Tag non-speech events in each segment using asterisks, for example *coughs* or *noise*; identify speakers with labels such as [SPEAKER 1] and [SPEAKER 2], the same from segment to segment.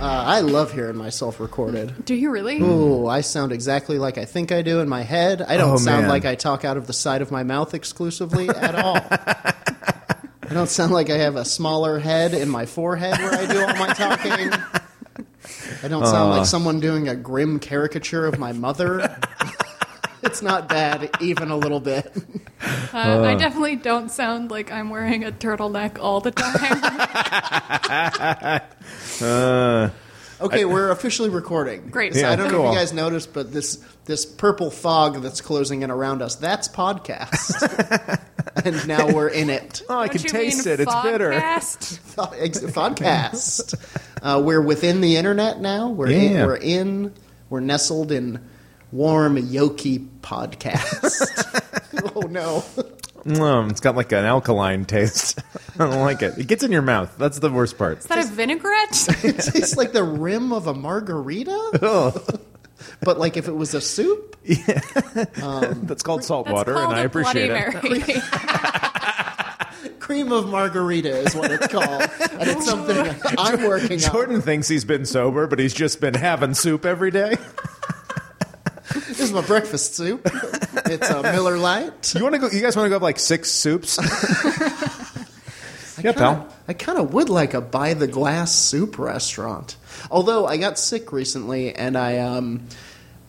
[SPEAKER 1] Uh, I love hearing myself recorded.
[SPEAKER 2] Do you really?
[SPEAKER 1] Ooh, I sound exactly like I think I do in my head. I don't
[SPEAKER 3] Oh,
[SPEAKER 1] sound
[SPEAKER 3] man.
[SPEAKER 1] like I talk out of the side of my mouth exclusively at all. I don't sound like I have a smaller head in my forehead where I do all my talking. I don't sound
[SPEAKER 3] Uh.
[SPEAKER 1] like someone doing a grim caricature of my mother. it's not bad, even a little bit.
[SPEAKER 2] Uh, I definitely don't sound like I'm wearing a turtleneck all the
[SPEAKER 3] *laughs*
[SPEAKER 2] time.
[SPEAKER 1] Okay, we're officially recording.
[SPEAKER 2] Great.
[SPEAKER 1] So
[SPEAKER 2] Yeah,
[SPEAKER 1] I don't know
[SPEAKER 3] cool.
[SPEAKER 1] if you guys noticed, but this this purple fog that's closing in around us, that's podcast.
[SPEAKER 3] *laughs*
[SPEAKER 1] and now we're in it.
[SPEAKER 3] Oh, I
[SPEAKER 2] Don't
[SPEAKER 3] can
[SPEAKER 2] you
[SPEAKER 3] taste
[SPEAKER 2] mean
[SPEAKER 3] it. It's bitter.
[SPEAKER 2] podcast?
[SPEAKER 1] Ex- podcast. Uh, we're within the internet now. We're
[SPEAKER 3] Yeah.
[SPEAKER 1] in, we're in we're nestled in warm Yoki
[SPEAKER 3] *laughs*
[SPEAKER 1] podcast. oh no.
[SPEAKER 3] Mm, it's got like an alkaline taste. *laughs* I don't like it. It gets in your mouth. That's the worst part.
[SPEAKER 2] Is that a vinaigrette?
[SPEAKER 1] It tastes like the rim of a margarita.
[SPEAKER 3] Oh.
[SPEAKER 1] But like if it was a soup,
[SPEAKER 3] That's called salt
[SPEAKER 2] That's
[SPEAKER 3] water,
[SPEAKER 2] called
[SPEAKER 3] and I
[SPEAKER 2] a
[SPEAKER 3] appreciate
[SPEAKER 2] Bloody
[SPEAKER 3] it.
[SPEAKER 2] Mary.
[SPEAKER 1] cream of margarita is what it's called. And it's something I'm working on.
[SPEAKER 3] *laughs* Jordan thinks he's been sober, but he's just been having soup every day. *laughs*
[SPEAKER 1] This is my breakfast soup. It's a Miller Lite.
[SPEAKER 3] You want to go? You guys want to go have like six soups? *laughs* yeah, pal.
[SPEAKER 1] I kind of would like a by the glass soup restaurant. Although I got sick recently and I um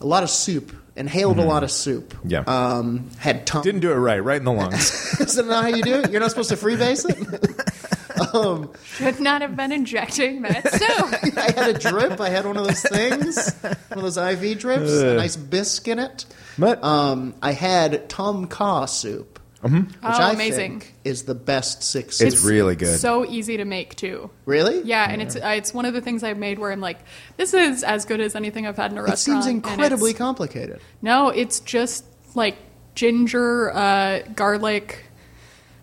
[SPEAKER 1] a lot of soup inhaled a lot of soup.
[SPEAKER 3] Mm-hmm. Yeah.
[SPEAKER 2] Uh,
[SPEAKER 1] Um, had tongue.
[SPEAKER 3] Didn't do it right, right in
[SPEAKER 2] *laughs*
[SPEAKER 3] the
[SPEAKER 1] *laughs*
[SPEAKER 3] lungs.
[SPEAKER 1] Is that not how you do it? You're not supposed to freebase it. *laughs* Um,
[SPEAKER 2] Should not have been injecting
[SPEAKER 3] *laughs*
[SPEAKER 2] that soup.
[SPEAKER 1] I had a drip. I had one of those things, one of those IV drips. A nice bisque in it.
[SPEAKER 3] But
[SPEAKER 2] Uh,
[SPEAKER 1] Um, I had Tom Kha soup, which
[SPEAKER 2] Oh,
[SPEAKER 1] I
[SPEAKER 2] amazing.
[SPEAKER 1] think is the best sick soup.
[SPEAKER 3] it's, really good.
[SPEAKER 2] So easy to make too.
[SPEAKER 1] really,
[SPEAKER 2] Yeah, and it's uh, it's one of the things I've made where I'm like, this is as good as anything I've had in a
[SPEAKER 1] It
[SPEAKER 2] restaurant.
[SPEAKER 1] seems
[SPEAKER 2] and it's-
[SPEAKER 1] incredibly complicated.
[SPEAKER 2] No, it's just like ginger, uh, garlic,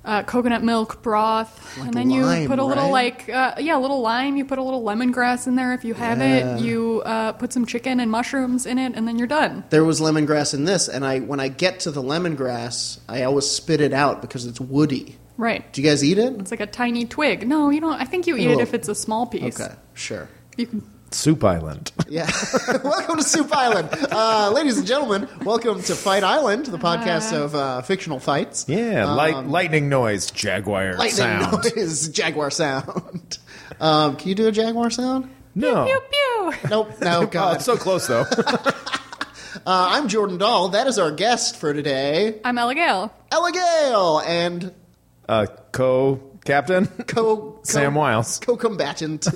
[SPEAKER 2] uh, coconut milk broth,
[SPEAKER 1] Like
[SPEAKER 2] and then
[SPEAKER 1] lime,
[SPEAKER 2] you put a little
[SPEAKER 1] right?
[SPEAKER 2] like uh, yeah, a little lime. You put a little lemongrass in there if you have
[SPEAKER 1] Yeah.
[SPEAKER 2] it. You uh, put some chicken and mushrooms in it, and then you're done.
[SPEAKER 1] there was lemongrass in this, and I when I get to the lemongrass, I always spit it out because it's woody.
[SPEAKER 2] Right.
[SPEAKER 1] Do you guys eat it?
[SPEAKER 2] It's like a tiny twig. No, you don't. I think you eat
[SPEAKER 1] little-
[SPEAKER 2] it if it's a small piece.
[SPEAKER 1] Okay, *laughs* sure.
[SPEAKER 2] You can,
[SPEAKER 3] Soup Island.
[SPEAKER 1] Yeah. *laughs* welcome to Soup Island, uh, ladies and gentlemen. Welcome to Fight Island, the podcast of uh, fictional fights. Um,
[SPEAKER 3] Yeah,
[SPEAKER 2] um,
[SPEAKER 3] light, lightning noise, jaguar
[SPEAKER 1] lightning
[SPEAKER 3] sound.
[SPEAKER 1] *laughs* noise, jaguar sound. Um, can you do a jaguar sound?
[SPEAKER 3] No,
[SPEAKER 2] *laughs* pew pew.
[SPEAKER 1] Nope. *laughs* No.
[SPEAKER 3] oh,
[SPEAKER 1] God.
[SPEAKER 3] it's so close though. *laughs*
[SPEAKER 1] Uh, I'm Jordan Dahl. That is our guest for today,
[SPEAKER 2] I'm Ella Gale.
[SPEAKER 1] Ella Gale, and
[SPEAKER 3] uh,
[SPEAKER 2] *laughs*
[SPEAKER 3] co-captain
[SPEAKER 1] co, co
[SPEAKER 3] Sam Wiles. *laughs*
[SPEAKER 1] co-combatant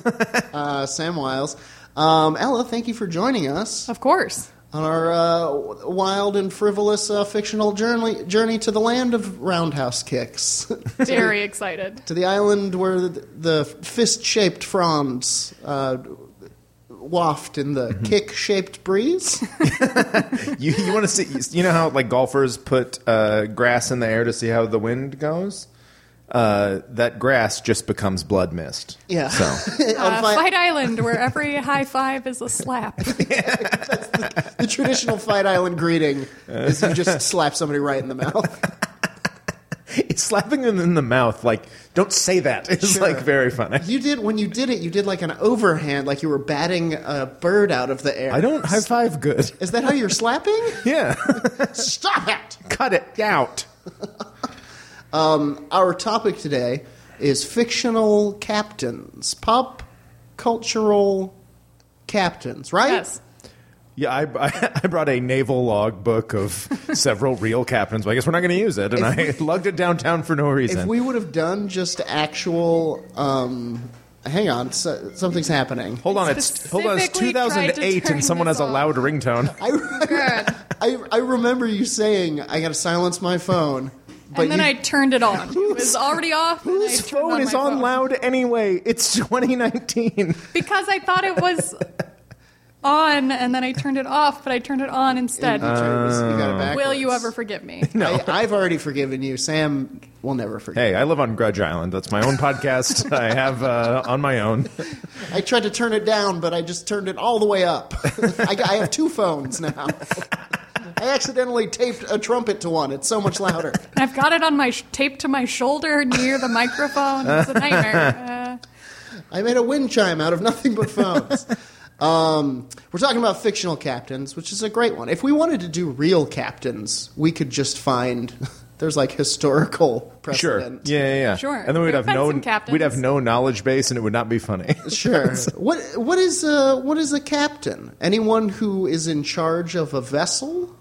[SPEAKER 1] uh, Sam Wiles. Um, Ella, thank you for joining us *laughs*
[SPEAKER 2] Of course.
[SPEAKER 1] on our uh, wild and frivolous uh, fictional journey journey to the land of roundhouse kicks, *laughs*
[SPEAKER 2] Very excited.
[SPEAKER 1] to the island where the, the fist-shaped fronds uh, waft in the
[SPEAKER 3] Mm-hmm.
[SPEAKER 1] kick-shaped
[SPEAKER 3] *laughs*
[SPEAKER 1] breeze.
[SPEAKER 3] You, you want to see? You know how like golfers put uh, grass in the air to see how the wind goes. Uh, that grass just becomes blood mist.
[SPEAKER 1] Yeah.
[SPEAKER 3] So
[SPEAKER 1] *laughs* On
[SPEAKER 2] Uh,
[SPEAKER 1] fi-
[SPEAKER 2] Fight Island, where every high five is
[SPEAKER 1] *laughs*
[SPEAKER 2] a slap.
[SPEAKER 1] the traditional Fight Island greeting is you just slap somebody right in the
[SPEAKER 3] *laughs*
[SPEAKER 1] mouth.
[SPEAKER 3] it's slapping them in the mouth. Like, don't say that. *laughs* It's
[SPEAKER 1] Sure.
[SPEAKER 3] like very funny.
[SPEAKER 1] You did when you did it. You did like an overhand, like you were batting a bird out of the air.
[SPEAKER 3] I don't high five good.
[SPEAKER 1] Is that how you're slapping?
[SPEAKER 3] *laughs* Yeah,
[SPEAKER 1] Stop it!
[SPEAKER 3] cut it out.
[SPEAKER 1] Our topic today is fictional captains, pop cultural captains, right? *laughs*
[SPEAKER 2] Yes.
[SPEAKER 3] Yeah, I, I, I brought a naval log book of several real captains, but I guess we're not going to use it. And I lugged it downtown for no
[SPEAKER 1] If
[SPEAKER 3] reason.
[SPEAKER 1] we would have done just actual, um, hang on, so, something's happening.
[SPEAKER 3] hold on, it's hold on, it's
[SPEAKER 2] Specifically tried to
[SPEAKER 3] 2008,
[SPEAKER 2] turn
[SPEAKER 3] and someone
[SPEAKER 2] this
[SPEAKER 3] has a
[SPEAKER 2] off.
[SPEAKER 3] loud ringtone.
[SPEAKER 1] I, I, I remember you saying, "I got to silence my phone." But
[SPEAKER 2] and then
[SPEAKER 1] you-
[SPEAKER 2] I turned it
[SPEAKER 3] *laughs*
[SPEAKER 2] on. It was already off. and I
[SPEAKER 3] Whose
[SPEAKER 2] turned
[SPEAKER 3] phone is
[SPEAKER 2] my
[SPEAKER 3] on
[SPEAKER 2] phone.
[SPEAKER 3] loud anyway? It's *laughs* 2019.
[SPEAKER 2] Because I thought it
[SPEAKER 3] *laughs*
[SPEAKER 2] was on, and then I turned it off, but I turned it on instead.
[SPEAKER 3] uh,
[SPEAKER 1] you got it backwards.
[SPEAKER 2] Uh, Will you ever forgive me?
[SPEAKER 1] I, I've already forgiven you. Sam will never forgive.
[SPEAKER 3] Hey, I live on Grudge Island. That's my own *laughs* podcast. I have uh, on my own.
[SPEAKER 1] I tried to turn it down, but I just turned it all the way up. *laughs* I, I have two phones now. I accidentally taped a trumpet to one. It's so much louder.
[SPEAKER 2] And I've got it on my sh- taped to my shoulder near the microphone. It's a
[SPEAKER 3] *laughs*
[SPEAKER 2] nightmare. Uh,
[SPEAKER 1] I made a wind chime out of nothing but phones. um, we're talking about fictional captains, which is a great one. If we wanted to do real captains, we could just find. *laughs* There's like historical precedent.
[SPEAKER 3] Sure. Yeah, yeah, yeah.
[SPEAKER 2] Sure.
[SPEAKER 3] And then we'd
[SPEAKER 2] We'll
[SPEAKER 3] have
[SPEAKER 2] find
[SPEAKER 3] no
[SPEAKER 2] some captains.
[SPEAKER 3] we'd have no knowledge base, and it would not be *laughs* funny.
[SPEAKER 1] *laughs* Sure. What what is a what is a captain? Anyone who is in charge of a vessel?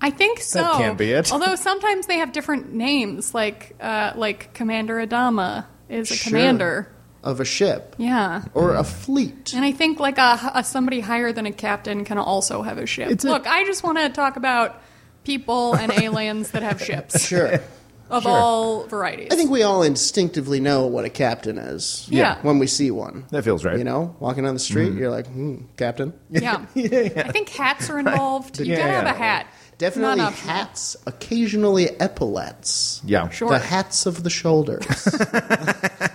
[SPEAKER 2] I think so.
[SPEAKER 3] can't be it.
[SPEAKER 2] Although sometimes they have different names, like uh, like Commander Adama is a
[SPEAKER 1] Sure.
[SPEAKER 2] commander.
[SPEAKER 1] Of a ship
[SPEAKER 2] Yeah.
[SPEAKER 1] or a fleet?
[SPEAKER 2] And I think like a, a somebody higher than a captain can also have a ship.
[SPEAKER 3] It's a-
[SPEAKER 2] Look, I just want to talk about people
[SPEAKER 1] *laughs*
[SPEAKER 2] and aliens that have ships
[SPEAKER 1] Sure.
[SPEAKER 2] of all varieties.
[SPEAKER 1] I think we all instinctively know what a captain is.
[SPEAKER 2] Yeah.
[SPEAKER 1] When we see one.
[SPEAKER 3] That feels right. Mm-hmm.
[SPEAKER 1] You know, walking down the street, you're like, hmm, captain. *laughs*
[SPEAKER 3] *laughs*
[SPEAKER 2] yeah. I think hats are involved. You
[SPEAKER 3] Yeah,
[SPEAKER 2] gotta have
[SPEAKER 3] yeah.
[SPEAKER 2] a hat.
[SPEAKER 1] Definitely
[SPEAKER 2] Not optional.
[SPEAKER 1] hats, occasionally epaulets.
[SPEAKER 3] yeah.
[SPEAKER 2] Sure.
[SPEAKER 1] The hats of the shoulders. *laughs*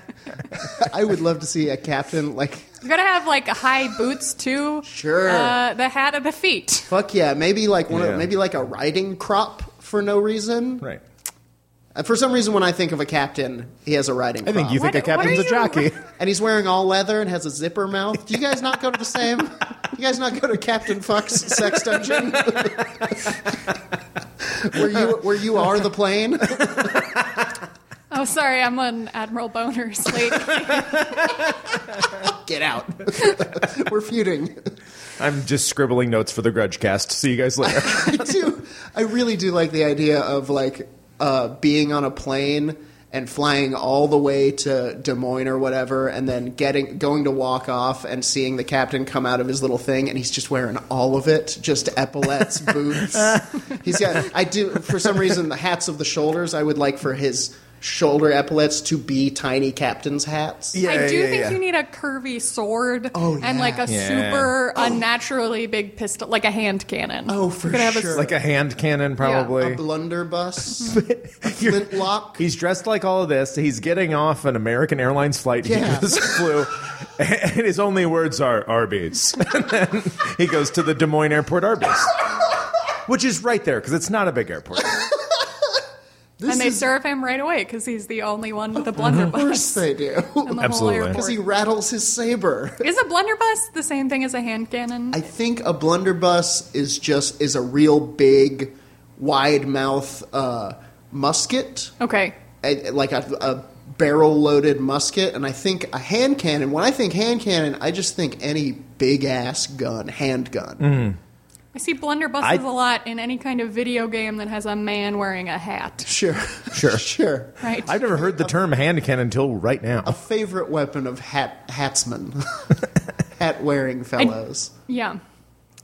[SPEAKER 1] I would love to see a captain like,
[SPEAKER 2] You gotta have like high boots too.
[SPEAKER 1] Sure.
[SPEAKER 2] Uh, the hat of the feet.
[SPEAKER 1] fuck yeah, maybe like one
[SPEAKER 3] Yeah.
[SPEAKER 1] of, maybe like a riding crop for no reason.
[SPEAKER 3] Right.
[SPEAKER 1] Uh, For some reason, when I think of a captain, he has a riding
[SPEAKER 3] I
[SPEAKER 1] crop.
[SPEAKER 3] think you think
[SPEAKER 2] What-
[SPEAKER 3] a captain's a
[SPEAKER 2] what are you-
[SPEAKER 3] jockey.
[SPEAKER 1] and he's wearing all leather and has a zipper mouth. Do you guys not go to the
[SPEAKER 3] *laughs*
[SPEAKER 1] same? You guys not go to Captain Fuck's sex dungeon? where you where you are the plane?
[SPEAKER 2] Oh, sorry, I'm on Admiral Boner's
[SPEAKER 1] *laughs*
[SPEAKER 2] league.
[SPEAKER 1] Get out. *laughs* We're feuding.
[SPEAKER 3] I'm just scribbling notes for the Grudge cast. See you guys *laughs* later.
[SPEAKER 1] I *laughs* do. I really do like the idea of like uh, being on a plane and flying all the way to Des Moines or whatever, and then getting going to walk off and seeing the captain come out of his little thing, and he's just wearing all of it, just *laughs* epaulets, boots. He's got. I do for some reason the hats of the shoulders. I would like for his shoulder epaulets to be tiny captain's hats.
[SPEAKER 2] I do think you need a curvy sword
[SPEAKER 1] Oh,
[SPEAKER 2] and like a
[SPEAKER 3] Yeah.
[SPEAKER 2] super unnaturally big pistol, like a hand cannon.
[SPEAKER 1] Oh, for
[SPEAKER 2] You could have a-
[SPEAKER 1] sure.
[SPEAKER 3] like a hand cannon, probably.
[SPEAKER 1] A *laughs* blunderbuss, a flintlock.
[SPEAKER 3] He's dressed like all of this. He's getting off an American Airlines flight.
[SPEAKER 1] Yeah.
[SPEAKER 3] He just *laughs* flew, and his only words are Arby's. *laughs* And then he goes to the Des Moines Airport Arby's, which is right there because it's not a big airport.
[SPEAKER 1] This
[SPEAKER 2] and they
[SPEAKER 1] is- Oh,
[SPEAKER 2] serve him right away because he's the only one with a
[SPEAKER 1] Of course
[SPEAKER 2] blunderbuss.
[SPEAKER 1] they do. *laughs*
[SPEAKER 2] in the
[SPEAKER 3] Absolutely.
[SPEAKER 2] Whole
[SPEAKER 1] Because
[SPEAKER 2] airport.
[SPEAKER 1] he rattles his saber.
[SPEAKER 2] Is a blunderbuss the same thing as a hand cannon?
[SPEAKER 1] I think a blunderbuss is just is a real big, wide mouth uh, musket,
[SPEAKER 2] okay.
[SPEAKER 1] a- like a, a barrel loaded musket, and I think a hand cannon. When I think hand cannon, I just think any big ass gun, handgun.
[SPEAKER 2] I see blunderbusses
[SPEAKER 3] I-
[SPEAKER 2] a lot in any kind of video game that has a man wearing a hat.
[SPEAKER 1] Sure, *laughs*
[SPEAKER 3] Sure.
[SPEAKER 1] sure.
[SPEAKER 2] Right.
[SPEAKER 3] I've never heard the term hand cannon until right now.
[SPEAKER 1] Favorite weapon of hat hatsmen, hat wearing fellows.
[SPEAKER 2] yeah.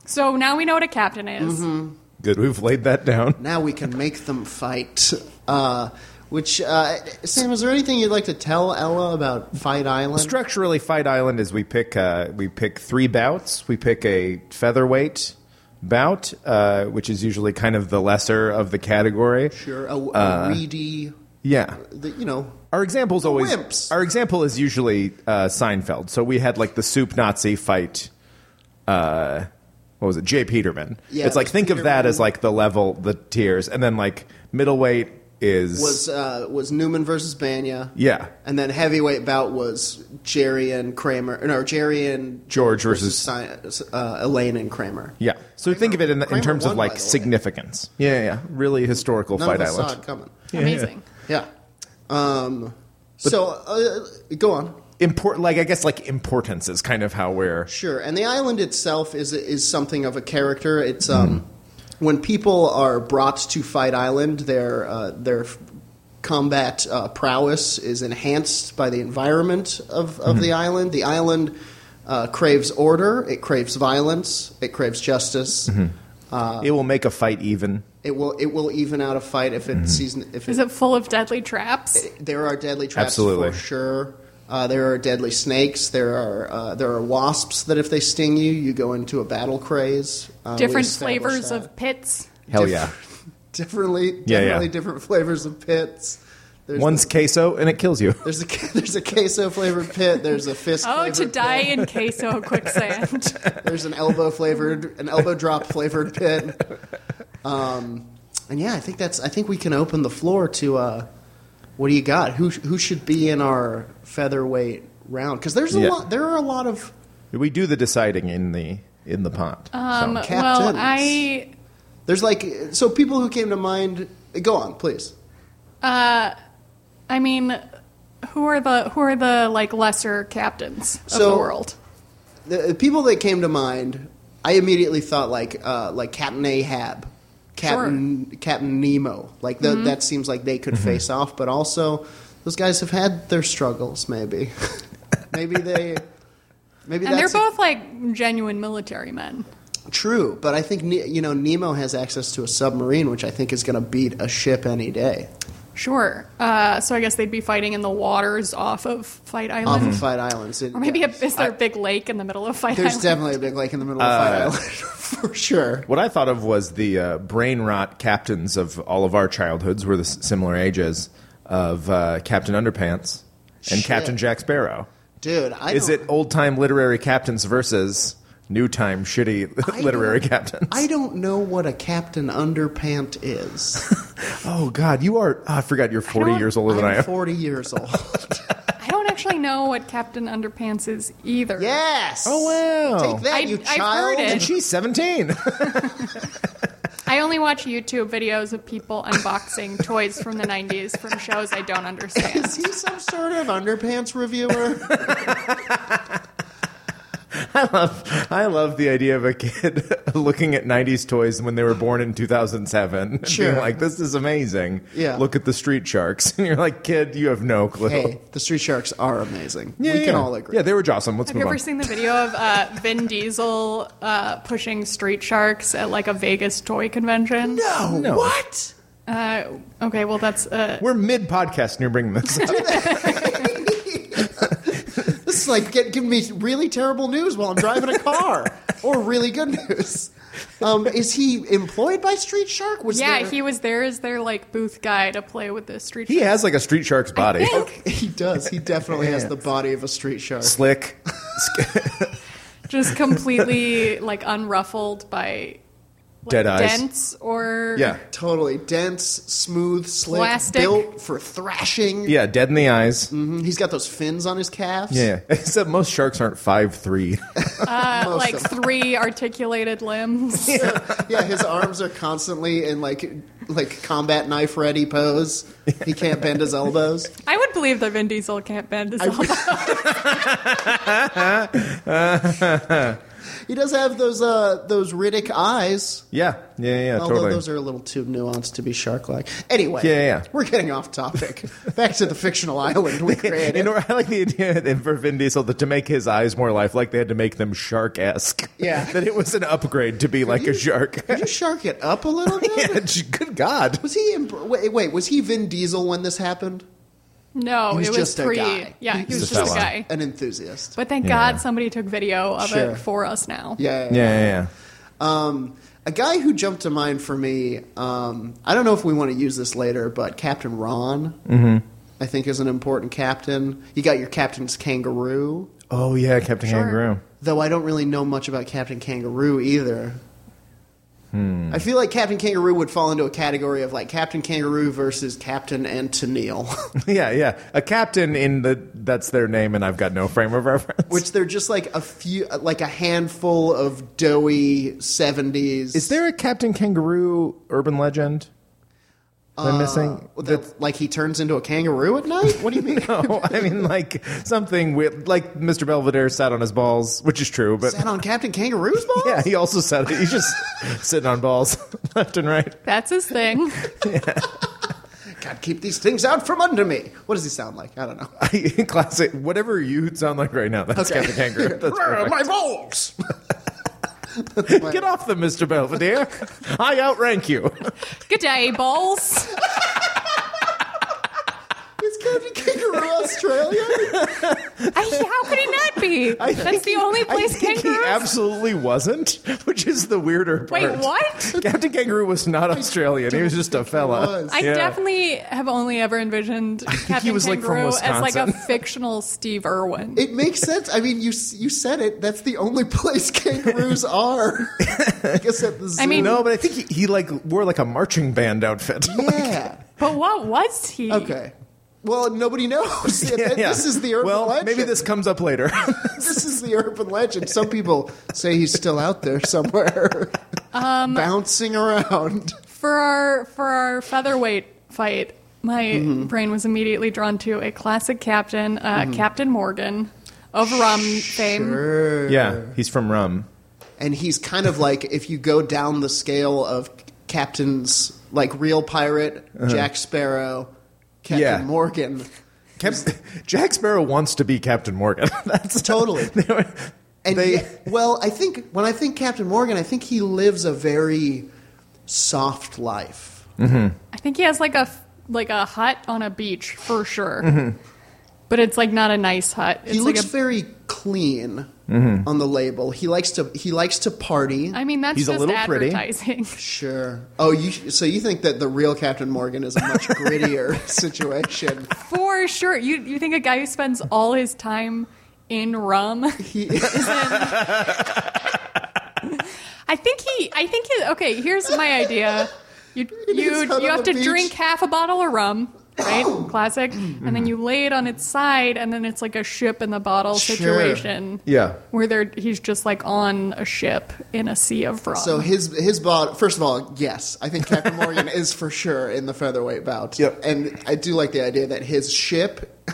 [SPEAKER 2] So now we know what a captain is.
[SPEAKER 1] Mm-hmm.
[SPEAKER 3] Good, we've laid that down.
[SPEAKER 1] Now we can make them fight. Uh, which uh, Sam, is there anything you'd like to tell Ella about Fight Island?
[SPEAKER 3] Structurally, Fight Island is we pick uh, we pick three bouts. We pick a featherweight bout, uh, which is usually kind of the lesser of the category.
[SPEAKER 1] Sure, a, a
[SPEAKER 3] Uh,
[SPEAKER 1] reedy,
[SPEAKER 3] Yeah.
[SPEAKER 1] the, you know,
[SPEAKER 3] Our example's always
[SPEAKER 1] wimps.
[SPEAKER 3] our example is usually uh, Seinfeld. So we had like the soup Nazi fight. Uh, what was it? Jay Peterman.
[SPEAKER 1] Yeah,
[SPEAKER 3] it's
[SPEAKER 1] it
[SPEAKER 3] like
[SPEAKER 1] was
[SPEAKER 3] think of that
[SPEAKER 1] Peterman.
[SPEAKER 3] as like the level, the tiers, and then like middleweight is
[SPEAKER 1] was uh, was Newman versus Banya.
[SPEAKER 3] yeah
[SPEAKER 1] And then heavyweight bout was Jerry and Kramer, no Jerry and
[SPEAKER 3] George versus-
[SPEAKER 1] Si- uh, Elaine and Kramer.
[SPEAKER 3] yeah. So think of it in, the, in
[SPEAKER 1] Kramer
[SPEAKER 3] terms of
[SPEAKER 1] won, by
[SPEAKER 3] like
[SPEAKER 1] the way.
[SPEAKER 3] significance. Yeah, yeah, yeah. Really historical
[SPEAKER 1] None
[SPEAKER 3] Fight
[SPEAKER 1] of us
[SPEAKER 3] Island.
[SPEAKER 1] saw it coming.
[SPEAKER 2] Amazing.
[SPEAKER 1] Yeah. Um, so uh, go on.
[SPEAKER 3] Import like I guess like importance is kind of how we're
[SPEAKER 1] Sure, and the island itself is is something of a character. It's um, when people are brought to Fight Island, their uh, their f- combat uh, prowess is enhanced by the environment of, of the island. The island uh, craves order, it craves violence, it craves justice.
[SPEAKER 3] it will make a fight even.
[SPEAKER 1] It will it will even out a fight if it sees if
[SPEAKER 2] Is
[SPEAKER 1] it,
[SPEAKER 2] it full of deadly traps?
[SPEAKER 1] there are deadly traps
[SPEAKER 3] Absolutely.
[SPEAKER 1] for sure. Uh, there are deadly snakes. There are uh, there are wasps that if they sting you, you go into a battle craze. Uh, we
[SPEAKER 2] Different
[SPEAKER 1] established
[SPEAKER 2] flavors
[SPEAKER 1] that.
[SPEAKER 2] of pits.
[SPEAKER 3] Hell
[SPEAKER 1] Diff-
[SPEAKER 3] yeah.
[SPEAKER 1] *laughs* Differently,
[SPEAKER 3] Yeah, yeah.
[SPEAKER 1] definitely different flavors of pits. There's
[SPEAKER 3] One's queso and it kills you. *laughs*
[SPEAKER 1] There's a *laughs* there's a queso flavored pit. There's a fist.
[SPEAKER 2] Oh, to
[SPEAKER 1] flavored
[SPEAKER 2] die in
[SPEAKER 1] *laughs*
[SPEAKER 2] queso quicksand.
[SPEAKER 1] Pit, there's an elbow flavored an elbow drop flavored pit. Um, and yeah, I think that's I think we can open the floor to uh, what do you got? Who sh- who should be in our featherweight round? Because there's a
[SPEAKER 3] Yeah.
[SPEAKER 1] lot. There are a lot of
[SPEAKER 3] We do the deciding in the in the pond.
[SPEAKER 2] Um,
[SPEAKER 3] so.
[SPEAKER 2] well,
[SPEAKER 1] Captains.
[SPEAKER 2] I
[SPEAKER 1] there's like so people who came to mind. Go on, please.
[SPEAKER 2] I mean, who are the who are the like lesser captains of
[SPEAKER 1] So-
[SPEAKER 2] the world?
[SPEAKER 1] The the people that came to mind, I immediately thought like uh, like Captain Ahab, Captain Captain Nemo. Like tho-
[SPEAKER 2] Mm-hmm.
[SPEAKER 1] that seems like they
[SPEAKER 3] Mm-hmm.
[SPEAKER 1] could face off, but also those guys have had their struggles. Maybe, *laughs* maybe they, maybe
[SPEAKER 2] And they're
[SPEAKER 1] that's
[SPEAKER 2] both like genuine military men.
[SPEAKER 1] true. But I think Ne- you know Nemo has access to a submarine, which I think is going to beat a ship any day
[SPEAKER 2] Sure. Uh, so I guess they'd be fighting in the waters off of Fight
[SPEAKER 1] off
[SPEAKER 2] Island,
[SPEAKER 1] of Fight Islands. It-
[SPEAKER 2] Mm-hmm. or maybe
[SPEAKER 1] yeah.
[SPEAKER 2] a, is there a big lake in the middle of Fight
[SPEAKER 1] there's
[SPEAKER 2] Island?
[SPEAKER 1] definitely a big lake in the middle of
[SPEAKER 3] Uh,
[SPEAKER 1] Fight Island *laughs* for sure.
[SPEAKER 3] What I thought of was the uh, brain rot captains of all of our childhoods were the s- similar ages of uh, Captain Underpants and
[SPEAKER 1] Shit.
[SPEAKER 3] Captain Jack Sparrow.
[SPEAKER 1] Dude, I
[SPEAKER 3] Is
[SPEAKER 1] don't-
[SPEAKER 3] it old time literary captains versus new time *laughs* shitty
[SPEAKER 1] I
[SPEAKER 3] literary
[SPEAKER 1] don't-
[SPEAKER 3] captains?
[SPEAKER 1] I don't know what a captain underpant is.
[SPEAKER 3] *laughs* oh God, you are! oh, I forgot you're 40
[SPEAKER 2] don't-
[SPEAKER 3] years older than
[SPEAKER 1] I'm
[SPEAKER 3] I am.
[SPEAKER 1] 40 years
[SPEAKER 3] *laughs*
[SPEAKER 1] old.
[SPEAKER 2] I don't actually know what Captain Underpants is either.
[SPEAKER 1] yes.
[SPEAKER 3] Oh wow!
[SPEAKER 1] Take that,
[SPEAKER 2] I-
[SPEAKER 1] you
[SPEAKER 2] I've heard
[SPEAKER 1] child.
[SPEAKER 2] it.
[SPEAKER 3] And she's 17.
[SPEAKER 2] I only watch YouTube videos of people
[SPEAKER 1] *laughs*
[SPEAKER 2] unboxing toys from the 90s from shows I don't understand.
[SPEAKER 1] Is he some sort of underpants
[SPEAKER 3] *laughs*
[SPEAKER 1] reviewer?
[SPEAKER 3] *laughs* I love the idea of a kid *laughs* looking at 90s toys when they were born in 2007. and
[SPEAKER 1] Sure.
[SPEAKER 3] Being like, this is amazing.
[SPEAKER 1] Yeah.
[SPEAKER 3] Look at the street sharks. *laughs* And you're like, kid, you have no clue.
[SPEAKER 1] hey, the Street Sharks are amazing.
[SPEAKER 3] Yeah,
[SPEAKER 1] we
[SPEAKER 3] yeah.
[SPEAKER 1] can all agree.
[SPEAKER 3] Yeah, they were awesome. Let's
[SPEAKER 2] Have you
[SPEAKER 3] move
[SPEAKER 2] ever
[SPEAKER 3] on.
[SPEAKER 2] seen the video of uh, Vin Diesel uh, pushing street sharks at like a Vegas toy convention?
[SPEAKER 1] no,
[SPEAKER 3] No.
[SPEAKER 1] What?
[SPEAKER 2] Uh, okay, well that's uh,
[SPEAKER 3] we're mid podcast and you're bringing this up.
[SPEAKER 1] This is like get, giving me really terrible news while I'm driving a
[SPEAKER 3] *laughs*
[SPEAKER 1] car, or really good news. Um, is he employed by Street Shark? Was
[SPEAKER 2] yeah.
[SPEAKER 1] there-
[SPEAKER 2] He was there as their like booth guy to play with the street.
[SPEAKER 3] he has like a street shark's body.
[SPEAKER 1] Oh, *laughs* He does. He definitely has the body of a Street Shark.
[SPEAKER 3] *laughs* Slick.
[SPEAKER 2] just
[SPEAKER 3] *laughs*
[SPEAKER 2] completely like unruffled by like,
[SPEAKER 3] Dead eyes.
[SPEAKER 2] dents or
[SPEAKER 3] *laughs* Yeah.
[SPEAKER 1] Totally dense, smooth, slick,
[SPEAKER 2] Plastic.
[SPEAKER 1] built for thrashing.
[SPEAKER 3] Yeah, dead in the eyes.
[SPEAKER 1] He's got those fins on his calves.
[SPEAKER 3] Yeah. *laughs* Except most sharks aren't five
[SPEAKER 1] *laughs*
[SPEAKER 3] three.
[SPEAKER 2] uh,
[SPEAKER 1] Most
[SPEAKER 2] like
[SPEAKER 1] of them.
[SPEAKER 2] three articulated
[SPEAKER 3] *laughs*
[SPEAKER 1] *laughs*
[SPEAKER 2] limbs.
[SPEAKER 1] yeah, his arms are constantly in like like combat knife ready pose. He can't bend his elbows.
[SPEAKER 2] I would believe that Vin Diesel can't bend his elbow.
[SPEAKER 3] *laughs*
[SPEAKER 1] He does have those uh those Riddick eyes.
[SPEAKER 3] Yeah. Yeah, yeah,
[SPEAKER 1] Although
[SPEAKER 3] totally.
[SPEAKER 1] those are a little too nuanced to be shark like. Anyway,
[SPEAKER 3] Yeah, yeah.
[SPEAKER 1] we're getting off topic. Back to the fictional island we created.
[SPEAKER 3] *laughs* In order, I like the idea that for Vin Diesel that to make his eyes more lifelike, they had to make them shark esque.
[SPEAKER 1] Yeah.
[SPEAKER 3] *laughs* that it was an upgrade to be like a shark.
[SPEAKER 1] Could you shark it up a little bit?
[SPEAKER 3] *laughs* yeah, j- good God.
[SPEAKER 1] Was he in, wait, wait? Was he Vin Diesel when this happened?
[SPEAKER 2] No,
[SPEAKER 1] He was
[SPEAKER 2] Oh, it was
[SPEAKER 1] just a
[SPEAKER 2] pre.
[SPEAKER 1] guy.
[SPEAKER 2] Yeah, he
[SPEAKER 1] He's
[SPEAKER 2] was
[SPEAKER 3] just
[SPEAKER 2] just,
[SPEAKER 3] a
[SPEAKER 2] a
[SPEAKER 3] fella.
[SPEAKER 2] guy.
[SPEAKER 1] An enthusiast.
[SPEAKER 2] But thank
[SPEAKER 3] Yeah.
[SPEAKER 2] God somebody took video of
[SPEAKER 1] Sure.
[SPEAKER 2] it for us now.
[SPEAKER 1] Yeah.
[SPEAKER 3] Yeah, yeah, yeah.
[SPEAKER 1] Um, a guy who jumped to mind for me, um, I don't know if we want to use this later, but Captain Ron,
[SPEAKER 3] Mm-hmm.
[SPEAKER 1] I think, is an important captain. You got your Captain's Kangaroo,
[SPEAKER 3] Oh yeah, Captain
[SPEAKER 2] Sure.
[SPEAKER 3] Kangaroo.
[SPEAKER 1] though I don't really know much about Captain Kangaroo either.
[SPEAKER 3] Hmm.
[SPEAKER 1] I feel like Captain Kangaroo would fall into a category of like Captain Kangaroo versus Captain Antonio,
[SPEAKER 3] Yeah, yeah. A captain in the that's their name, and I've got no frame of
[SPEAKER 1] *laughs*
[SPEAKER 3] reference.
[SPEAKER 1] which they're just like a few, like a handful of doughy 70s.
[SPEAKER 3] is there a Captain Kangaroo urban legend? Am I *laughs* missing?
[SPEAKER 1] that, like he turns into a kangaroo at night? What do you
[SPEAKER 3] *laughs*
[SPEAKER 1] mean?
[SPEAKER 3] no, oh, I mean like something with like Mr. Belvedere sat on his balls, which is true, but
[SPEAKER 1] Sat on Captain Kangaroo's ball?
[SPEAKER 3] yeah, he also sat. He's *laughs* just sitting on balls *laughs* left and right.
[SPEAKER 2] That's his
[SPEAKER 3] *laughs*
[SPEAKER 2] thing.
[SPEAKER 1] God, keep these things out from under me. What does he sound like? I don't know.
[SPEAKER 3] *laughs* Classic. Whatever you sound like right now, that's
[SPEAKER 1] Okay. *laughs*
[SPEAKER 3] *laughs* Captain Kangaroo. That's *laughs*
[SPEAKER 1] Rah,
[SPEAKER 3] perfect.
[SPEAKER 1] my balls.
[SPEAKER 3] Get off them, Mr. *laughs* Belvedere. I outrank you.
[SPEAKER 2] Good day, balls.
[SPEAKER 1] Is Captain Kangaroo *laughs* Australian?
[SPEAKER 2] I, how could he not be?
[SPEAKER 3] *laughs* I
[SPEAKER 2] That's
[SPEAKER 3] think
[SPEAKER 2] the
[SPEAKER 3] *laughs* he-
[SPEAKER 2] only
[SPEAKER 3] I
[SPEAKER 2] place
[SPEAKER 3] think
[SPEAKER 2] kangaroos.
[SPEAKER 3] he absolutely wasn't, which is the weirder part.
[SPEAKER 2] Wait,
[SPEAKER 3] *laughs*
[SPEAKER 2] what?
[SPEAKER 3] Captain Kangaroo was not Australian. He was just a fella.
[SPEAKER 1] was.
[SPEAKER 2] I
[SPEAKER 3] Yeah.
[SPEAKER 2] definitely have only ever envisioned Captain
[SPEAKER 3] was, like, from
[SPEAKER 2] Kangaroo as like a
[SPEAKER 3] Wisconsin.
[SPEAKER 2] fictional Steve
[SPEAKER 3] *laughs*
[SPEAKER 2] Irwin.
[SPEAKER 1] It makes sense. I mean, you s- you said it. That's the only *laughs* place kangaroos
[SPEAKER 3] *laughs*
[SPEAKER 1] are. I guess at the zoo.
[SPEAKER 2] I mean-
[SPEAKER 3] No, but I think he, he like wore like a marching band outfit. *laughs*
[SPEAKER 1] yeah.
[SPEAKER 2] but what was he?
[SPEAKER 1] Okay. Well, nobody knows. *laughs*
[SPEAKER 3] Yeah, yeah.
[SPEAKER 1] This is the urban
[SPEAKER 3] well,
[SPEAKER 1] legend.
[SPEAKER 3] maybe this comes up later.
[SPEAKER 1] *laughs*
[SPEAKER 3] *laughs*
[SPEAKER 1] this is the urban legend. Some people say he's still out there somewhere, *laughs*
[SPEAKER 2] Um,
[SPEAKER 1] bouncing around.
[SPEAKER 2] For our for our featherweight fight, my brain was immediately drawn to a classic captain, uh, Captain Morgan of rum fame.
[SPEAKER 3] yeah, he's from Rum.
[SPEAKER 1] And he's kind of like if you go down the scale of captains, like real pirate Jack Sparrow, Captain
[SPEAKER 3] Uh-huh. Yeah.
[SPEAKER 1] Morgan.
[SPEAKER 3] Cap- *laughs* Jack Sparrow wants to be Captain Morgan. *laughs* That's
[SPEAKER 1] Totally. And
[SPEAKER 3] They-
[SPEAKER 1] yet- well, I think when I think Captain Morgan, I think he lives a very soft life.
[SPEAKER 2] I think he has like a f- like a hut on a beach for sure. But it's like not a nice hut. It's
[SPEAKER 1] he looks
[SPEAKER 2] like a,
[SPEAKER 1] very clean
[SPEAKER 3] Mm-hmm.
[SPEAKER 1] on the label. He likes to he likes to party.
[SPEAKER 2] I mean that's
[SPEAKER 3] He's a
[SPEAKER 2] just
[SPEAKER 3] little pretty.
[SPEAKER 2] advertising. *laughs*
[SPEAKER 1] Sure. Oh, you so you think that the real Captain Morgan is a
[SPEAKER 2] *laughs*
[SPEAKER 1] much grittier situation?
[SPEAKER 2] for sure. You you think a guy who spends all his time in rum
[SPEAKER 1] He,
[SPEAKER 2] I think he. I think he. Okay, here's my idea.
[SPEAKER 1] *laughs*
[SPEAKER 2] You
[SPEAKER 1] is
[SPEAKER 2] you
[SPEAKER 1] out
[SPEAKER 2] you
[SPEAKER 1] on
[SPEAKER 2] have
[SPEAKER 1] the
[SPEAKER 2] to
[SPEAKER 1] beach.
[SPEAKER 2] drink half a bottle of rum,
[SPEAKER 1] *coughs*
[SPEAKER 2] right? Classic. And then you lay it on its side, and then it's like a ship in the bottle
[SPEAKER 1] Sure.
[SPEAKER 2] situation.
[SPEAKER 3] Yeah.
[SPEAKER 2] Where they're he's just like on a ship in a sea of rum.
[SPEAKER 1] so his his bod. First of all, yes, I think Captain Morgan is for sure in the featherweight bout.
[SPEAKER 3] Yep.
[SPEAKER 1] And I do like the idea that his ship *laughs*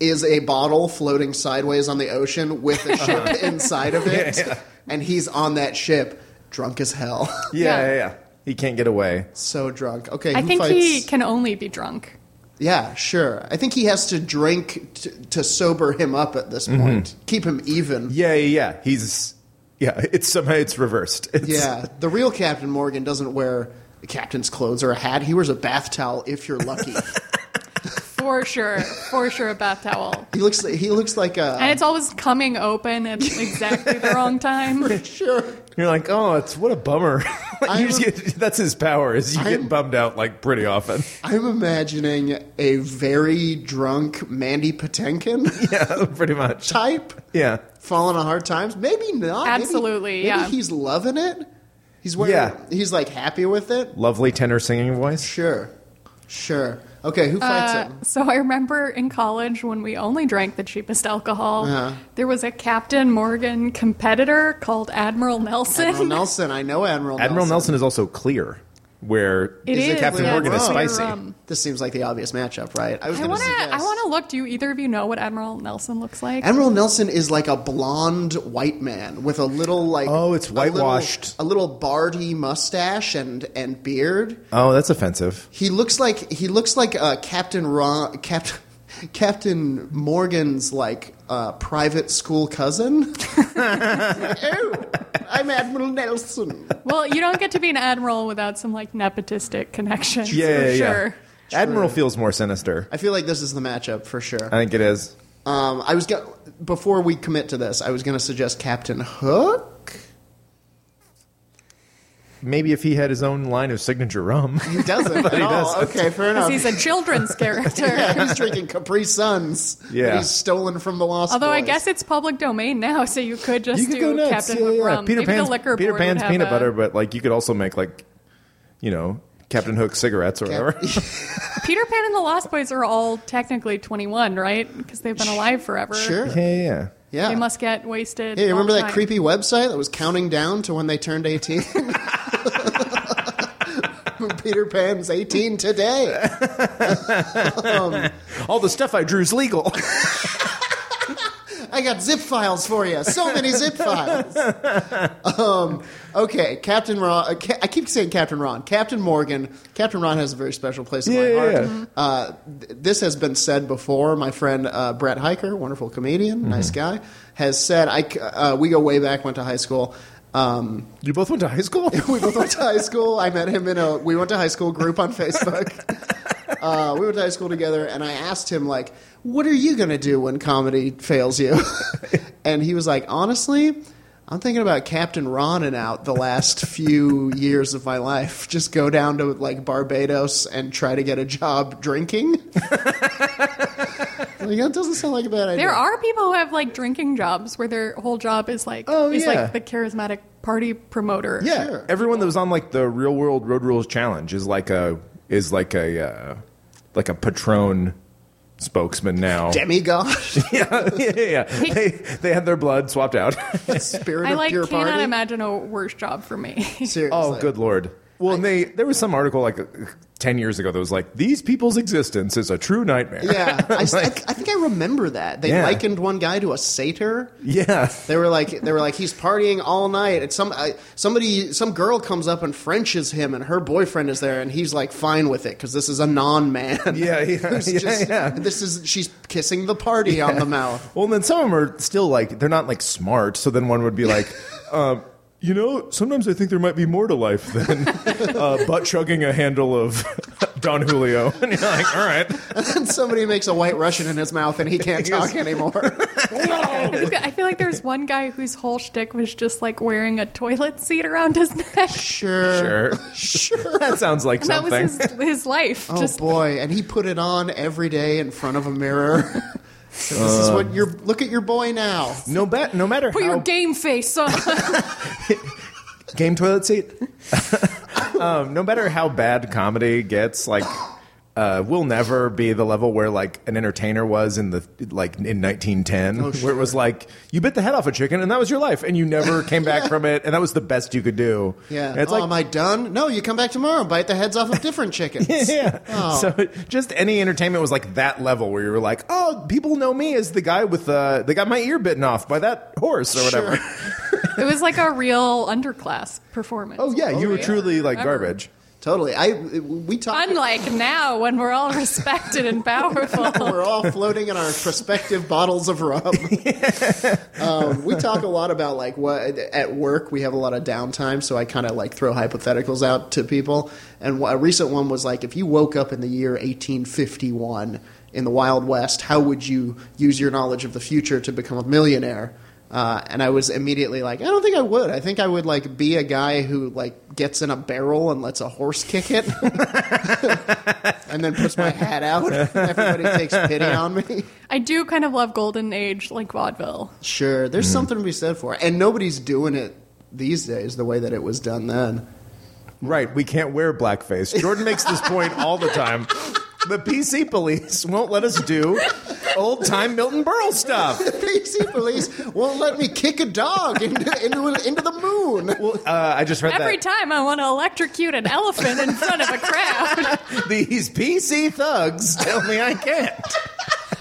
[SPEAKER 1] is a bottle floating sideways on the ocean with a ship inside of it, and he's on that ship, drunk as hell,
[SPEAKER 3] Yeah,
[SPEAKER 2] Yeah.
[SPEAKER 3] yeah, yeah. He can't get away.
[SPEAKER 1] so drunk. Okay,
[SPEAKER 2] I
[SPEAKER 1] who
[SPEAKER 2] think
[SPEAKER 1] fights?
[SPEAKER 2] he can only be drunk.
[SPEAKER 1] Yeah, sure. I think he has to drink t- to sober him up at this point, keep him even.
[SPEAKER 3] Yeah, yeah, yeah. He's yeah. It's somehow it's reversed. It's,
[SPEAKER 1] Yeah, the real Captain Morgan doesn't wear a captain's clothes or a hat. He wears a bath towel if you're lucky.
[SPEAKER 2] For sure. For sure, a bath towel.
[SPEAKER 1] he looks like, he looks like
[SPEAKER 2] And
[SPEAKER 1] a
[SPEAKER 2] it's always coming open at exactly the
[SPEAKER 1] *laughs*
[SPEAKER 2] wrong time.
[SPEAKER 1] sure.
[SPEAKER 3] You're like, oh, it's what a bummer. *laughs* Like, you
[SPEAKER 1] I'm-
[SPEAKER 3] just get, that's his power. Is you
[SPEAKER 1] I'm-
[SPEAKER 3] get bummed out like pretty often. *laughs*
[SPEAKER 1] I'm imagining a very drunk Mandy Patinkin *laughs*
[SPEAKER 3] yeah, pretty much.
[SPEAKER 1] type
[SPEAKER 3] Yeah.
[SPEAKER 1] falling on hard times. Maybe not. Maybe-
[SPEAKER 2] Absolutely,
[SPEAKER 1] maybe
[SPEAKER 2] yeah.
[SPEAKER 1] he's loving it. He's wearing.
[SPEAKER 3] Yeah.
[SPEAKER 1] He's like happy with it.
[SPEAKER 3] Lovely tenor singing voice.
[SPEAKER 1] Sure, sure. Okay, who fights
[SPEAKER 2] Uh,
[SPEAKER 1] him?
[SPEAKER 2] so I remember in college when we only drank the cheapest alcohol,
[SPEAKER 1] Uh-huh.
[SPEAKER 2] there was a Captain Morgan competitor called Admiral Nelson.
[SPEAKER 1] Admiral Nelson. I know Admiral.
[SPEAKER 3] Admiral
[SPEAKER 1] Nelson.
[SPEAKER 3] Nelson is also clear, where
[SPEAKER 2] *laughs* It
[SPEAKER 1] Is it
[SPEAKER 2] is,
[SPEAKER 1] Captain
[SPEAKER 2] yeah,
[SPEAKER 1] Morgan
[SPEAKER 2] it's
[SPEAKER 1] is
[SPEAKER 2] clear
[SPEAKER 3] spicy?
[SPEAKER 2] rum.
[SPEAKER 1] This seems like the obvious matchup, right? was
[SPEAKER 2] I
[SPEAKER 1] gonna
[SPEAKER 2] want to. I
[SPEAKER 1] suggest-
[SPEAKER 2] want to look. Do you- either of you know what Admiral Nelson looks like?
[SPEAKER 1] Admiral Nelson is like a blonde white man with a little like
[SPEAKER 3] Oh, it's
[SPEAKER 1] a little-
[SPEAKER 3] whitewashed.
[SPEAKER 1] a little, bardy mustache and and beard.
[SPEAKER 3] Oh, that's offensive.
[SPEAKER 1] He looks like he looks like uh, Captain Ron, Captain *laughs* Captain Morgan's like uh, private school cousin. *laughs* oh, I'm Admiral Nelson.
[SPEAKER 2] well, you don't get to be an admiral without some like nepotistic connections.
[SPEAKER 3] Yeah,
[SPEAKER 2] for
[SPEAKER 3] yeah, yeah.
[SPEAKER 2] sure.
[SPEAKER 3] Admiral feels more sinister.
[SPEAKER 1] I feel like this is the matchup for sure.
[SPEAKER 3] I think it is.
[SPEAKER 1] Um, I was go- before we commit to this, I was going to suggest Captain Hook.
[SPEAKER 3] Maybe if he had his own line of
[SPEAKER 2] *laughs*
[SPEAKER 3] signature rum.
[SPEAKER 1] He
[SPEAKER 3] *laughs*
[SPEAKER 1] doesn't. but
[SPEAKER 3] he
[SPEAKER 1] he does.
[SPEAKER 3] doesn't.
[SPEAKER 1] Okay, fair enough.
[SPEAKER 2] 'Cause he's a children's
[SPEAKER 3] *laughs*
[SPEAKER 1] *laughs*
[SPEAKER 2] character.
[SPEAKER 1] yeah, he's drinking Capri Suns that
[SPEAKER 3] Yeah.
[SPEAKER 1] he's stolen from the Lost
[SPEAKER 2] Although I
[SPEAKER 1] Boys.
[SPEAKER 2] guess it's public domain now, so you could just
[SPEAKER 3] you could
[SPEAKER 2] do
[SPEAKER 3] go nuts.
[SPEAKER 2] Captain
[SPEAKER 3] yeah,
[SPEAKER 2] with
[SPEAKER 3] yeah.
[SPEAKER 2] Rum.
[SPEAKER 3] Peter
[SPEAKER 2] Maybe the
[SPEAKER 3] Pan's,
[SPEAKER 2] liquor
[SPEAKER 3] Peter
[SPEAKER 2] board would
[SPEAKER 3] Pan's
[SPEAKER 2] have
[SPEAKER 3] peanut
[SPEAKER 2] a-
[SPEAKER 3] butter, but like you could also make like, you know, Captain Hook cigarettes or
[SPEAKER 1] Cap-
[SPEAKER 3] whatever.
[SPEAKER 1] *laughs*
[SPEAKER 2] *laughs* Peter Pan and the Lost Boys are all technically 21, right? Because they've been alive forever.
[SPEAKER 1] Sure.
[SPEAKER 3] yeah, yeah, yeah.
[SPEAKER 1] Yeah.
[SPEAKER 2] They must get wasted.
[SPEAKER 1] hey,
[SPEAKER 2] all
[SPEAKER 1] remember
[SPEAKER 2] the
[SPEAKER 1] that
[SPEAKER 2] time.
[SPEAKER 1] creepy website that was counting down to when they turned
[SPEAKER 2] *laughs*
[SPEAKER 1] 18? *laughs* Peter Pan's 18 today.
[SPEAKER 3] All the stuff I drew's legal. *laughs*
[SPEAKER 1] I got zip files for you. So many
[SPEAKER 3] *laughs*
[SPEAKER 1] zip files. Um, okay, Captain Ron. Uh, Ca- I keep saying Captain Ron. Captain Morgan. Captain Ron has a very special place in
[SPEAKER 3] Yeah,
[SPEAKER 1] my heart.
[SPEAKER 3] yeah, yeah.
[SPEAKER 1] Uh, th- this has been said before. My friend uh, Brett
[SPEAKER 3] Mm-hmm.
[SPEAKER 1] Hiker, wonderful comedian, nice guy, has said. I c- uh, we go way back. Went to high school.
[SPEAKER 3] You both went to high school?
[SPEAKER 2] *laughs*
[SPEAKER 1] we both went to high school. I met him in a we went to high school group on
[SPEAKER 3] *laughs*
[SPEAKER 1] Facebook. Uh, we went to high school together, and I asked him like, "What are you gonna do when comedy fails
[SPEAKER 3] *laughs*
[SPEAKER 1] you?" and he was like, "Honestly." I'm thinking about Captain Ron and out the last few years of my life. Just go down to like Barbados and try to get a job
[SPEAKER 3] *laughs*
[SPEAKER 1] drinking. like, that doesn't sound like a bad idea.
[SPEAKER 2] There are people who have like drinking jobs where their whole job is like
[SPEAKER 3] Oh,
[SPEAKER 2] is
[SPEAKER 3] yeah.
[SPEAKER 2] like the charismatic party promoter.
[SPEAKER 3] Yeah,
[SPEAKER 1] Sure.
[SPEAKER 3] everyone that was on like the Real World Road Rules Challenge is like a is like a uh, like a patron spokesman
[SPEAKER 1] *laughs*
[SPEAKER 3] now.
[SPEAKER 1] demigod,
[SPEAKER 3] *laughs* yeah, yeah, yeah. They they had their blood swapped out. *laughs*
[SPEAKER 1] spirit
[SPEAKER 2] I
[SPEAKER 1] of
[SPEAKER 2] like
[SPEAKER 1] pure
[SPEAKER 2] cannot
[SPEAKER 1] party.
[SPEAKER 2] imagine a worse job for me. *laughs*
[SPEAKER 1] Seriously.
[SPEAKER 3] oh, good lord. Well, and they there was some article like uh, ten years ago that was like these people's existence is a true nightmare.
[SPEAKER 1] Yeah, I, s- I-
[SPEAKER 3] Like-
[SPEAKER 1] I think I remember that they
[SPEAKER 3] Yeah.
[SPEAKER 1] likened one guy to a satyr.
[SPEAKER 3] *laughs* yeah.
[SPEAKER 1] They were like, they were like, he's partying all night, and some I, somebody, some girl comes up and Frenches him, and her boyfriend is there, and he's like fine with it because this is a non-man. *laughs*
[SPEAKER 3] Yeah, yeah,
[SPEAKER 1] Who's
[SPEAKER 3] yeah,
[SPEAKER 1] just-
[SPEAKER 3] yeah.
[SPEAKER 1] This is she's kissing the party on the mouth. *laughs*
[SPEAKER 3] Well, and then some of them are still like they're not like smart. So then one would be *laughs* like, um, you know, sometimes I think there might be more to life *laughs* than uh, butt chugging a handle of *laughs* Don Julio. *laughs* And you're like, all right,
[SPEAKER 1] And somebody makes a white Russian in his mouth, and he
[SPEAKER 3] *laughs*
[SPEAKER 1] can't talk anymore.
[SPEAKER 2] *laughs* I feel like there's one guy whose whole shtick was just like wearing a toilet seat around his neck. *laughs*
[SPEAKER 1] Sure.
[SPEAKER 3] sure, *laughs* that sounds like
[SPEAKER 2] And that was
[SPEAKER 3] something.
[SPEAKER 2] his, his life.
[SPEAKER 1] Oh
[SPEAKER 2] just
[SPEAKER 1] boy, and he put it on every day in front of a mirror. *laughs* So this
[SPEAKER 3] Um,
[SPEAKER 1] is what you're. Look at your boy now.
[SPEAKER 3] no, ba- no matter
[SPEAKER 2] put
[SPEAKER 3] how
[SPEAKER 2] your game face on. *laughs*
[SPEAKER 3] game toilet seat.
[SPEAKER 1] *laughs*
[SPEAKER 3] um, no matter how bad comedy gets, like uh, we'll never be the level where like an entertainer was in the like in 1910,
[SPEAKER 1] Oh,
[SPEAKER 3] where it was like you bit the head off a chicken and that was your life, and
[SPEAKER 1] *laughs*
[SPEAKER 3] you never came back from it, and that was the best you could do.
[SPEAKER 1] Yeah.
[SPEAKER 3] And it's
[SPEAKER 1] oh,
[SPEAKER 3] like.
[SPEAKER 1] am I done? No, you come back tomorrow and bite the heads off of different chickens.
[SPEAKER 3] *laughs* *laughs* yeah.
[SPEAKER 1] Oh.
[SPEAKER 3] So just any entertainment was like that level where you were like, oh, people know me as the guy with uh, they got my ear bitten off by that horse or whatever.
[SPEAKER 2] it was like a real underclass performance.
[SPEAKER 3] *laughs* Oh yeah, you were
[SPEAKER 2] yeah.
[SPEAKER 3] truly like
[SPEAKER 2] Remember.
[SPEAKER 3] garbage.
[SPEAKER 1] Totally. I we talk.
[SPEAKER 2] Unlike now when we're all *laughs* respected and powerful.
[SPEAKER 1] We're all floating in our prospective bottles of rum. um, we talk a lot about like what at work we have a lot of downtime, so I kind of like throw hypotheticals out to people. And wh- a recent one was like, if you woke up in the year 1851 in the Wild West, how would you use your knowledge of the future to become a millionaire? Uh, and I was immediately like, I don't think I would. I think I would like be a guy who like gets in a barrel and lets a horse kick it, *laughs* and then puts my hat out. Everybody takes pity on me.
[SPEAKER 2] I do kind of love golden age like vaudeville.
[SPEAKER 1] Sure, there's something to be said for it, and nobody's doing it these days the way that it was done then. *laughs*
[SPEAKER 3] Right, we can't wear blackface. Jordan makes this point all the time. The PC police won't let us do old time Milton Berle stuff.
[SPEAKER 1] PC police won't let me kick a dog into into, into the moon.
[SPEAKER 3] Well, uh, I just read
[SPEAKER 2] Every
[SPEAKER 3] that
[SPEAKER 2] time I want to electrocute an elephant in front of a
[SPEAKER 3] *laughs*
[SPEAKER 2] crowd,
[SPEAKER 3] these PC thugs tell me I can't.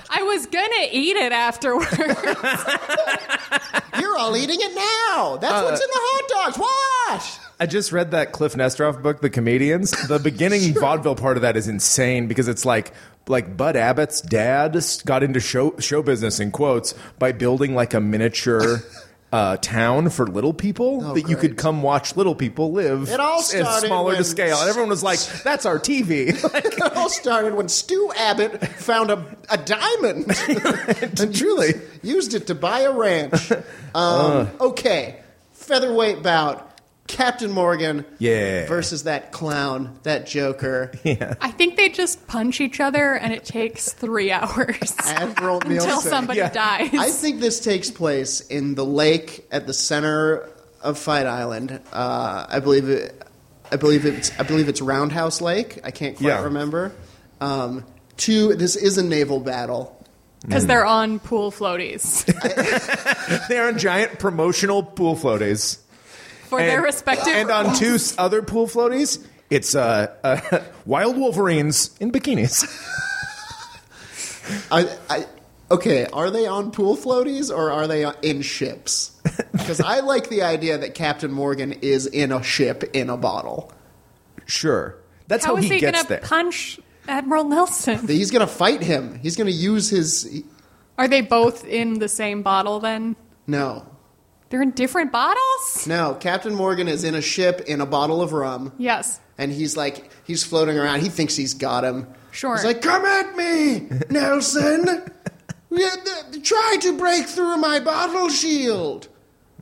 [SPEAKER 2] I was gonna eat it afterward. *laughs*
[SPEAKER 1] You're all eating it now. That's what's in the hot dogs. What?
[SPEAKER 3] I just read that Cliff Nestroff book, The Comedians. The
[SPEAKER 1] *laughs*
[SPEAKER 3] beginning vaudeville part of that is insane because it's like like Bud Abbott's dad got into show show business in quotes by building like a miniature
[SPEAKER 1] *laughs*
[SPEAKER 3] uh, town for little people that you could
[SPEAKER 1] Oh, great.
[SPEAKER 3] come watch little people live.
[SPEAKER 1] It all
[SPEAKER 3] in
[SPEAKER 1] started
[SPEAKER 3] smaller to
[SPEAKER 1] when-
[SPEAKER 3] scale, and everyone was like, "That's our *laughs* TV."
[SPEAKER 1] It all started when Stu Abbott found a, a diamond and truly used it to buy a ranch. Um, Okay, featherweight bout. Captain Morgan
[SPEAKER 3] Yeah.
[SPEAKER 1] versus that clown, that joker.
[SPEAKER 2] I think they just punch each other, and it takes three
[SPEAKER 3] *laughs*
[SPEAKER 2] hours *laughs*
[SPEAKER 1] Admiral
[SPEAKER 2] until
[SPEAKER 1] Nielsen.
[SPEAKER 2] somebody
[SPEAKER 3] Yeah.
[SPEAKER 2] dies.
[SPEAKER 1] I think this takes place in the lake at the center of Fight Island. Uh, I believe it. I believe it's. I believe it's Roundhouse Lake. I can't quite
[SPEAKER 3] Yeah.
[SPEAKER 1] remember. Um, two. This is a naval battle.
[SPEAKER 2] Because they're on pool floaties *laughs*
[SPEAKER 3] They're on giant promotional pool floaties.
[SPEAKER 2] for their respective.
[SPEAKER 3] and on two s- other pool floaties, it's uh, uh, *laughs* wild wolverines in bikinis.
[SPEAKER 1] I, I, okay, are they on pool floaties or are they on- in ships? Because I like the idea that Captain Morgan is in a ship in a bottle.
[SPEAKER 3] Sure. That's how,
[SPEAKER 2] how is
[SPEAKER 3] he,
[SPEAKER 2] he
[SPEAKER 3] gets
[SPEAKER 2] gonna
[SPEAKER 3] there.
[SPEAKER 2] punch Admiral Nelson?
[SPEAKER 1] He's going to fight him. He's going to use his.
[SPEAKER 2] Are they both in the same bottle then?
[SPEAKER 1] No.
[SPEAKER 2] They're in different bottles?
[SPEAKER 1] No, Captain Morgan is in a ship in a bottle of rum,
[SPEAKER 2] Yes.
[SPEAKER 1] and he's like he's floating around. He thinks he's got him.
[SPEAKER 2] Sure.
[SPEAKER 1] He's like, "Come at me, Nelson! Yeah, th- Try to break through my bottle shield."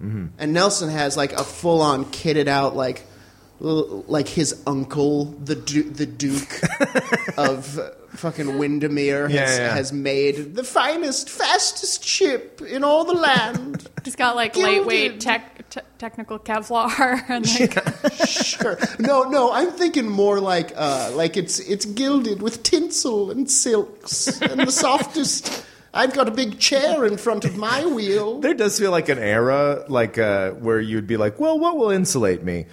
[SPEAKER 3] Mm-hmm.
[SPEAKER 1] And Nelson has like a full-on kitted out like l- like his uncle, the du- the
[SPEAKER 3] *laughs*
[SPEAKER 1] Duke of uh, fucking Windermere, has,
[SPEAKER 3] Yeah, yeah.
[SPEAKER 1] has made the finest, fastest ship in all the land.
[SPEAKER 2] He's got like
[SPEAKER 1] Gilded.
[SPEAKER 2] lightweight tech, te- technical Kevlar *laughs* and like
[SPEAKER 1] Sure. No, no, I'm thinking more like uh, like it's it's gilded with tinsel and silks and the softest. I've got a big chair in front of my wheel.
[SPEAKER 3] There does feel like an era, like uh, where you'd be like, "Well, what will insulate me?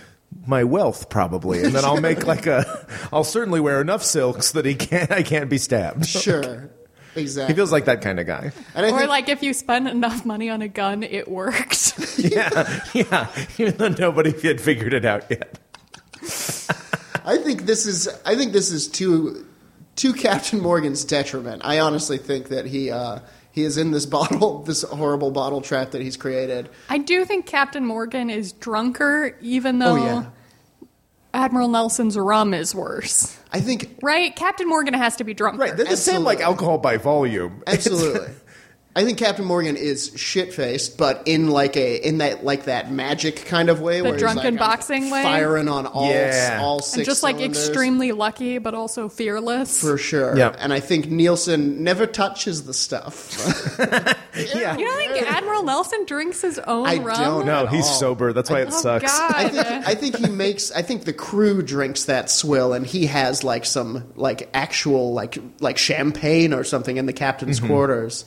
[SPEAKER 3] My wealth, probably." And then I'll make like a, I'll certainly wear enough silks that he can't, I can't be stabbed.
[SPEAKER 1] Sure. Exactly.
[SPEAKER 3] He feels like that kind of guy.
[SPEAKER 1] and I
[SPEAKER 2] or
[SPEAKER 1] think,
[SPEAKER 2] like if you spend enough money on a gun, it
[SPEAKER 1] *laughs*
[SPEAKER 2] worked.
[SPEAKER 3] *laughs* Yeah, yeah. Even though nobody had figured it out yet.
[SPEAKER 1] I think this is I think this is to to Captain Morgan's detriment. I honestly think that he uh, he is in this *laughs* bottle, this horrible bottle trap that he's created.
[SPEAKER 2] I do think Captain Morgan is drunker, even though
[SPEAKER 1] Oh, yeah.
[SPEAKER 2] Admiral Nelson's rum is worse.
[SPEAKER 1] I think
[SPEAKER 2] Right? Captain Morgan has to be drunk.
[SPEAKER 3] Right. They're the same like
[SPEAKER 1] Absolutely.
[SPEAKER 3] alcohol by volume.
[SPEAKER 1] *laughs* Absolutely. I think Captain Morgan is shit faced, but in like a in that like that magic kind of way,
[SPEAKER 2] The
[SPEAKER 1] where he's
[SPEAKER 2] drunken
[SPEAKER 1] like, I'm
[SPEAKER 2] boxing way?
[SPEAKER 1] firing on all
[SPEAKER 3] Yeah.
[SPEAKER 1] all six,
[SPEAKER 2] and just like
[SPEAKER 1] cylinders.
[SPEAKER 2] extremely lucky, but also fearless.
[SPEAKER 1] for sure.
[SPEAKER 3] Yeah.
[SPEAKER 1] And I think Nielsen never touches the stuff. *laughs*
[SPEAKER 3] yeah.
[SPEAKER 2] you don't think Admiral Nelson drinks his own
[SPEAKER 1] I
[SPEAKER 2] rum?
[SPEAKER 1] don't know.
[SPEAKER 3] No,
[SPEAKER 1] at
[SPEAKER 3] he's
[SPEAKER 1] all.
[SPEAKER 3] sober. That's why it
[SPEAKER 2] Oh,
[SPEAKER 3] sucks.
[SPEAKER 2] God.
[SPEAKER 1] I think I think he makes I think the crew drinks that swill, and he has like some like actual like like champagne or something in the captain's quarters.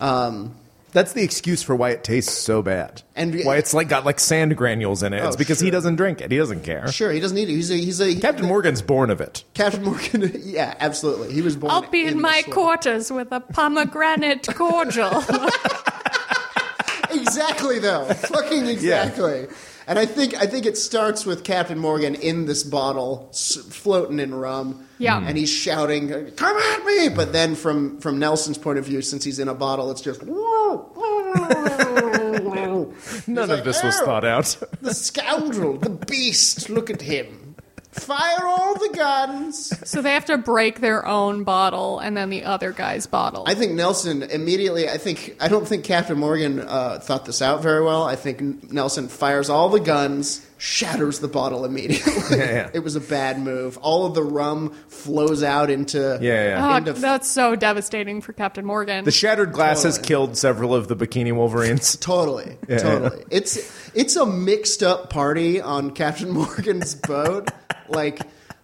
[SPEAKER 3] That's the excuse for why it tastes so bad,
[SPEAKER 1] And-
[SPEAKER 3] why it's like got like sand granules in it. it's because he
[SPEAKER 1] sure.
[SPEAKER 3] doesn't drink it. He doesn't care.
[SPEAKER 1] Sure, he doesn't need it. He's a he's a
[SPEAKER 3] Captain Morgan's born of it.
[SPEAKER 1] Captain Morgan. *laughs* Yeah, absolutely. He was born.
[SPEAKER 2] I'll be in,
[SPEAKER 1] the
[SPEAKER 2] my
[SPEAKER 1] swill.
[SPEAKER 2] quarters with a pomegranate cordial.
[SPEAKER 1] *laughs* exactly though fucking exactly and i think i think it starts with captain morgan in this bottle s- floating in rum
[SPEAKER 2] Yeah.
[SPEAKER 3] Hmm.
[SPEAKER 1] and he's shouting come at me but then from from nelson's point of view since he's in a bottle it's just
[SPEAKER 3] None
[SPEAKER 1] like,
[SPEAKER 3] of this was
[SPEAKER 1] "Ow." *laughs*
[SPEAKER 3] thought out.
[SPEAKER 1] the scoundrel the beast look at him fire all the guns
[SPEAKER 2] so they have to break their own bottle and then the other guy's bottle.
[SPEAKER 1] I think Nelson immediately. I think I don't think Captain Morgan uh, thought this out very well. I think N- Nelson fires all the guns, shatters the bottle immediately.
[SPEAKER 3] *laughs* Yeah, yeah.
[SPEAKER 1] it was a bad move. All of the rum flows out into
[SPEAKER 3] Yeah, yeah.
[SPEAKER 2] Oh,
[SPEAKER 1] into f-
[SPEAKER 2] that's so devastating for Captain Morgan.
[SPEAKER 3] The shattered glass has
[SPEAKER 1] Totally.
[SPEAKER 3] killed several of the bikini
[SPEAKER 1] *laughs*
[SPEAKER 3] wolverines.
[SPEAKER 1] totally
[SPEAKER 3] yeah.
[SPEAKER 1] totally. It's it's a mixed up party on Captain *laughs* Morgan's boat. like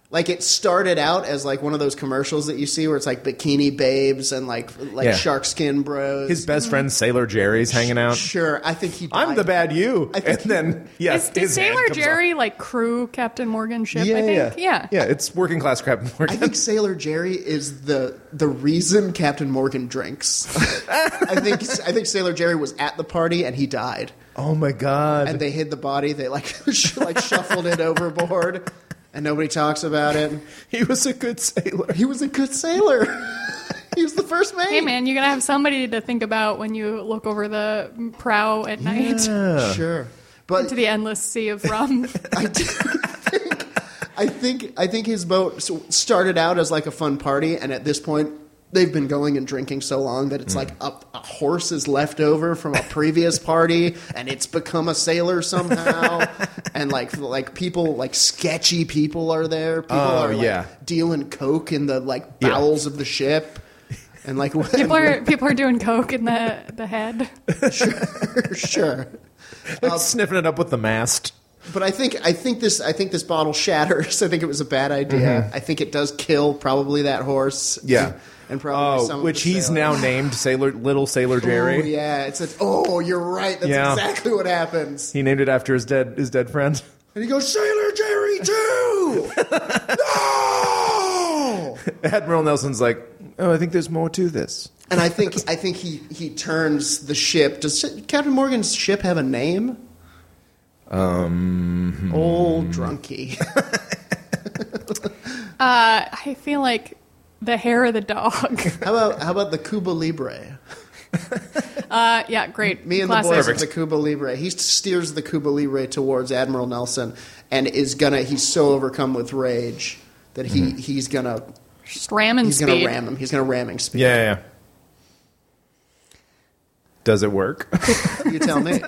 [SPEAKER 1] like it started out as like one of those commercials that you see where it's like bikini babes and like like
[SPEAKER 3] Yeah.
[SPEAKER 1] shark skin bros.
[SPEAKER 3] His best friend Sailor Jerry's hanging out.
[SPEAKER 1] Sure, I think he.
[SPEAKER 3] I'm
[SPEAKER 1] died.
[SPEAKER 3] the bad you.
[SPEAKER 1] I
[SPEAKER 3] And
[SPEAKER 1] think-
[SPEAKER 3] then yes,
[SPEAKER 2] Is, does
[SPEAKER 3] his hand
[SPEAKER 2] Sailor
[SPEAKER 3] comes
[SPEAKER 2] Jerry like crew Captain Morgan
[SPEAKER 3] off.
[SPEAKER 2] ship? I think. Yeah.
[SPEAKER 3] yeah. It's working class crap.
[SPEAKER 1] I think Sailor Jerry is the the reason Captain Morgan drinks. *laughs* I think I think Sailor Jerry was at the party and he died,
[SPEAKER 3] oh my god.
[SPEAKER 1] and they hid the body. They like *laughs* sh- like shuffled it overboard, and nobody talks about it.
[SPEAKER 3] he was a good sailor.
[SPEAKER 1] He was a good sailor. *laughs* he was the first mate.
[SPEAKER 2] Hey man, you're gonna have somebody to think about when you look over the prow at night
[SPEAKER 1] Sure, but
[SPEAKER 2] into the endless sea of rum.
[SPEAKER 1] I do think- *laughs* I think I think his boat s- started out as like a fun party, and at this point, they've been going and drinking so long that
[SPEAKER 3] Hmm.
[SPEAKER 1] it's like a, a horse is left over from a previous party, and it's become a sailor
[SPEAKER 3] *laughs*
[SPEAKER 1] somehow. and like like people like sketchy people are there. People
[SPEAKER 3] Oh,
[SPEAKER 1] are like
[SPEAKER 3] yeah.
[SPEAKER 1] dealing coke in the like
[SPEAKER 3] Yeah.
[SPEAKER 1] bowels of the ship. And like *laughs*
[SPEAKER 2] people are people are doing coke in the the head.
[SPEAKER 1] sure,
[SPEAKER 3] Sniffing it up with the mast.
[SPEAKER 1] but I think I think this I think this bottle shatters. *laughs* I think it was a bad idea. I think it does kill probably that horse.
[SPEAKER 3] Mm-hmm. Yeah.
[SPEAKER 1] and probably some
[SPEAKER 3] Oh,
[SPEAKER 1] of
[SPEAKER 3] which
[SPEAKER 1] the
[SPEAKER 3] he's
[SPEAKER 1] sailors.
[SPEAKER 3] now named Sailor Little Sailor Jerry.
[SPEAKER 1] Oh, yeah, it's a, oh you're right. That's
[SPEAKER 3] Yeah.
[SPEAKER 1] exactly what happens.
[SPEAKER 3] He named it after his dead his dead friend.
[SPEAKER 1] And he goes Sailor Jerry too. no.
[SPEAKER 3] *laughs* Admiral Nelson's like, oh, I think there's more to this.
[SPEAKER 1] And I think I think he he turns the ship. Does Captain Morgan's ship have a name?
[SPEAKER 3] hmm.
[SPEAKER 1] Um, old drunky.
[SPEAKER 2] Uh, I feel like the hair of the dog.
[SPEAKER 1] how about how about the Cuba Libre?
[SPEAKER 2] *laughs* Uh, yeah, great.
[SPEAKER 1] Me and
[SPEAKER 2] Classic.
[SPEAKER 1] the boys at the Cuba Libre. He steers the Cuba Libre towards Admiral Nelson, and is gonna. He's so overcome with rage that he
[SPEAKER 3] Mm-hmm.
[SPEAKER 1] he's gonna
[SPEAKER 2] Just ram and
[SPEAKER 1] he's
[SPEAKER 2] speed.
[SPEAKER 1] gonna ram him. He's gonna ramming speed.
[SPEAKER 3] Yeah, yeah. Does it work?
[SPEAKER 1] You tell me.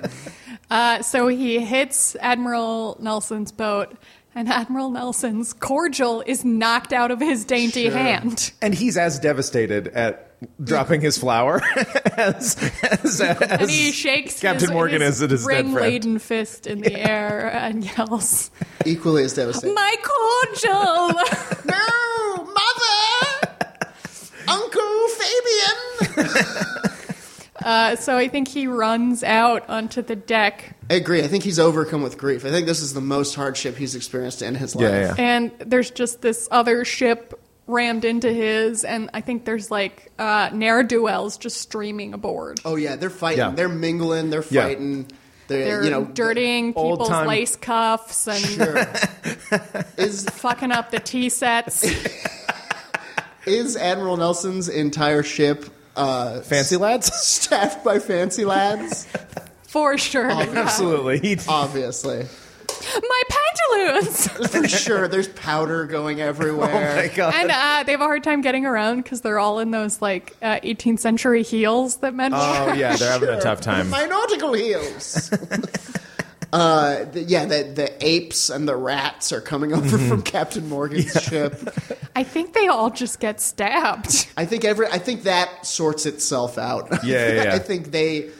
[SPEAKER 2] Uh, so he hits Admiral Nelson's boat, and Admiral Nelson's cordial is knocked out of his dainty
[SPEAKER 3] *laughs*
[SPEAKER 2] hand.
[SPEAKER 3] *laughs* and he's as devastated at dropping his flower *laughs* as, as,
[SPEAKER 2] And
[SPEAKER 3] as
[SPEAKER 2] he shakes
[SPEAKER 3] Captain
[SPEAKER 2] his,
[SPEAKER 3] Morgan
[SPEAKER 2] his
[SPEAKER 3] is at his dead friend.
[SPEAKER 2] ring-laden fist in the air and yells,
[SPEAKER 1] Equally as devastating.
[SPEAKER 2] "My
[SPEAKER 3] *laughs*
[SPEAKER 2] cordial!"
[SPEAKER 1] no, mother, Uncle Fabian.
[SPEAKER 2] uh, so I think he runs out onto the deck,
[SPEAKER 1] I agree. I think he's overcome with grief. I think this is the most hardship he's experienced in his life.
[SPEAKER 3] Yeah, yeah.
[SPEAKER 2] and there's just this other ship rammed into his, and I think there's like uh, ne'er do wells just streaming aboard.
[SPEAKER 1] Oh yeah, they're fighting.
[SPEAKER 3] Yeah.
[SPEAKER 1] They're mingling. They're
[SPEAKER 3] Yeah.
[SPEAKER 1] fighting. They're,
[SPEAKER 2] They're
[SPEAKER 1] you know
[SPEAKER 2] dirtying
[SPEAKER 3] old
[SPEAKER 2] people's
[SPEAKER 3] time-
[SPEAKER 2] lace cuffs and
[SPEAKER 3] *laughs*
[SPEAKER 1] Sure. is
[SPEAKER 2] fucking up the tea sets.
[SPEAKER 1] *laughs* is Admiral Nelson's entire ship uh,
[SPEAKER 3] Fancy lads?
[SPEAKER 1] *laughs* staffed by fancy lads?
[SPEAKER 2] For sure.
[SPEAKER 1] Oh,
[SPEAKER 3] Absolutely. He,
[SPEAKER 2] Oh,
[SPEAKER 1] Obviously,
[SPEAKER 2] My pantaloons!
[SPEAKER 1] *laughs* for sure. There's powder going everywhere.
[SPEAKER 3] oh my God.
[SPEAKER 2] and uh, they have a hard time getting around because they're all in those like uh, 18th century heels that men
[SPEAKER 1] Uh.
[SPEAKER 2] wear.
[SPEAKER 3] Oh, yeah, they're having a
[SPEAKER 1] Sure.
[SPEAKER 2] *laughs*
[SPEAKER 3] tough time.
[SPEAKER 1] My nautical heels. *laughs* Uh, the, yeah, the, the apes and the rats are coming over
[SPEAKER 3] Mm-hmm.
[SPEAKER 1] from Captain Morgan's ship.
[SPEAKER 2] I think they all just get stabbed.
[SPEAKER 1] I think every I think that sorts itself out.
[SPEAKER 3] Yeah, yeah,
[SPEAKER 1] *laughs*
[SPEAKER 3] yeah.
[SPEAKER 1] I think they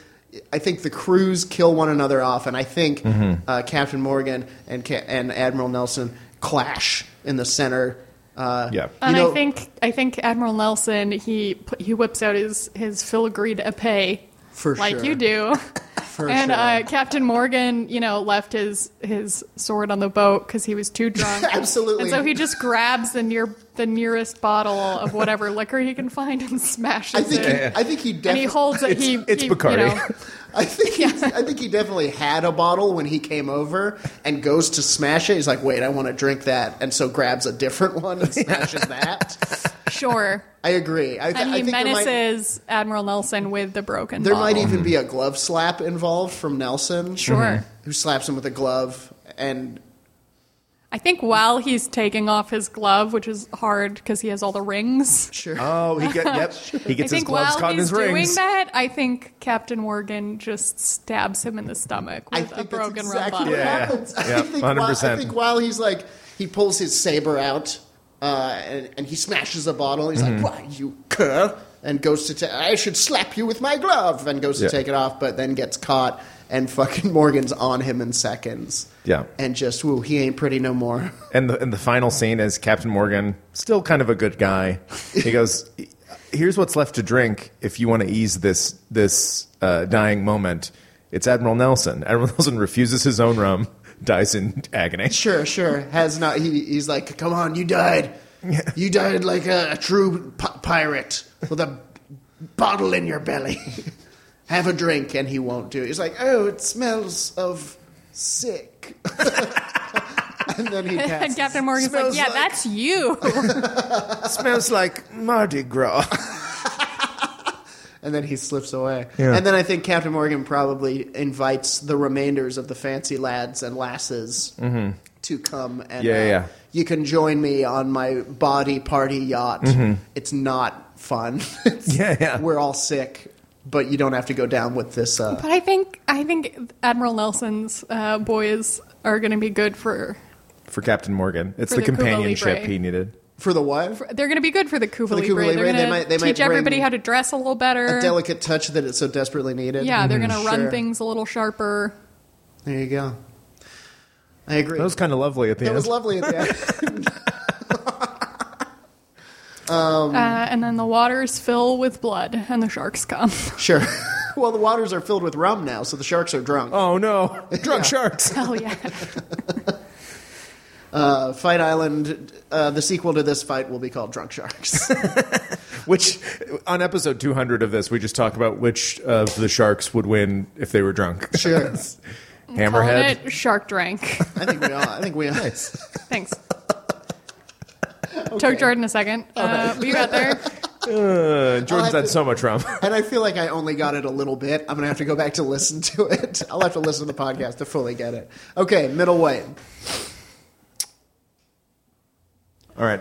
[SPEAKER 1] I think the crews kill one another off and I think
[SPEAKER 3] Mm-hmm.
[SPEAKER 1] uh, Captain Morgan and Ca- and Admiral Nelson clash in the center. Uh,
[SPEAKER 3] Yeah.
[SPEAKER 2] And
[SPEAKER 1] know-
[SPEAKER 2] I think I think Admiral Nelson he pu- he whips out his his filigreed epee
[SPEAKER 1] For
[SPEAKER 2] like
[SPEAKER 1] sure. *laughs*
[SPEAKER 2] you do.
[SPEAKER 1] For
[SPEAKER 2] and
[SPEAKER 1] sure.
[SPEAKER 2] uh, Captain Morgan, you know, left his his sword on the boat because he was
[SPEAKER 1] *laughs*
[SPEAKER 2] too drunk.
[SPEAKER 1] Absolutely.
[SPEAKER 2] And so he just grabs the near the nearest bottle of
[SPEAKER 1] *laughs*
[SPEAKER 2] whatever liquor he can find and smashes
[SPEAKER 1] I think
[SPEAKER 2] it.
[SPEAKER 1] he, I think he
[SPEAKER 2] and he
[SPEAKER 1] definitely
[SPEAKER 2] holds it.
[SPEAKER 3] It's-
[SPEAKER 2] He
[SPEAKER 3] it's
[SPEAKER 2] he,
[SPEAKER 3] Bacardi.
[SPEAKER 1] *laughs*
[SPEAKER 2] You know,
[SPEAKER 1] I think he's- I think he definitely had a bottle when he came over and goes to smash it. He's like, "Wait, I want to drink that," and so grabs a different one
[SPEAKER 3] *laughs*
[SPEAKER 1] and smashes that.
[SPEAKER 2] sure.
[SPEAKER 1] I agree. I, th-
[SPEAKER 2] And
[SPEAKER 1] I
[SPEAKER 2] he
[SPEAKER 1] think there might-
[SPEAKER 2] menaces Admiral Nelson with the broken
[SPEAKER 1] There
[SPEAKER 2] bottle.
[SPEAKER 1] might even be a glove slap involved from Nelson.
[SPEAKER 2] Sure.
[SPEAKER 3] Mm-hmm.
[SPEAKER 2] Mhm.
[SPEAKER 1] Who slaps him with a glove and
[SPEAKER 2] I think while he's taking off his glove, which is hard because he has all the rings.
[SPEAKER 1] sure.
[SPEAKER 3] Oh, he get, yep. He
[SPEAKER 2] I
[SPEAKER 3] gets his
[SPEAKER 2] think
[SPEAKER 3] gloves
[SPEAKER 2] while
[SPEAKER 3] caught in
[SPEAKER 2] he's
[SPEAKER 3] his
[SPEAKER 2] doing
[SPEAKER 3] rings.
[SPEAKER 2] that, I think Captain Morgan just stabs him in the stomach
[SPEAKER 1] I
[SPEAKER 2] with a
[SPEAKER 1] think that's
[SPEAKER 2] broken rum
[SPEAKER 1] exactly
[SPEAKER 2] bottle.
[SPEAKER 1] what
[SPEAKER 3] Yeah, yeah.
[SPEAKER 1] happens. I,
[SPEAKER 3] Yeah,
[SPEAKER 1] think While, I
[SPEAKER 3] 100%.
[SPEAKER 1] think while he's like he pulls his saber out uh, and, and he smashes a bottle. He's
[SPEAKER 3] Mm-hmm.
[SPEAKER 1] like, "Why you cur?" and goes to ta- I should slap you with my glove and goes
[SPEAKER 3] Yeah.
[SPEAKER 1] to take it off, but then gets caught and fucking *laughs* Morgan's on him in seconds.
[SPEAKER 3] Yeah.
[SPEAKER 1] And just woo, he ain't pretty no more.
[SPEAKER 3] And the, and the final scene is Captain Morgan, still kind of a good guy. He goes, "Here's what's left to drink if you want to ease this this uh, dying moment. It's Admiral Nelson. Admiral *laughs* Nelson refuses his own rum, dies in *laughs* agony.
[SPEAKER 1] Sure, sure. Has not. He, he's like, come on, you died. You died like a, a true pi- pirate with a bottle in your belly. *laughs* Have a drink, and he won't do it. He's like, oh, it smells of sick. *laughs* and then he passes.
[SPEAKER 2] *laughs* And Captain Morgan's
[SPEAKER 3] Smells
[SPEAKER 2] like, "Yeah,
[SPEAKER 3] like-
[SPEAKER 2] that's *laughs* you."
[SPEAKER 3] Smells like Mardi Gras.
[SPEAKER 1] and then he slips away.
[SPEAKER 3] Yeah.
[SPEAKER 1] And then I think Captain Morgan probably invites the remainders of the fancy lads and lasses to come and
[SPEAKER 3] Mm-hmm.
[SPEAKER 1] uh,
[SPEAKER 3] Yeah, yeah.
[SPEAKER 1] you can join me on my body party yacht. It's not fun. *laughs* It's-
[SPEAKER 3] Mm-hmm. Yeah, yeah.
[SPEAKER 1] We're all sick, but you don't have to go down with this. Uh,
[SPEAKER 2] But I think I think Admiral Nelson's uh, boys are going to be good for.
[SPEAKER 3] For Captain Morgan, it's
[SPEAKER 2] For
[SPEAKER 3] the,
[SPEAKER 2] the Cuba
[SPEAKER 3] companionship
[SPEAKER 2] Libre.
[SPEAKER 3] he needed.
[SPEAKER 1] for the what?
[SPEAKER 2] They're going to be good for the Cuba
[SPEAKER 1] the Cuba
[SPEAKER 2] Libre. They're
[SPEAKER 1] Libre,
[SPEAKER 2] going
[SPEAKER 1] they might- they
[SPEAKER 2] to
[SPEAKER 1] might
[SPEAKER 2] teach everybody
[SPEAKER 1] bring
[SPEAKER 2] how to dress a little better.
[SPEAKER 1] A delicate touch that it's so desperately needed.
[SPEAKER 2] Er. yeah, they're going
[SPEAKER 3] Mm-hmm.
[SPEAKER 2] to run
[SPEAKER 1] Sure.
[SPEAKER 2] things a little sharper.
[SPEAKER 1] There you go. I agree.
[SPEAKER 3] That was kind of lovely at the
[SPEAKER 1] That
[SPEAKER 3] end.
[SPEAKER 1] was lovely at the end.
[SPEAKER 3] *laughs*
[SPEAKER 1] Mm.
[SPEAKER 2] Uh, and then the waters fill with blood, and the sharks *laughs* come.
[SPEAKER 1] Sure. *laughs* well, the waters are filled with rum now, so the sharks are drunk.
[SPEAKER 3] oh no, drunk sharks.
[SPEAKER 2] Hell Oh, *laughs* yeah!
[SPEAKER 1] Uh, Fight Island, uh, the sequel to this fight will be called Drunk
[SPEAKER 3] *laughs*
[SPEAKER 1] Sharks.
[SPEAKER 3] Which on episode 200 of this, we just talk about which of the sharks would win if they were drunk.
[SPEAKER 1] Sure.
[SPEAKER 2] Calling
[SPEAKER 3] Hammerhead.
[SPEAKER 2] it Shark Drank.
[SPEAKER 1] *laughs* I think we all. I think we all. *laughs*
[SPEAKER 2] Thanks. Took Jordan a second. Uh, We got there.
[SPEAKER 3] Uh, Jordan's
[SPEAKER 1] have
[SPEAKER 3] had
[SPEAKER 1] to-
[SPEAKER 3] so much rum.
[SPEAKER 1] And I feel like I only got it a little bit. I'm going to have to go back to listen to it. *laughs* I'll have to listen to the podcast to fully get it. Okay, middle way.
[SPEAKER 3] All right,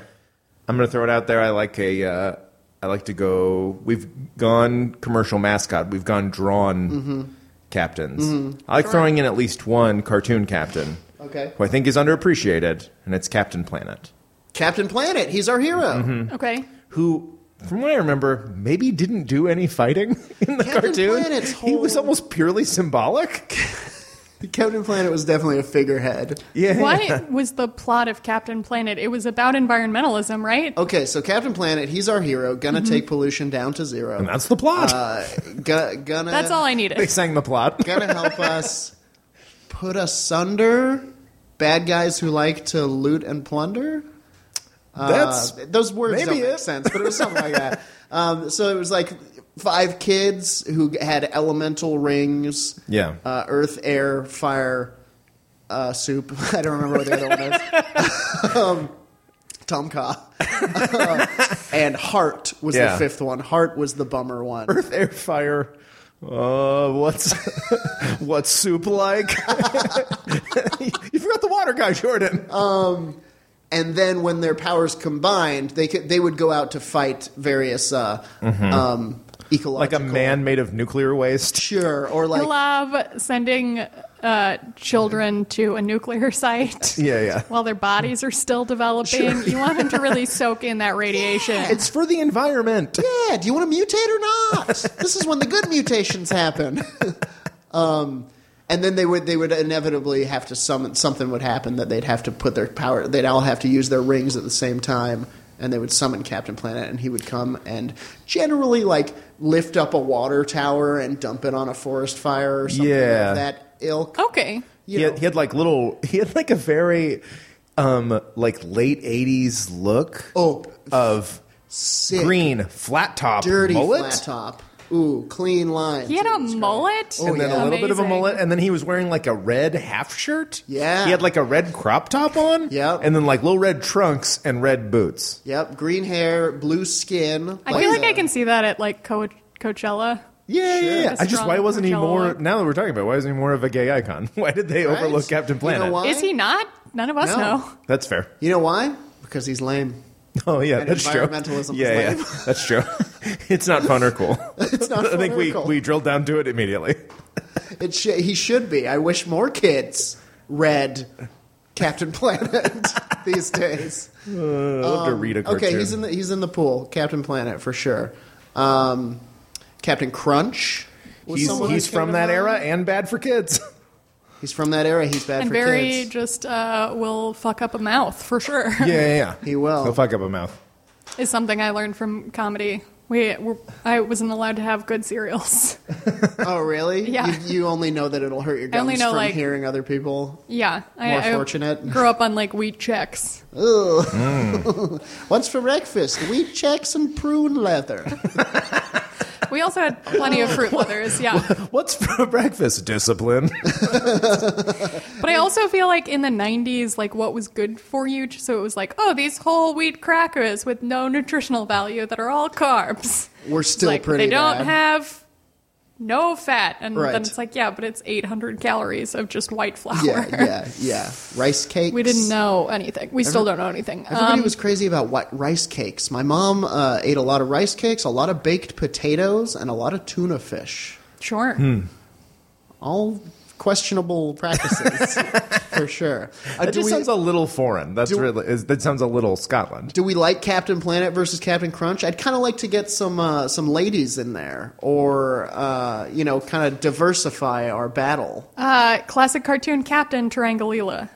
[SPEAKER 3] I'm gonna throw it out there. I like a. Uh, I like to go. We've gone commercial mascot. We've gone drawn
[SPEAKER 1] Mm-hmm.
[SPEAKER 3] captains. I like throwing in at least one cartoon captain,
[SPEAKER 1] Okay.
[SPEAKER 3] who I think is underappreciated, and it's Captain Planet,
[SPEAKER 1] Captain Planet, he's our hero.
[SPEAKER 3] Mm-hmm.
[SPEAKER 2] Okay.
[SPEAKER 3] who. From what I remember, maybe didn't do any fighting *laughs* in the
[SPEAKER 1] Captain
[SPEAKER 3] cartoon.
[SPEAKER 1] Planet's
[SPEAKER 3] He was
[SPEAKER 1] whole-
[SPEAKER 3] almost purely symbolic.
[SPEAKER 1] Captain Planet was definitely a figurehead.
[SPEAKER 3] Yeah.
[SPEAKER 1] *laughs*
[SPEAKER 3] *laughs*
[SPEAKER 2] What was the plot of Captain Planet? It was about environmentalism, right?
[SPEAKER 1] Okay, so Captain Planet, he's our hero, gonna take pollution down to
[SPEAKER 3] Mm-hmm. And
[SPEAKER 1] zero.
[SPEAKER 3] that's the plot.
[SPEAKER 1] Uh, gonna, gonna,
[SPEAKER 2] *laughs* That's all I
[SPEAKER 3] they
[SPEAKER 2] needed.
[SPEAKER 3] sang the plot.
[SPEAKER 1] gonna
[SPEAKER 2] *laughs*
[SPEAKER 1] help us put asunder bad guys who like to loot and plunder.
[SPEAKER 3] That's
[SPEAKER 1] Uh, those words
[SPEAKER 3] maybe
[SPEAKER 1] don't make
[SPEAKER 3] it.
[SPEAKER 1] sense, but it was something like
[SPEAKER 3] *laughs*
[SPEAKER 1] that. Um, so it was like five kids who had elemental rings.
[SPEAKER 3] Yeah.
[SPEAKER 1] Uh, earth, air, fire, uh, soup. *laughs* I don't remember what the other one is. um,
[SPEAKER 3] *laughs*
[SPEAKER 1] Tom Ka. and heart was
[SPEAKER 3] Yeah.
[SPEAKER 1] the fifth one. Heart was the bummer one.
[SPEAKER 3] Earth, air, fire. Uh, what's *laughs* what's soup like? *laughs* you forgot the water guy, Jordan.
[SPEAKER 1] Oh, and then when their powers combined, they could, they would go out to fight various uh, um, ecological,
[SPEAKER 3] Mm-hmm. like a man made of nuclear waste. *laughs*
[SPEAKER 1] sure, or
[SPEAKER 2] I
[SPEAKER 1] like
[SPEAKER 2] love sending uh, children to a nuclear *laughs* site
[SPEAKER 3] Yeah, yeah.
[SPEAKER 2] while their bodies are still developing. You want them to really soak in that radiation.
[SPEAKER 3] It's for the environment.
[SPEAKER 1] yeah, do you want to mutate or not? this is when the good mutations happen. *laughs* um, and then they would they would inevitably have to summon something would happen that they'd have to put their power. They'd all have to use their rings at the same time. And they would summon Captain Planet, and he would come and generally like lift up a water tower and dump it on a forest fire or something
[SPEAKER 3] Yeah.
[SPEAKER 1] of that ilk.
[SPEAKER 2] Okay.
[SPEAKER 1] You
[SPEAKER 3] he,
[SPEAKER 1] know.
[SPEAKER 3] had, he had like little. He had like a very, um, like late '80s look
[SPEAKER 1] Oh,
[SPEAKER 3] of
[SPEAKER 1] sick.
[SPEAKER 3] green flat top
[SPEAKER 1] dirty
[SPEAKER 3] mullet.
[SPEAKER 1] flat top. Ooh, clean lines.
[SPEAKER 2] He had a
[SPEAKER 1] Jesus
[SPEAKER 2] mullet.
[SPEAKER 1] Oh,
[SPEAKER 3] And then
[SPEAKER 1] yeah.
[SPEAKER 3] a little bit of a
[SPEAKER 2] Amazing.
[SPEAKER 3] mullet, and then he was wearing like a red half shirt.
[SPEAKER 1] Yeah.
[SPEAKER 3] he had like a red crop top on.
[SPEAKER 1] Yep.
[SPEAKER 3] and then like little red trunks and red boots.
[SPEAKER 1] Christ. Yep, green hair, blue skin.
[SPEAKER 2] I feel like
[SPEAKER 1] a-
[SPEAKER 2] I can see that at like Co- Coachella.
[SPEAKER 3] Yeah, yeah, yeah.
[SPEAKER 2] That's
[SPEAKER 3] I just
[SPEAKER 2] strong
[SPEAKER 3] why wasn't he
[SPEAKER 2] Coachella
[SPEAKER 3] more?
[SPEAKER 2] look.
[SPEAKER 3] Now that we're talking about, it, why isn't he more of a gay icon? *laughs* Why did they
[SPEAKER 1] Right?
[SPEAKER 3] overlook Captain
[SPEAKER 1] You know
[SPEAKER 3] Planet?
[SPEAKER 1] why?
[SPEAKER 2] Is he not? None of us
[SPEAKER 1] No.
[SPEAKER 2] know.
[SPEAKER 3] That's fair. *laughs*
[SPEAKER 1] You know why? Because he's lame.
[SPEAKER 3] Oh yeah,
[SPEAKER 1] And
[SPEAKER 3] that's true.
[SPEAKER 1] environmentalism is
[SPEAKER 3] Yeah,
[SPEAKER 1] lame.
[SPEAKER 3] yeah, *laughs* that's true. it's not fun or cool.
[SPEAKER 1] It's *laughs* not.
[SPEAKER 3] *laughs* *laughs* I think we
[SPEAKER 1] political.
[SPEAKER 3] we drilled down to
[SPEAKER 1] *laughs*
[SPEAKER 3] it immediately.
[SPEAKER 1] It sh- he should be. I wish more kids read Captain Planet *laughs* these days.
[SPEAKER 3] I love to read a cartoon.
[SPEAKER 1] Um, Okay, he's in the he's in the pool. Captain Planet for sure. Um, Captain Crunch. was
[SPEAKER 3] he's,
[SPEAKER 1] someone
[SPEAKER 3] he's
[SPEAKER 1] that came
[SPEAKER 3] from
[SPEAKER 1] to
[SPEAKER 3] that
[SPEAKER 1] mind.
[SPEAKER 3] era and bad
[SPEAKER 1] *laughs*
[SPEAKER 3] for kids. *laughs*
[SPEAKER 1] He's from that era. He's bad
[SPEAKER 2] And
[SPEAKER 1] for
[SPEAKER 2] Barry
[SPEAKER 1] kids.
[SPEAKER 2] just uh, will fuck up a mouth for sure.
[SPEAKER 3] yeah, yeah, yeah.
[SPEAKER 1] He will.
[SPEAKER 3] He'll fuck up a mouth.
[SPEAKER 2] Is something I learned from comedy. We were, I wasn't allowed to have good cereals. *laughs*
[SPEAKER 1] Oh, really?
[SPEAKER 2] Yeah.
[SPEAKER 1] You, you only know that it'll hurt your gums
[SPEAKER 2] I only know,
[SPEAKER 1] from
[SPEAKER 2] like-
[SPEAKER 1] hearing other people.
[SPEAKER 2] Yeah, I,
[SPEAKER 1] More
[SPEAKER 2] I
[SPEAKER 1] fortunate.
[SPEAKER 2] grew up on like wheat checks.
[SPEAKER 1] Ugh. What's for breakfast? Wheat checks and prune leather.
[SPEAKER 2] We also had plenty of fruit leathers. Yeah,
[SPEAKER 3] What's *laughs* for breakfast?
[SPEAKER 1] *laughs*
[SPEAKER 3] Discipline.
[SPEAKER 2] but I also feel like in the '90s, like what was good for you. So it was like, oh, these whole wheat crackers with no nutritional value that are all carbs.
[SPEAKER 1] We're
[SPEAKER 2] It's
[SPEAKER 1] still
[SPEAKER 2] like
[SPEAKER 1] pretty
[SPEAKER 2] they don't
[SPEAKER 1] bad.
[SPEAKER 2] have no fat, and
[SPEAKER 1] Right.
[SPEAKER 2] then it's like, yeah, but it's 800 calories of just white flour.
[SPEAKER 1] yeah, yeah, yeah. Rice cakes.
[SPEAKER 2] *laughs* We didn't know anything. We still don't know anything.
[SPEAKER 1] Everybody
[SPEAKER 2] Um,
[SPEAKER 1] was crazy about what rice cakes. My mom uh, ate a lot of rice cakes, a lot of baked potatoes, and a lot of tuna fish.
[SPEAKER 2] sure.
[SPEAKER 1] Hmm. All questionable
[SPEAKER 2] *laughs*
[SPEAKER 1] practices for sure. Uh,
[SPEAKER 3] That
[SPEAKER 1] do
[SPEAKER 3] just
[SPEAKER 1] we-
[SPEAKER 3] sounds a little foreign. That's
[SPEAKER 1] do-
[SPEAKER 3] really is, that sounds a little Scotland.
[SPEAKER 1] do we like Captain Planet versus Captain Crunch? I'd kind of like to get some uh, some ladies in there, or uh, you know, kind of diversify our battle.
[SPEAKER 2] Uh, classic cartoon captain Tarangalila.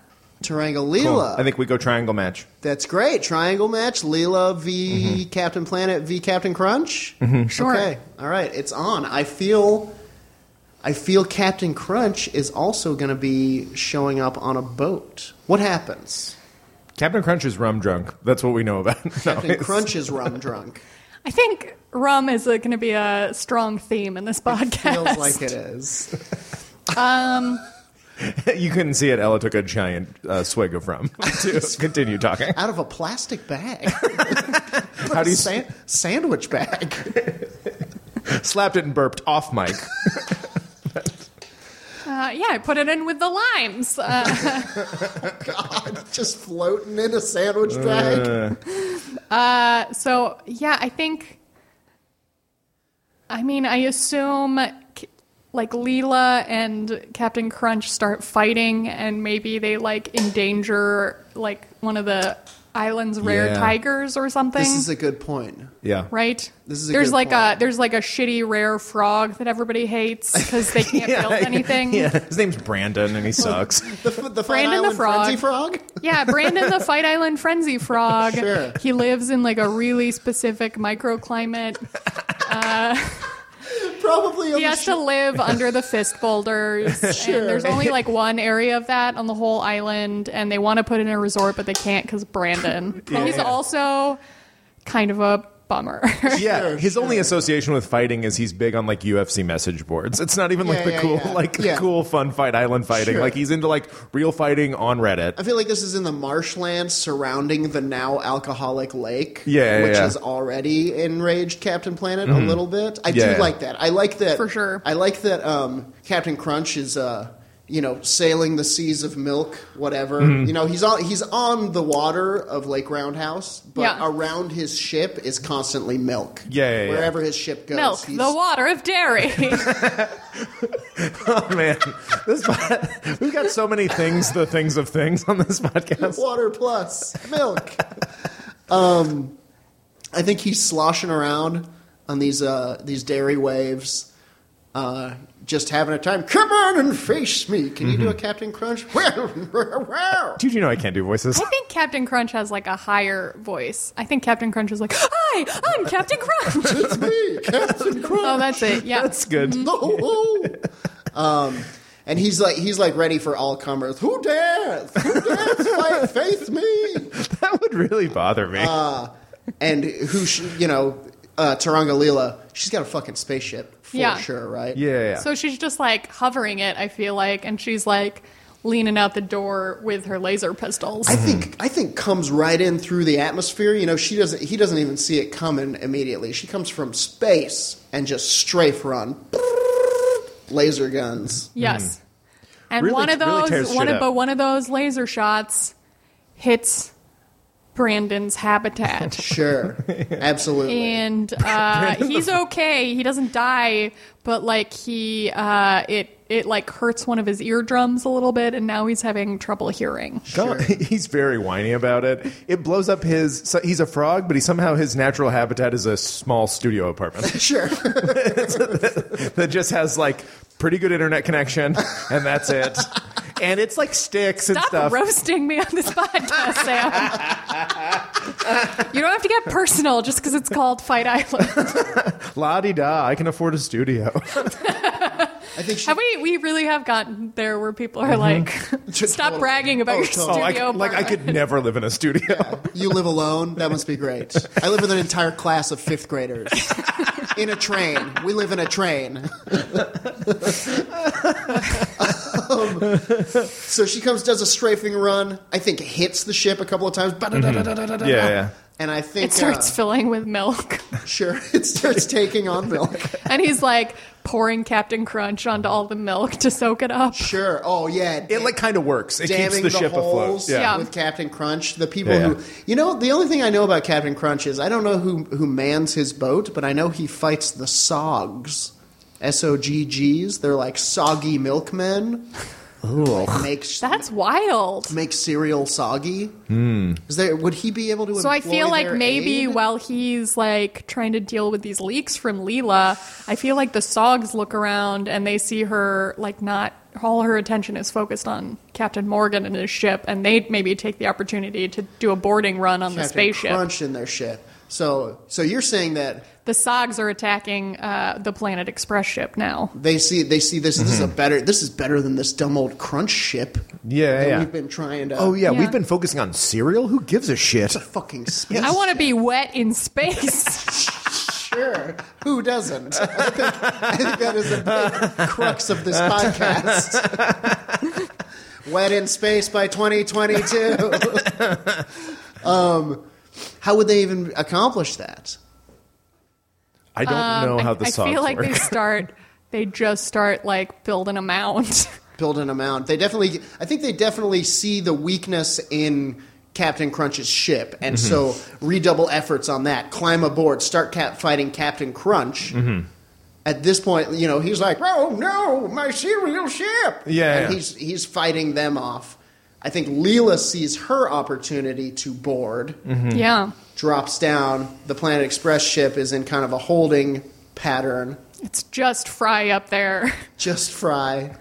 [SPEAKER 3] Cool.
[SPEAKER 1] Tarangalila,
[SPEAKER 3] I think we go triangle match.
[SPEAKER 1] that's great. Triangle match: Leela v
[SPEAKER 3] Mm-hmm.
[SPEAKER 1] Captain Planet v Captain Crunch.
[SPEAKER 2] Sure.
[SPEAKER 1] Okay, all right, it's on. I feel, I feel Captain Crunch is also going to be showing up on a boat. What happens?
[SPEAKER 3] Captain Crunch is rum drunk. That's what we know about. *laughs* No,
[SPEAKER 1] Captain
[SPEAKER 3] it's-
[SPEAKER 1] Crunch is rum
[SPEAKER 2] *laughs*
[SPEAKER 1] drunk.
[SPEAKER 2] I think rum is going to be a strong theme in this podcast.
[SPEAKER 1] Feels
[SPEAKER 2] *laughs*
[SPEAKER 1] like it is.
[SPEAKER 3] *laughs* You couldn't see it. Ella took a *laughs* giant uh, swig of rum. to continue talking. *laughs*
[SPEAKER 1] Out of a plastic bag.
[SPEAKER 3] How do you
[SPEAKER 1] Sa- sandwich bag? *laughs*
[SPEAKER 3] slapped it and burped off mic?
[SPEAKER 2] Uh, yeah, I put it in with the limes. Uh,
[SPEAKER 1] *laughs* Just floating in a sandwich
[SPEAKER 3] Uh.
[SPEAKER 1] bag.
[SPEAKER 2] so yeah, I think. I mean, I assume c- like Leela and Captain Crunch start fighting, and maybe they like endanger like one of the island's rare
[SPEAKER 3] Yeah.
[SPEAKER 2] tigers or something.
[SPEAKER 1] This is a good point.
[SPEAKER 3] yeah.
[SPEAKER 2] right?
[SPEAKER 1] This is a
[SPEAKER 2] there's
[SPEAKER 1] good
[SPEAKER 2] like
[SPEAKER 1] point.
[SPEAKER 2] a there's like a shitty rare frog that everybody hates because
[SPEAKER 1] *laughs*
[SPEAKER 2] they can't build anything.
[SPEAKER 3] *laughs* Yeah.
[SPEAKER 2] Yeah.
[SPEAKER 3] His name's Brandon and he sucks.
[SPEAKER 1] The, f- the Fat
[SPEAKER 2] Brandon the
[SPEAKER 1] Island frenzy frog. *laughs*
[SPEAKER 2] Brandon the Fight Island Frenzy Frog.
[SPEAKER 1] Sure.
[SPEAKER 2] He lives in like a really specific microclimate.
[SPEAKER 1] Probably on
[SPEAKER 2] He
[SPEAKER 1] the
[SPEAKER 2] has
[SPEAKER 1] sh-
[SPEAKER 2] to live under the fist boulders.
[SPEAKER 1] Sure.
[SPEAKER 2] And there's only like one area of that on the whole island, and they want to put in a resort, but they can't because Brandon. He's also kind of a bummer.
[SPEAKER 3] Yeah,
[SPEAKER 1] Sure,
[SPEAKER 3] his only
[SPEAKER 1] sure.
[SPEAKER 3] association with fighting is he's big on like UFC message boards. It's not even
[SPEAKER 1] Yeah,
[SPEAKER 3] like the
[SPEAKER 1] yeah,
[SPEAKER 3] cool,
[SPEAKER 1] yeah.
[SPEAKER 3] like
[SPEAKER 1] Yeah.
[SPEAKER 3] cool fun fight island fighting.
[SPEAKER 1] Sure.
[SPEAKER 3] Like he's into like real fighting on
[SPEAKER 1] I *laughs*
[SPEAKER 3] Reddit.
[SPEAKER 1] feel like this is in the marshland surrounding the now alcoholic lake.
[SPEAKER 3] Yeah, yeah,
[SPEAKER 1] which
[SPEAKER 3] yeah. Mm-hmm.
[SPEAKER 1] has already enraged Captain Planet a little bit. I
[SPEAKER 3] Yeah,
[SPEAKER 1] do
[SPEAKER 3] yeah.
[SPEAKER 1] like that. I like that
[SPEAKER 2] For sure.
[SPEAKER 1] I like that um, Captain Crunch is uh, you know sailing the seas of milk, whatever.
[SPEAKER 3] Mm-hmm.
[SPEAKER 1] You know he's on he's on the water of Lake Roundhouse, but
[SPEAKER 2] Yeah.
[SPEAKER 1] around his ship is constantly milk.
[SPEAKER 3] Yeah, yeah, yeah.
[SPEAKER 1] wherever his ship goes,
[SPEAKER 2] *laughs* Milk,
[SPEAKER 1] he's-
[SPEAKER 2] the water of dairy. *laughs*
[SPEAKER 3] Oh man, this pod- *laughs* we've got so many things, the things of things on
[SPEAKER 1] *laughs*
[SPEAKER 3] this podcast.
[SPEAKER 1] water plus milk. *laughs* um, I think he's sloshing around on these uh, these dairy waves, uh, just having a time. Come on and face me. Can you do a Captain Crunch? *laughs*
[SPEAKER 3] Dude, you know I can't do voices.
[SPEAKER 2] I think Captain Crunch has like a higher voice. I think Captain Crunch is like, "Hi, I'm Captain
[SPEAKER 1] *laughs*
[SPEAKER 2] Crunch."
[SPEAKER 1] it's me, Captain Crunch.
[SPEAKER 2] oh, that's it. Yeah.
[SPEAKER 3] That's
[SPEAKER 1] *laughs*
[SPEAKER 3] good.
[SPEAKER 1] Ho, ho. um, and he's like he's like ready for all comers. Who dares? Who dares fight face me?
[SPEAKER 3] That would really bother me.
[SPEAKER 1] and who sh you know uh, Taranga Leela, she's got a fucking spaceship for
[SPEAKER 2] Yeah.
[SPEAKER 1] sure, right?
[SPEAKER 3] yeah, yeah, yeah.
[SPEAKER 2] so she's just like hovering it, I feel like, and she's like leaning out the door with her laser pistols.
[SPEAKER 1] I think I think comes right in through the atmosphere. You know, she doesn't. He doesn't even see it coming immediately. She comes from space and just strafe run, laser guns.
[SPEAKER 2] yes. And
[SPEAKER 3] Hmm. Really-
[SPEAKER 2] one of
[SPEAKER 3] really
[SPEAKER 2] those
[SPEAKER 3] tears
[SPEAKER 2] one of
[SPEAKER 3] shit up.
[SPEAKER 2] but one of those laser shots hits Brandon's
[SPEAKER 3] *laughs*
[SPEAKER 2] habitat.
[SPEAKER 1] Sure, absolutely.
[SPEAKER 2] and uh, he's okay. He doesn't die, but like he, uh, it it like hurts one of his eardrums a little bit, and now he's having trouble hearing.
[SPEAKER 3] Go- *laughs* He's very whiny about it. It blows up his. So he's a frog, but he somehow his natural habitat is a small studio apartment. *laughs*
[SPEAKER 1] Sure. *laughs*
[SPEAKER 3] that just has like pretty good internet connection, and that's *laughs* it. And it's like sticks and
[SPEAKER 2] Stop
[SPEAKER 3] stuff.
[SPEAKER 2] roasting me on this *laughs* podcast,
[SPEAKER 3] *laughs*
[SPEAKER 2] Sam. you don't have to get personal just because it's called Fight Island.
[SPEAKER 3] La di da. I can afford a studio.
[SPEAKER 1] I think she,
[SPEAKER 2] Have we? We really have gotten there where people are like, *laughs*
[SPEAKER 1] Just
[SPEAKER 2] "Stop
[SPEAKER 1] totally.
[SPEAKER 2] bragging about
[SPEAKER 1] Oh,
[SPEAKER 2] your
[SPEAKER 1] totally.
[SPEAKER 3] *laughs* oh,
[SPEAKER 2] studio."
[SPEAKER 3] I, like I
[SPEAKER 2] apartment."
[SPEAKER 3] could never live in a studio. *laughs*
[SPEAKER 1] you live alone. That must be great. I live with an entire class of fifth graders in a train. We live in a train. *laughs* Um, so she comes, does a strafing run. I think hits the ship a couple of times.
[SPEAKER 3] Yeah, yeah.
[SPEAKER 1] And I think
[SPEAKER 2] It starts
[SPEAKER 1] uh,
[SPEAKER 2] filling with milk, *laughs*
[SPEAKER 1] sure. *laughs* It starts taking on milk.
[SPEAKER 2] and he's like pouring Captain Crunch onto all the milk to soak it up.
[SPEAKER 1] Sure. Oh yeah.
[SPEAKER 3] It like kind of works. It keeps
[SPEAKER 1] damming
[SPEAKER 3] the, ship afloat.
[SPEAKER 1] holes
[SPEAKER 3] Yeah.
[SPEAKER 2] Yeah.
[SPEAKER 1] with Captain Crunch. The people
[SPEAKER 3] Yeah, yeah.
[SPEAKER 1] who, you know, the only thing I know about Captain Crunch is I don't know who who mans his boat, but I know he fights the Sogs, S O G Gs. They're like soggy milkmen. Like makes
[SPEAKER 2] That's wild.
[SPEAKER 1] make cereal soggy.
[SPEAKER 3] Hmm.
[SPEAKER 1] Is there? Would he be able to?
[SPEAKER 2] So I
[SPEAKER 1] employ
[SPEAKER 2] feel like
[SPEAKER 1] their
[SPEAKER 2] maybe
[SPEAKER 1] aid?
[SPEAKER 2] while he's like trying to deal with these leaks from Leela, I feel like the Sogs look around and they see her like not all her attention is focused on Captain Morgan and his ship, and they maybe take the opportunity to do a boarding run on the
[SPEAKER 1] Captain
[SPEAKER 2] spaceship.
[SPEAKER 1] Crunch in their ship. So so you're saying that
[SPEAKER 2] The Sogs are attacking uh, the Planet Express ship now.
[SPEAKER 1] they see they see this this is a better this is better than this dumb old Crunch ship.
[SPEAKER 3] Mm-hmm. Yeah,
[SPEAKER 1] that
[SPEAKER 3] yeah.
[SPEAKER 1] We've been trying to.
[SPEAKER 3] Oh yeah,
[SPEAKER 2] Yeah.
[SPEAKER 3] we've been focusing on cereal. Who gives a shit?
[SPEAKER 1] Fucking
[SPEAKER 3] *laughs*
[SPEAKER 1] space.
[SPEAKER 2] I want to be wet in space.
[SPEAKER 1] Sure. Who doesn't? I think, I think that is the big crux of this podcast.
[SPEAKER 3] *laughs*
[SPEAKER 1] Wet in space by 2022. *laughs* um, How would they even accomplish that?
[SPEAKER 3] Um, I don't know how
[SPEAKER 2] *laughs*
[SPEAKER 3] the
[SPEAKER 2] I,
[SPEAKER 3] songs
[SPEAKER 2] I feel like
[SPEAKER 3] work.
[SPEAKER 2] they start. They just start like building a mound. *laughs*
[SPEAKER 1] Build an amount. They definitely. I think they definitely see the weakness in Captain Crunch's ship, and
[SPEAKER 3] Mm-hmm.
[SPEAKER 1] so redouble efforts on that. Climb aboard. Start cap- fighting Captain Crunch.
[SPEAKER 3] Mm-hmm.
[SPEAKER 1] At this point, you know he's like, "Oh no, my serial ship!"
[SPEAKER 3] Yeah,
[SPEAKER 1] and
[SPEAKER 3] yeah.
[SPEAKER 1] he's he's fighting them off. I think Leela sees her opportunity to board.
[SPEAKER 3] Mm-hmm.
[SPEAKER 2] Yeah,
[SPEAKER 1] drops down. The Planet Express ship is in kind of a holding pattern.
[SPEAKER 2] it's just Fry up there.
[SPEAKER 1] Just
[SPEAKER 3] *laughs*
[SPEAKER 1] Fry,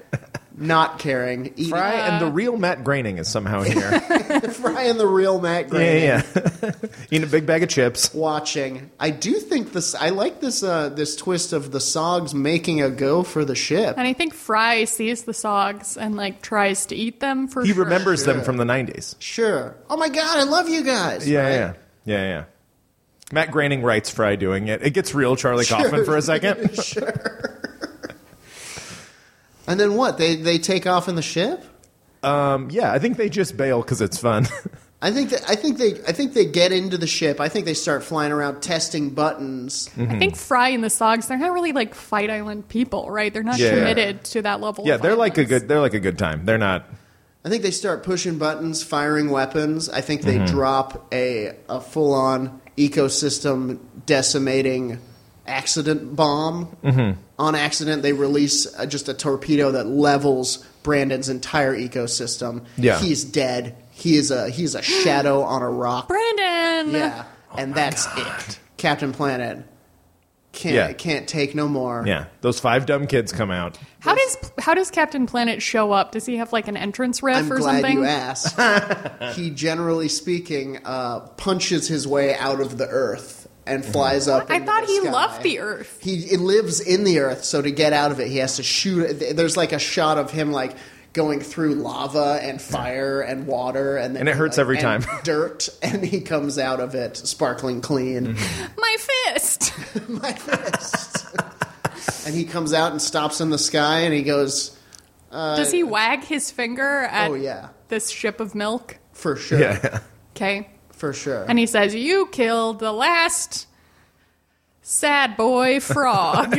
[SPEAKER 1] not caring. Eating.
[SPEAKER 3] Fry and the real Matt Groening is somehow
[SPEAKER 1] *laughs*
[SPEAKER 3] here. *laughs*
[SPEAKER 1] Fry and the real Matt
[SPEAKER 3] yeah,
[SPEAKER 1] Groening
[SPEAKER 3] yeah. *laughs* Eating a big bag of chips.
[SPEAKER 1] watching. I do think this. I like this. Uh, this twist of the Sogs making a go for the ship.
[SPEAKER 2] And I think Fry sees the sogs and like tries to eat them for
[SPEAKER 3] He
[SPEAKER 2] sure.
[SPEAKER 3] remembers them from the '90s.
[SPEAKER 1] Sure. Oh my God, I love you guys.
[SPEAKER 3] Yeah,
[SPEAKER 1] Right?
[SPEAKER 3] yeah, yeah, yeah. Matt Groening writes Fry doing it. It gets real Charlie Kaufman for
[SPEAKER 1] *laughs*
[SPEAKER 3] a second. *laughs*
[SPEAKER 1] And then what? They they take off in the ship.
[SPEAKER 3] Um, yeah, I think they just bail because it's fun. *laughs*
[SPEAKER 1] I think that, I think they I think they get into the ship. I think they start flying around testing buttons.
[SPEAKER 2] I
[SPEAKER 3] Mm-hmm.
[SPEAKER 2] think Fry and the Sogs, they're not really like Fight Island people, right? They're not
[SPEAKER 3] Yeah.
[SPEAKER 2] committed to that level.
[SPEAKER 3] yeah,
[SPEAKER 2] of
[SPEAKER 3] they're like a
[SPEAKER 2] violence.
[SPEAKER 3] good. They're like a good time. They're not.
[SPEAKER 1] I think they start pushing buttons, firing weapons. I think
[SPEAKER 3] Mm-hmm.
[SPEAKER 1] they drop a, a full on ecosystem decimating accident bomb.
[SPEAKER 3] Mm-hmm.
[SPEAKER 1] On accident, they release uh, just a torpedo that levels Brandon's entire ecosystem.
[SPEAKER 3] Yeah.
[SPEAKER 1] He's dead. He is a, he's a shadow on a rock.
[SPEAKER 2] *gasps* Brandon.
[SPEAKER 1] Yeah.
[SPEAKER 3] Oh
[SPEAKER 1] and that's it. Captain Planet can't,
[SPEAKER 3] Yeah.
[SPEAKER 1] can't take no more.
[SPEAKER 3] Yeah, those five dumb kids come out.
[SPEAKER 2] How does how does Captain Planet show up? Does he have like an entrance riff
[SPEAKER 1] I'm
[SPEAKER 2] or
[SPEAKER 1] glad
[SPEAKER 2] something?
[SPEAKER 1] you asked. *laughs* he, generally speaking, uh, punches his way out of the earth and flies up.
[SPEAKER 2] Mm-hmm. I
[SPEAKER 1] into
[SPEAKER 2] thought
[SPEAKER 1] the
[SPEAKER 2] he
[SPEAKER 1] sky.
[SPEAKER 2] loved the Earth.
[SPEAKER 1] He, he lives in the earth, so to get out of it, he has to shoot. th- There's like a shot of him like going through lava and fire and water, and then
[SPEAKER 3] And it hurts
[SPEAKER 1] like-
[SPEAKER 3] every
[SPEAKER 1] and
[SPEAKER 3] time.
[SPEAKER 1] *laughs* dirt, and he comes out of it sparkling clean.
[SPEAKER 2] *laughs*
[SPEAKER 3] Mm-hmm.
[SPEAKER 2] My fist.
[SPEAKER 1] *laughs* My fist. *laughs* and he comes out and stops in the sky, and he goes,
[SPEAKER 2] does he wag his finger at
[SPEAKER 1] "Oh yeah,
[SPEAKER 2] this ship of milk?
[SPEAKER 1] for sure,
[SPEAKER 3] Yeah, *laughs*
[SPEAKER 2] Okay.
[SPEAKER 1] for sure."
[SPEAKER 2] And he says, "You killed the last sad *laughs* boy frog."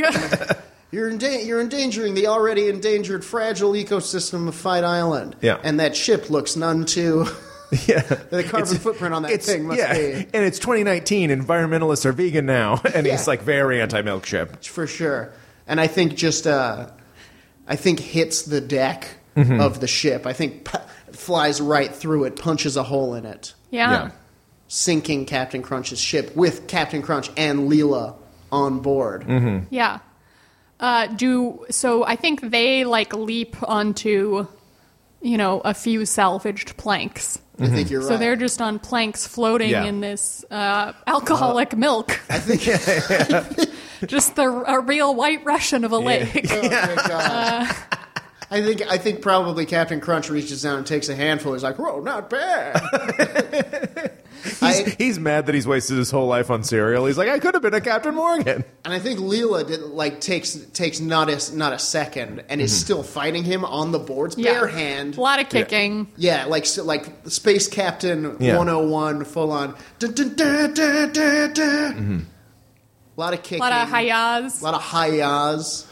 [SPEAKER 1] You're, endan- you're endangering the already endangered, fragile ecosystem of Fight Island.
[SPEAKER 3] Yeah.
[SPEAKER 1] And that ship looks none too. *laughs*
[SPEAKER 3] yeah.
[SPEAKER 1] The carbon footprint on that
[SPEAKER 3] It's
[SPEAKER 1] thing must
[SPEAKER 3] yeah,
[SPEAKER 1] be.
[SPEAKER 3] and it's 2019. Environmentalists are vegan now, *laughs* and
[SPEAKER 1] Yeah.
[SPEAKER 3] he's like very anti-milkship.
[SPEAKER 1] For sure. And I think just, uh, I think hits the deck
[SPEAKER 3] Mm-hmm.
[SPEAKER 1] of the ship. I think p- flies right through it, punches a hole in it,
[SPEAKER 2] yeah.
[SPEAKER 1] sinking Captain Crunch's ship with Captain Crunch and Leela on board.
[SPEAKER 3] Mm-hmm.
[SPEAKER 2] Yeah. Uh, do so. I think they like leap onto, you know, a few salvaged planks.
[SPEAKER 1] I think you're right.
[SPEAKER 2] So they're just on planks floating
[SPEAKER 3] Yeah.
[SPEAKER 2] in this uh, alcoholic milk. I think *laughs* just the a real white Russian of a lake.
[SPEAKER 1] Oh, my
[SPEAKER 2] Uh,
[SPEAKER 1] gosh. I think I think probably Captain Crunch reaches down and takes a handful. He's like, "Whoa, not bad."
[SPEAKER 2] *laughs*
[SPEAKER 1] I,
[SPEAKER 3] He's mad that he's wasted his whole life on cereal. He's like, I could have been a
[SPEAKER 1] *laughs*
[SPEAKER 3] Captain Morgan.
[SPEAKER 1] and I think Leela did, like takes takes not a not a second and is still fighting him on the boards, bare hand.
[SPEAKER 2] A lot of kicking.
[SPEAKER 1] Yeah, like s- like the Space Captain
[SPEAKER 3] Yeah.
[SPEAKER 1] 101 full on. Dun, dun, dun, dun, dun, dun. A lot of kicking.
[SPEAKER 2] A lot of hayas.
[SPEAKER 1] A lot of high yas.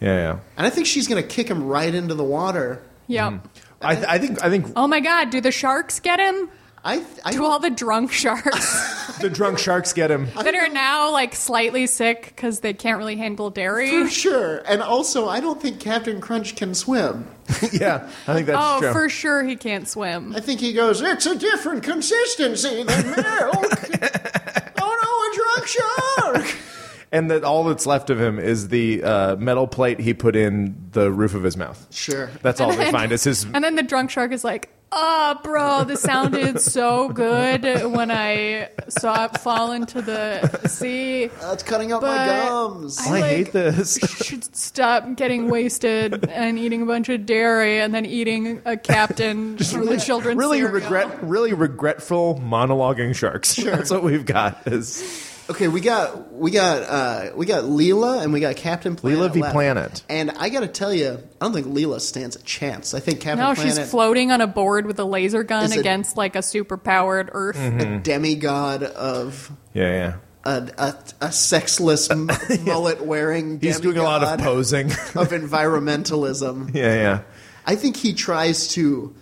[SPEAKER 3] Yeah, yeah.
[SPEAKER 1] And I think she's going to kick him right into the water.
[SPEAKER 2] Yep.
[SPEAKER 3] Mm-hmm. I, th- I think I think
[SPEAKER 2] Oh my God! Do the sharks get him?
[SPEAKER 1] I th- I
[SPEAKER 2] Do all the drunk *laughs* sharks
[SPEAKER 3] the drunk sharks
[SPEAKER 2] *laughs*
[SPEAKER 3] get him.
[SPEAKER 2] that are now like slightly sick because they can't really handle dairy?
[SPEAKER 1] For sure. And also, I don't think Captain Crunch can swim.
[SPEAKER 3] yeah, I think that's
[SPEAKER 2] Oh,
[SPEAKER 3] true.
[SPEAKER 2] for sure he can't swim.
[SPEAKER 1] I think he goes, It's a different consistency than milk. oh no, a drunk shark.
[SPEAKER 3] *laughs* and that all that's left of him is the uh, metal plate he put in the roof of his mouth.
[SPEAKER 1] *laughs* Sure.
[SPEAKER 3] That's all they find
[SPEAKER 2] *laughs*
[SPEAKER 3] is his.
[SPEAKER 2] And then the drunk shark is like, "Ah, bro, this sounded so good when I saw it fall into the sea.
[SPEAKER 1] That's cutting up my
[SPEAKER 2] But
[SPEAKER 1] gums.
[SPEAKER 3] I hate this.
[SPEAKER 2] Should stop getting wasted and eating a bunch of dairy and then eating a captain *laughs* from the children's
[SPEAKER 3] really
[SPEAKER 2] cereal.
[SPEAKER 3] regret, really regretful monologuing sharks. That's what we've got. Is
[SPEAKER 1] Okay, we got we got uh, we got Leela and we got Captain Planet.
[SPEAKER 3] Leela v.
[SPEAKER 1] left.
[SPEAKER 3] Planet.
[SPEAKER 1] And I got to tell you, I don't think Leela stands a chance. I think Captain
[SPEAKER 2] Now
[SPEAKER 1] Planet
[SPEAKER 2] she's floating on a board with a laser gun
[SPEAKER 1] Is it- Mm-hmm.
[SPEAKER 2] against like a super powered Earth.
[SPEAKER 3] Hmm.
[SPEAKER 1] a demigod of
[SPEAKER 3] Yeah, yeah.
[SPEAKER 1] a, a, a
[SPEAKER 3] *laughs*
[SPEAKER 1] sexless m- mullet wearing.
[SPEAKER 3] He's doing a lot of posing. *laughs*
[SPEAKER 1] of environmentalism.
[SPEAKER 3] yeah, yeah.
[SPEAKER 1] I think he tries to.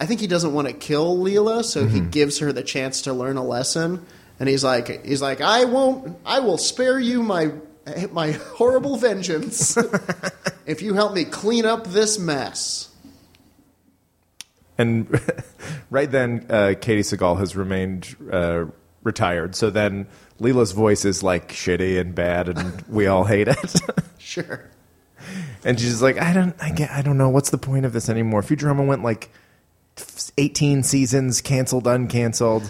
[SPEAKER 1] I think he doesn't want to kill Leela, so he gives her the chance to learn a lesson. And he's like, he's like, I won't. I will spare you my my horrible vengeance if you help me clean up this mess.
[SPEAKER 3] And *laughs* right then, uh, Katie Seagal has remained uh, retired. So then Leela's voice is like shitty and bad, and we all hate it. *laughs*
[SPEAKER 1] Sure.
[SPEAKER 3] and she's like, I don't, I, get, I don't know. What's the point of this anymore? Futurama went like 18 seasons, canceled, uncanceled.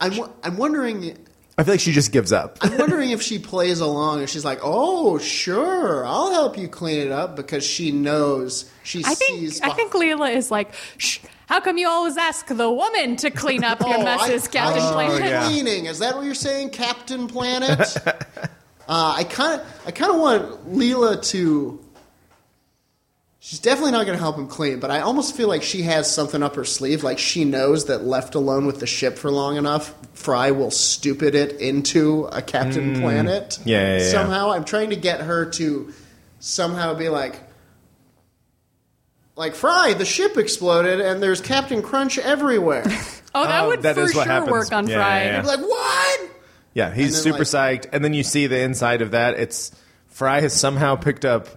[SPEAKER 1] I'm wo- I'm wondering.
[SPEAKER 3] I feel like she just gives up.
[SPEAKER 1] I'm wondering if she plays along and she's like, "Oh, sure, I'll help you clean it up," because she knows she
[SPEAKER 2] I think
[SPEAKER 1] sees.
[SPEAKER 2] I think Leela is like, Shh, how come you always ask the woman to clean up your messes, Captain
[SPEAKER 1] Oh, I, Oh,
[SPEAKER 2] Planet?
[SPEAKER 1] I'm
[SPEAKER 3] Oh, yeah.
[SPEAKER 1] cleaning. Is that what you're saying, Captain
[SPEAKER 3] *laughs*
[SPEAKER 1] Planet? uh, I kind of, I kind of want Leela to. She's definitely not going to help him clean, but I almost feel like she has something up her sleeve. Like she knows that left alone with the ship for long enough, Fry will stupid it into a Captain Planet.
[SPEAKER 3] Yeah, Mm. yeah, yeah.
[SPEAKER 1] Somehow, I'm trying to get her to somehow be like, like Fry, the ship exploded, and there's Captain Crunch everywhere.
[SPEAKER 2] *laughs* Oh, that
[SPEAKER 3] Oh,
[SPEAKER 2] would
[SPEAKER 3] that
[SPEAKER 2] for
[SPEAKER 3] is what
[SPEAKER 2] sure
[SPEAKER 3] happens.
[SPEAKER 2] work on
[SPEAKER 3] Yeah,
[SPEAKER 2] Fry.
[SPEAKER 3] yeah, yeah.
[SPEAKER 1] like what?
[SPEAKER 3] Yeah, he's
[SPEAKER 1] And
[SPEAKER 3] super
[SPEAKER 1] then,
[SPEAKER 3] psyched. And then you see the inside of that. It's Fry has somehow picked up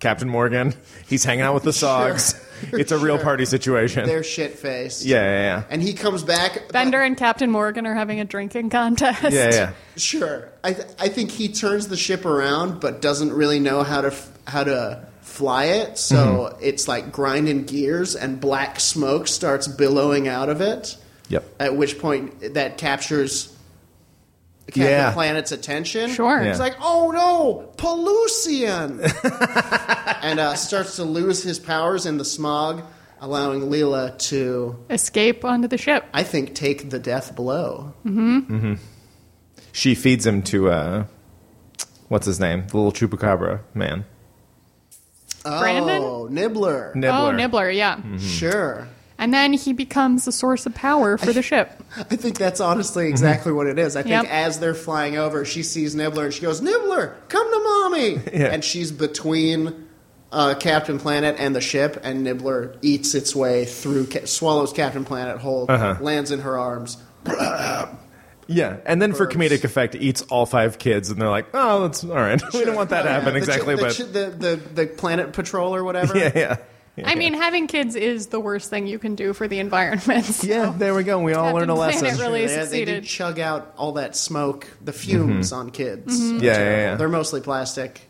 [SPEAKER 3] Captain Morgan. He's hanging out
[SPEAKER 1] *laughs*
[SPEAKER 3] with the Sogs. It's a real
[SPEAKER 1] Sure.
[SPEAKER 3] party situation.
[SPEAKER 1] They're shit faced.
[SPEAKER 3] yeah, yeah, yeah.
[SPEAKER 1] And he comes back.
[SPEAKER 2] Bender and Captain Morgan are having a drinking contest.
[SPEAKER 3] Yeah, yeah.
[SPEAKER 1] Sure. I, th- I think he turns the ship around, but doesn't really know how to f- how to fly it. So
[SPEAKER 3] Mm-hmm.
[SPEAKER 1] it's like grinding gears, and black smoke starts billowing out of it.
[SPEAKER 3] Yep.
[SPEAKER 1] At which point, that captures Captain
[SPEAKER 3] Yeah.
[SPEAKER 1] Planet's attention.
[SPEAKER 2] Sure.
[SPEAKER 3] Yeah.
[SPEAKER 1] It's like, oh no, Pollution! *laughs* and uh, starts to lose his powers in the smog, allowing Leela to,
[SPEAKER 2] *laughs* Escape onto the ship.
[SPEAKER 1] I think, take the death blow.
[SPEAKER 3] She feeds him to uh what's his name? The little chupacabra man.
[SPEAKER 2] Brandon?
[SPEAKER 1] Oh, Nibbler. Hmm.
[SPEAKER 3] Nibbler.
[SPEAKER 2] Oh, Nibbler, yeah.
[SPEAKER 3] Mm-hmm.
[SPEAKER 1] Sure.
[SPEAKER 2] And then he becomes the source of power for the ship.
[SPEAKER 1] I think that's honestly
[SPEAKER 3] Mm-hmm.
[SPEAKER 1] exactly what it is. I think
[SPEAKER 2] Yep.
[SPEAKER 1] as they're flying over, she sees Nibbler and she goes, Nibbler, come to mommy.
[SPEAKER 3] *laughs* Yeah.
[SPEAKER 1] And she's between uh, Captain Planet and the ship, and Nibbler eats its way through, ca- swallows Captain Planet whole,
[SPEAKER 3] Uh-huh.
[SPEAKER 1] lands in her arms.
[SPEAKER 3] Yeah. And then for
[SPEAKER 1] Burps.
[SPEAKER 3] comedic effect eats all five kids and they're like, "Oh, that's all right. *laughs* we didn't want that to happen
[SPEAKER 1] The chi-
[SPEAKER 3] exactly,
[SPEAKER 1] the
[SPEAKER 3] but
[SPEAKER 1] chi- the, the, the Planet Patrol or whatever.
[SPEAKER 3] *laughs* Yeah, yeah. Yeah,
[SPEAKER 2] I mean, having kids is the worst thing you can do for the environment.
[SPEAKER 3] yeah, there we go. We all
[SPEAKER 2] Captain
[SPEAKER 3] learned a
[SPEAKER 2] Planet
[SPEAKER 3] lesson.
[SPEAKER 2] really
[SPEAKER 1] They- They
[SPEAKER 2] succeeded.
[SPEAKER 1] did chug out all that smoke, the
[SPEAKER 3] Mm-hmm.
[SPEAKER 1] fumes on kids.
[SPEAKER 2] Mm-hmm.
[SPEAKER 3] Yeah, yeah, yeah.
[SPEAKER 1] They're mostly plastic.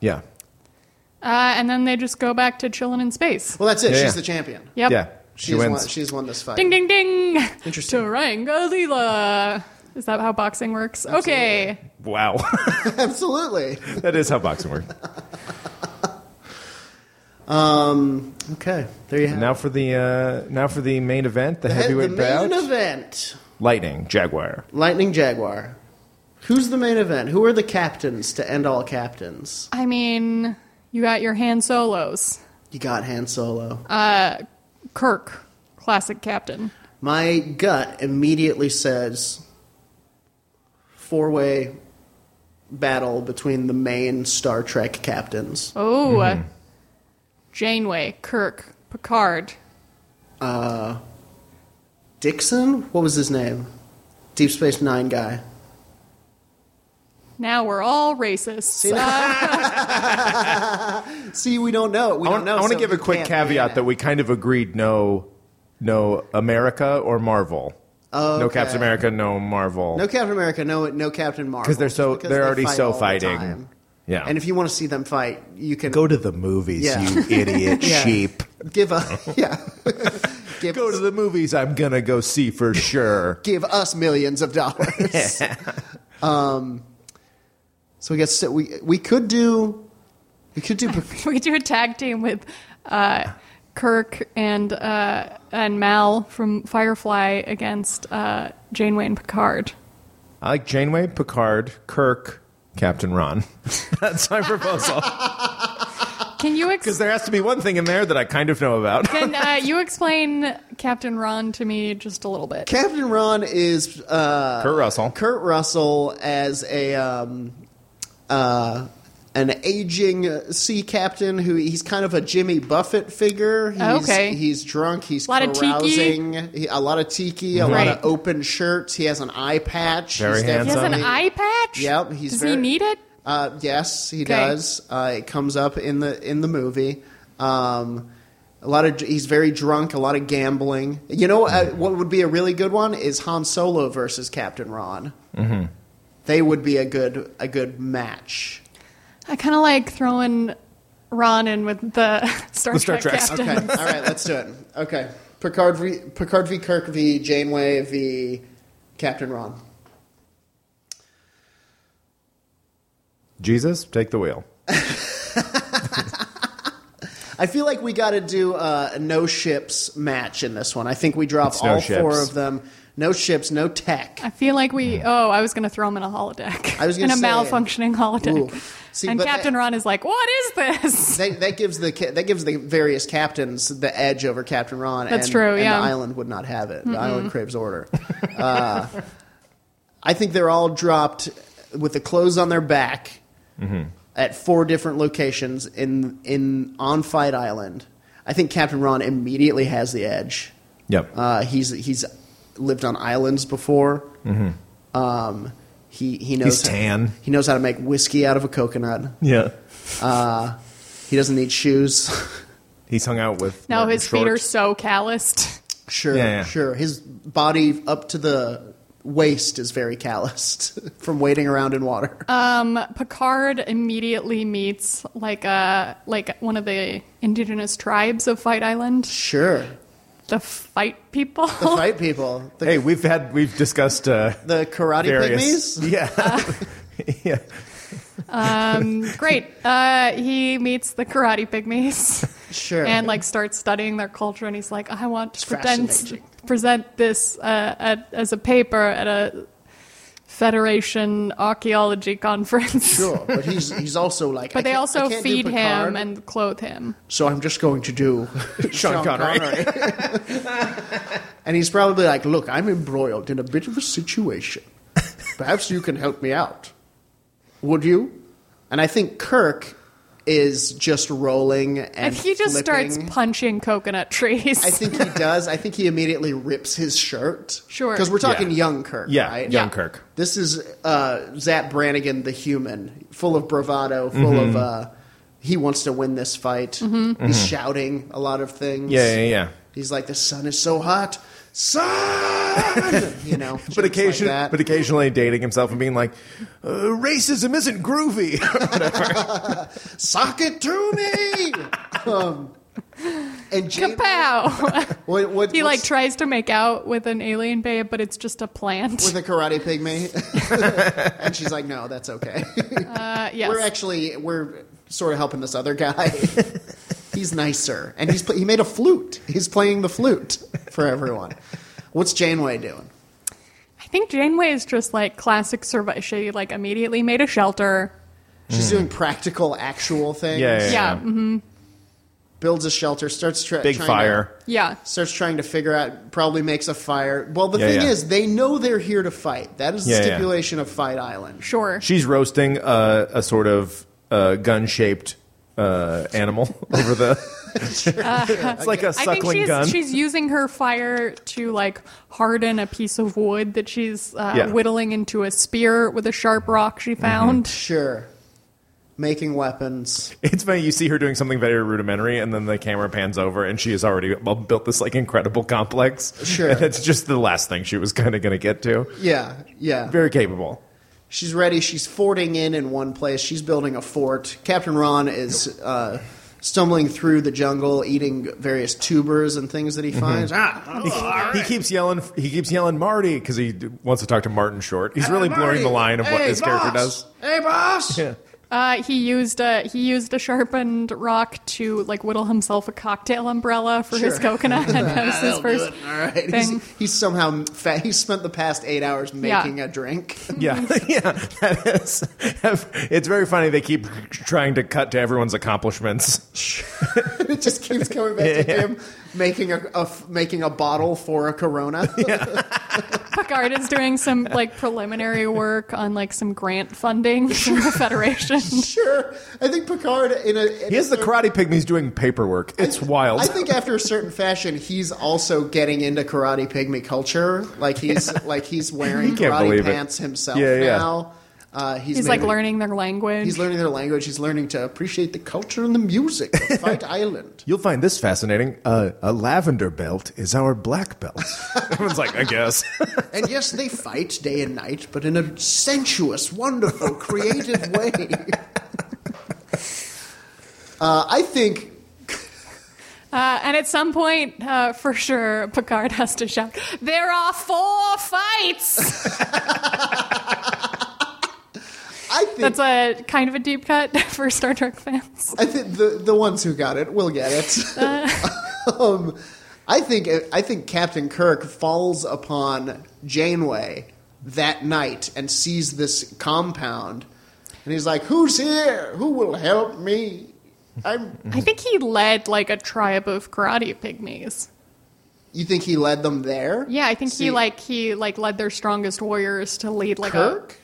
[SPEAKER 3] yeah.
[SPEAKER 2] *laughs* Uh, and then they just go back to chilling in space.
[SPEAKER 1] Well, that's it.
[SPEAKER 3] Yeah,
[SPEAKER 1] she's
[SPEAKER 3] yeah.
[SPEAKER 1] the champion.
[SPEAKER 2] Yep.
[SPEAKER 3] Yeah. She
[SPEAKER 1] She's
[SPEAKER 3] wins.
[SPEAKER 1] Won, she's won this fight.
[SPEAKER 2] Ding, ding, ding.
[SPEAKER 1] Interesting.
[SPEAKER 2] Taranga Leela. Is that how boxing works? Okay.
[SPEAKER 3] wow. *laughs*
[SPEAKER 1] Absolutely.
[SPEAKER 3] that is how boxing
[SPEAKER 1] *laughs*
[SPEAKER 3] works.
[SPEAKER 1] Um, Okay, there you have
[SPEAKER 3] Um, Now for the uh, now for the main event, the,
[SPEAKER 1] it. Hey,
[SPEAKER 3] heavyweight
[SPEAKER 1] the
[SPEAKER 3] bout.
[SPEAKER 1] main event.
[SPEAKER 3] Lightning Jaguar.
[SPEAKER 1] Lightning Jaguar. Who's the main event? Who are the captains to end all captains?
[SPEAKER 2] I mean, you got your hand solos.
[SPEAKER 1] You got Han Solo.
[SPEAKER 2] Kirk, classic captain.
[SPEAKER 1] My gut immediately says four way battle between the main Star Trek captains.
[SPEAKER 2] Oh, uh, Janeway, Kirk, Picard.
[SPEAKER 1] Dixon? What was his name? Deep Space Nine guy.
[SPEAKER 2] Now we're all racist. Uh,
[SPEAKER 1] See, we don't know. We
[SPEAKER 3] I
[SPEAKER 1] don't
[SPEAKER 3] want,
[SPEAKER 1] know.
[SPEAKER 3] I want
[SPEAKER 1] so
[SPEAKER 3] to give a
[SPEAKER 1] we
[SPEAKER 3] quick
[SPEAKER 1] can't ban
[SPEAKER 3] caveat that
[SPEAKER 1] it.
[SPEAKER 3] we kind of agreed no, no America or Marvel.
[SPEAKER 1] Oh,
[SPEAKER 3] No
[SPEAKER 1] okay.
[SPEAKER 3] Captain America, no Marvel.
[SPEAKER 1] No Captain America, no no Captain Marvel.
[SPEAKER 3] 'Cause they're so-
[SPEAKER 1] Because
[SPEAKER 3] they're
[SPEAKER 1] they
[SPEAKER 3] already
[SPEAKER 1] fight
[SPEAKER 3] so
[SPEAKER 1] all the
[SPEAKER 3] fighting.
[SPEAKER 1] time.
[SPEAKER 3] Yeah.
[SPEAKER 1] And if you want to see them fight, you can
[SPEAKER 4] to the movies,
[SPEAKER 1] Yeah. you
[SPEAKER 3] *laughs*
[SPEAKER 4] idiot
[SPEAKER 1] Yeah. sheep. give a *laughs* yeah. give,
[SPEAKER 3] go to the movies, I'm gonna go see for sure.
[SPEAKER 1] *laughs* give us millions of dollars. *laughs* Um so we guess so we we could do we could do *laughs*
[SPEAKER 2] *laughs* we do a tag team with uh, Kirk and uh, and Mal from Firefly against uh, Janeway and Picard.
[SPEAKER 3] I like Janeway, Picard, Kirk, Captain Ron. *laughs* That's my proposal.
[SPEAKER 2] Can you
[SPEAKER 3] *laughs* Because
[SPEAKER 2] ex-
[SPEAKER 3] there has to be one thing in there that I kind of know about.
[SPEAKER 2] can uh, you explain Captain Ron to me just a little bit?
[SPEAKER 1] Captain Ron is uh,
[SPEAKER 3] Kurt Russell.
[SPEAKER 1] Kurt Russell as a um, uh, an aging uh, sea captain who he's kind of a Jimmy Buffett figure. He's,
[SPEAKER 2] Oh, Okay.
[SPEAKER 1] he's drunk. He's
[SPEAKER 2] Lot of tiki.
[SPEAKER 1] carousing. He- a lot of tiki. A lot
[SPEAKER 2] Right.
[SPEAKER 1] of open shirts. He has an eye patch.
[SPEAKER 3] Very
[SPEAKER 1] He's
[SPEAKER 2] he has an
[SPEAKER 3] handsome.
[SPEAKER 1] definitely-
[SPEAKER 2] eye patch.
[SPEAKER 1] Yep, he's
[SPEAKER 2] Does he
[SPEAKER 1] very-
[SPEAKER 2] need it?
[SPEAKER 1] Uh, yes, he
[SPEAKER 2] Okay.
[SPEAKER 1] does. Uh, it comes up in the in the movie. Um, a lot of he's very drunk. A lot of gambling. You know uh, what would be a really good one is Han Solo versus Captain Ron. Mm-hmm. They would be a good a good match.
[SPEAKER 2] I kind of like throwing Ron in with the *laughs* Star,
[SPEAKER 3] The Star
[SPEAKER 2] Trek
[SPEAKER 3] Treks.
[SPEAKER 2] captain.
[SPEAKER 1] Okay, all right, let's do it. Okay, Picard v Picard v Kirk v Janeway v Captain Ron.
[SPEAKER 3] Jesus, take the wheel.
[SPEAKER 1] I feel like we got to do uh, a no ships match in this one. I think we drop
[SPEAKER 3] It's no
[SPEAKER 1] all four
[SPEAKER 3] ships.
[SPEAKER 1] of them. No ships, no tech.
[SPEAKER 2] I feel like we. Oh, I was going to throw him in a holodeck. *laughs*
[SPEAKER 1] I was gonna
[SPEAKER 2] in a
[SPEAKER 1] say-
[SPEAKER 2] malfunctioning holodeck.
[SPEAKER 1] Ooh. See,
[SPEAKER 2] and
[SPEAKER 1] but
[SPEAKER 2] Captain
[SPEAKER 1] that-
[SPEAKER 2] Ron is like, "What is
[SPEAKER 1] *laughs*
[SPEAKER 2] this?"
[SPEAKER 1] that, that gives the ca- that gives the various captains the edge over Captain Ron.
[SPEAKER 2] That's
[SPEAKER 1] and,
[SPEAKER 2] true,
[SPEAKER 1] And
[SPEAKER 2] yeah.
[SPEAKER 1] the island would not have it. The island craves order. uh, I think they're all dropped with the clothes on their back
[SPEAKER 3] Mm-hmm.
[SPEAKER 1] at four different locations in in on Fight Island. I think Captain Ron immediately has the edge.
[SPEAKER 3] Yep.
[SPEAKER 1] Uh, he's he's lived on islands before. Um, he he knows
[SPEAKER 3] Mm-hmm. He's tan.
[SPEAKER 1] He knows how to make whiskey out of a coconut.
[SPEAKER 3] yeah.
[SPEAKER 1] He doesn't need shoes. *laughs*
[SPEAKER 3] He's hung out with.
[SPEAKER 2] No,
[SPEAKER 3] Martin
[SPEAKER 2] his feet are
[SPEAKER 3] Short.
[SPEAKER 2] so calloused.
[SPEAKER 1] Sure,
[SPEAKER 3] Yeah, yeah.
[SPEAKER 1] sure. His body up to the waist is very calloused *laughs* from wading around in water.
[SPEAKER 2] Uh, Um, Picard immediately meets like a like one of the indigenous tribes of Fight Island,
[SPEAKER 1] sure.
[SPEAKER 2] the Fight people.
[SPEAKER 1] The fight people. The,
[SPEAKER 3] Hey, we've had we've discussed uh,
[SPEAKER 1] the karate
[SPEAKER 3] various.
[SPEAKER 1] pygmies?
[SPEAKER 3] *laughs* Yeah. yeah.
[SPEAKER 2] *laughs* Great. Uh, he meets the karate pygmies *laughs*
[SPEAKER 1] Sure.
[SPEAKER 2] and like starts studying their culture, and he's like, I want to present
[SPEAKER 1] fascinating.
[SPEAKER 2] present this uh, at, as a paper at a Federation archaeology conference.
[SPEAKER 1] Sure, but he's he's also like. I
[SPEAKER 2] *laughs* But they
[SPEAKER 1] can't- I
[SPEAKER 2] also
[SPEAKER 1] can't do
[SPEAKER 2] feed him
[SPEAKER 1] Picard,
[SPEAKER 2] and clothe him.
[SPEAKER 1] So I'm just going to
[SPEAKER 2] *laughs*
[SPEAKER 1] do Sean,
[SPEAKER 3] Connery.
[SPEAKER 1] Connery. *laughs* and he's probably like, "Look, I'm embroiled in a bit of a situation. Perhaps you can help me out. Would you?" And I think Kirk is just rolling and,
[SPEAKER 2] And he just starts
[SPEAKER 1] flipping.
[SPEAKER 2] punching coconut trees.
[SPEAKER 1] I think he does. I think he immediately rips his shirt.
[SPEAKER 2] Sure.
[SPEAKER 1] Because we're talking
[SPEAKER 3] Yeah.
[SPEAKER 1] young Kirk,
[SPEAKER 3] Yeah.
[SPEAKER 1] right?
[SPEAKER 3] Young
[SPEAKER 2] Yeah.
[SPEAKER 3] Kirk.
[SPEAKER 1] This is uh, Zap Brannigan, the human, full of bravado, full
[SPEAKER 3] Mm-hmm.
[SPEAKER 1] of uh, he wants to win this fight.
[SPEAKER 2] Mm-hmm.
[SPEAKER 1] He's shouting a lot of things.
[SPEAKER 3] Yeah. Yeah. *laughs* Yeah.
[SPEAKER 1] He's like, the sun is so hot, sun. *laughs* you know,
[SPEAKER 3] *laughs* But
[SPEAKER 1] occasionally,
[SPEAKER 3] occasionally, but occasionally dating himself and being like, uh, racism
[SPEAKER 2] *laughs*
[SPEAKER 3] isn't groovy.
[SPEAKER 1] sock it to
[SPEAKER 3] *laughs*
[SPEAKER 1] me. um, and Jane,
[SPEAKER 2] *laughs* Kapow!
[SPEAKER 1] what, what,
[SPEAKER 2] *laughs* He like
[SPEAKER 1] what's-
[SPEAKER 2] tries to make out with an alien babe, but it's just a plant.
[SPEAKER 1] with a karate pygmy, *laughs* and she's like, "No, that's
[SPEAKER 3] *laughs*
[SPEAKER 1] okay.
[SPEAKER 2] Uh, yes.
[SPEAKER 1] We're actually we're sort of helping this other
[SPEAKER 3] *laughs*
[SPEAKER 1] guy. he's nicer, and he's pl- he made a flute. He's playing the flute for everyone. What's Janeway doing?
[SPEAKER 2] I think Janeway is just like classic survival. She like immediately made a shelter.
[SPEAKER 1] She's doing practical, actual things.
[SPEAKER 3] Hmm. Yeah, yeah,
[SPEAKER 2] Yeah, yeah. mhm.
[SPEAKER 1] Builds a shelter. Starts tra-
[SPEAKER 3] Big
[SPEAKER 1] trying
[SPEAKER 3] fire.
[SPEAKER 1] To-
[SPEAKER 2] yeah.
[SPEAKER 1] Starts trying to figure out, probably makes a fire. Well, the
[SPEAKER 3] Yeah,
[SPEAKER 1] thing
[SPEAKER 3] yeah.
[SPEAKER 1] is, they know they're here to fight. That is the
[SPEAKER 3] Yeah, yeah.
[SPEAKER 1] stipulation of Fight Island.
[SPEAKER 2] Sure.
[SPEAKER 3] She's roasting a, a sort of uh, gun shaped uh, animal *laughs*
[SPEAKER 2] *laughs*
[SPEAKER 3] over the. it's like a
[SPEAKER 2] I think
[SPEAKER 3] suckling
[SPEAKER 2] she's
[SPEAKER 3] gun.
[SPEAKER 2] she's using her fire to like harden a piece of wood that she's uh,
[SPEAKER 3] Yeah.
[SPEAKER 2] whittling into a spear with a sharp rock
[SPEAKER 1] Mm-hmm.
[SPEAKER 2] she found.
[SPEAKER 1] Sure. Making weapons.
[SPEAKER 3] It's funny. You see her doing something very rudimentary, and then the camera pans over, and she has already bu- built this like incredible complex.
[SPEAKER 1] Sure.
[SPEAKER 3] and it's just the last thing she was kind of going to get to.
[SPEAKER 1] Yeah, yeah.
[SPEAKER 3] Very capable.
[SPEAKER 1] She's ready. She's forting in in one place. She's building a fort. Captain Ron is uh, stumbling through the jungle, eating various tubers and things
[SPEAKER 3] Mm-hmm.
[SPEAKER 1] that he finds. Ah,
[SPEAKER 3] He, he keeps yelling. He keeps yelling Marty because he d- wants to talk to Martin Short. He's really blurring the line of what
[SPEAKER 1] Uh, Hey,
[SPEAKER 3] his character
[SPEAKER 1] boss!
[SPEAKER 3] does.
[SPEAKER 1] Hey, boss!
[SPEAKER 3] *laughs* Yeah.
[SPEAKER 2] Uh, he used a he used a sharpened rock to like whittle himself a cocktail umbrella for his
[SPEAKER 1] Sure.
[SPEAKER 2] coconut.
[SPEAKER 1] *laughs*
[SPEAKER 2] *laughs* that was his
[SPEAKER 1] That'll do
[SPEAKER 2] first
[SPEAKER 1] it. All right.
[SPEAKER 2] thing.
[SPEAKER 1] He's, he's somehow fa- he spent the past eight hours
[SPEAKER 2] Yeah.
[SPEAKER 1] making a drink. *laughs*
[SPEAKER 3] Yeah, *laughs* yeah. That is, *laughs* it's very funny. They keep trying to cut to everyone's accomplishments.
[SPEAKER 1] it just keeps coming back
[SPEAKER 3] *laughs*
[SPEAKER 1] to him making a, a f- making a bottle for a
[SPEAKER 3] *laughs*
[SPEAKER 1] Corona.
[SPEAKER 2] Picard is doing some like preliminary work on like some grant
[SPEAKER 1] *laughs*
[SPEAKER 2] funding from the Federation.
[SPEAKER 1] *laughs* sure, I think Picard in a in
[SPEAKER 3] He has
[SPEAKER 1] a
[SPEAKER 3] the Karate Pygmies doing paperwork. It's wild.
[SPEAKER 1] I think after a certain fashion, he's also getting into karate pygmy culture. Like
[SPEAKER 3] *laughs*
[SPEAKER 1] he's like he's wearing
[SPEAKER 3] can't
[SPEAKER 1] karate
[SPEAKER 3] believe it.
[SPEAKER 1] pants himself
[SPEAKER 3] Yeah, yeah.
[SPEAKER 1] now. Uh, he's
[SPEAKER 2] He's like
[SPEAKER 1] maybe-
[SPEAKER 2] learning their language.
[SPEAKER 1] He's learning their language. He's learning to appreciate the culture and the music
[SPEAKER 3] *laughs*
[SPEAKER 1] of Fight Island.
[SPEAKER 3] You'll find this fascinating. Uh, a lavender belt is our black belt. *laughs* Everyone's like,
[SPEAKER 1] *laughs*
[SPEAKER 3] I guess.
[SPEAKER 1] And yes, they fight day and night, but in a sensuous, wonderful, creative
[SPEAKER 3] *laughs*
[SPEAKER 1] way. Uh, I think
[SPEAKER 2] Uh, and at some point, uh, for sure, Picard has to shout, "There are four fights."
[SPEAKER 1] I think
[SPEAKER 2] That's a kind of a deep cut *laughs* for Star Trek fans.
[SPEAKER 1] I think the the ones who got it will get
[SPEAKER 2] *laughs*
[SPEAKER 1] it.
[SPEAKER 2] Uh.
[SPEAKER 1] *laughs* um, I think I think Captain Kirk falls upon Janeway that night and sees this compound, and he's like, "Who's here? Who will help me?" I'm.
[SPEAKER 2] I think he led like a tribe of karate pygmies.
[SPEAKER 1] You think he led them there?
[SPEAKER 2] Yeah, I think
[SPEAKER 1] See,
[SPEAKER 2] he like he like led their strongest warriors to lead like
[SPEAKER 1] Kirk.
[SPEAKER 2] a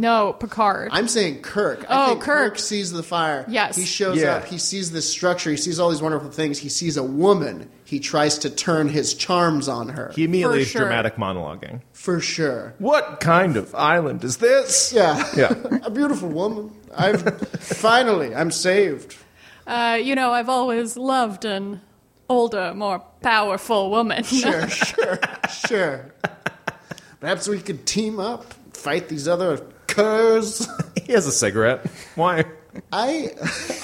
[SPEAKER 2] no Picard.
[SPEAKER 1] I'm saying Kirk. I
[SPEAKER 2] Oh,
[SPEAKER 1] think Kirk.
[SPEAKER 2] Kirk.
[SPEAKER 1] sees the fire.
[SPEAKER 2] Yes.
[SPEAKER 1] He shows
[SPEAKER 3] Yeah.
[SPEAKER 1] up. He sees this structure. He sees all these wonderful things. He sees a woman. He tries to turn his charms on her.
[SPEAKER 3] He immediately
[SPEAKER 2] For
[SPEAKER 3] is
[SPEAKER 2] sure.
[SPEAKER 3] dramatic monologuing.
[SPEAKER 1] for sure.
[SPEAKER 3] What kind of island is this?
[SPEAKER 1] Yeah.
[SPEAKER 3] Yeah.
[SPEAKER 1] *laughs* a beautiful woman. I've
[SPEAKER 3] *laughs*
[SPEAKER 1] finally I'm saved.
[SPEAKER 2] Uh, you know, I've always loved an older, more powerful woman.
[SPEAKER 1] Sure, sure, sure. Perhaps we could team up, fight these other curs.
[SPEAKER 3] *laughs* He has a cigarette. Why?
[SPEAKER 1] I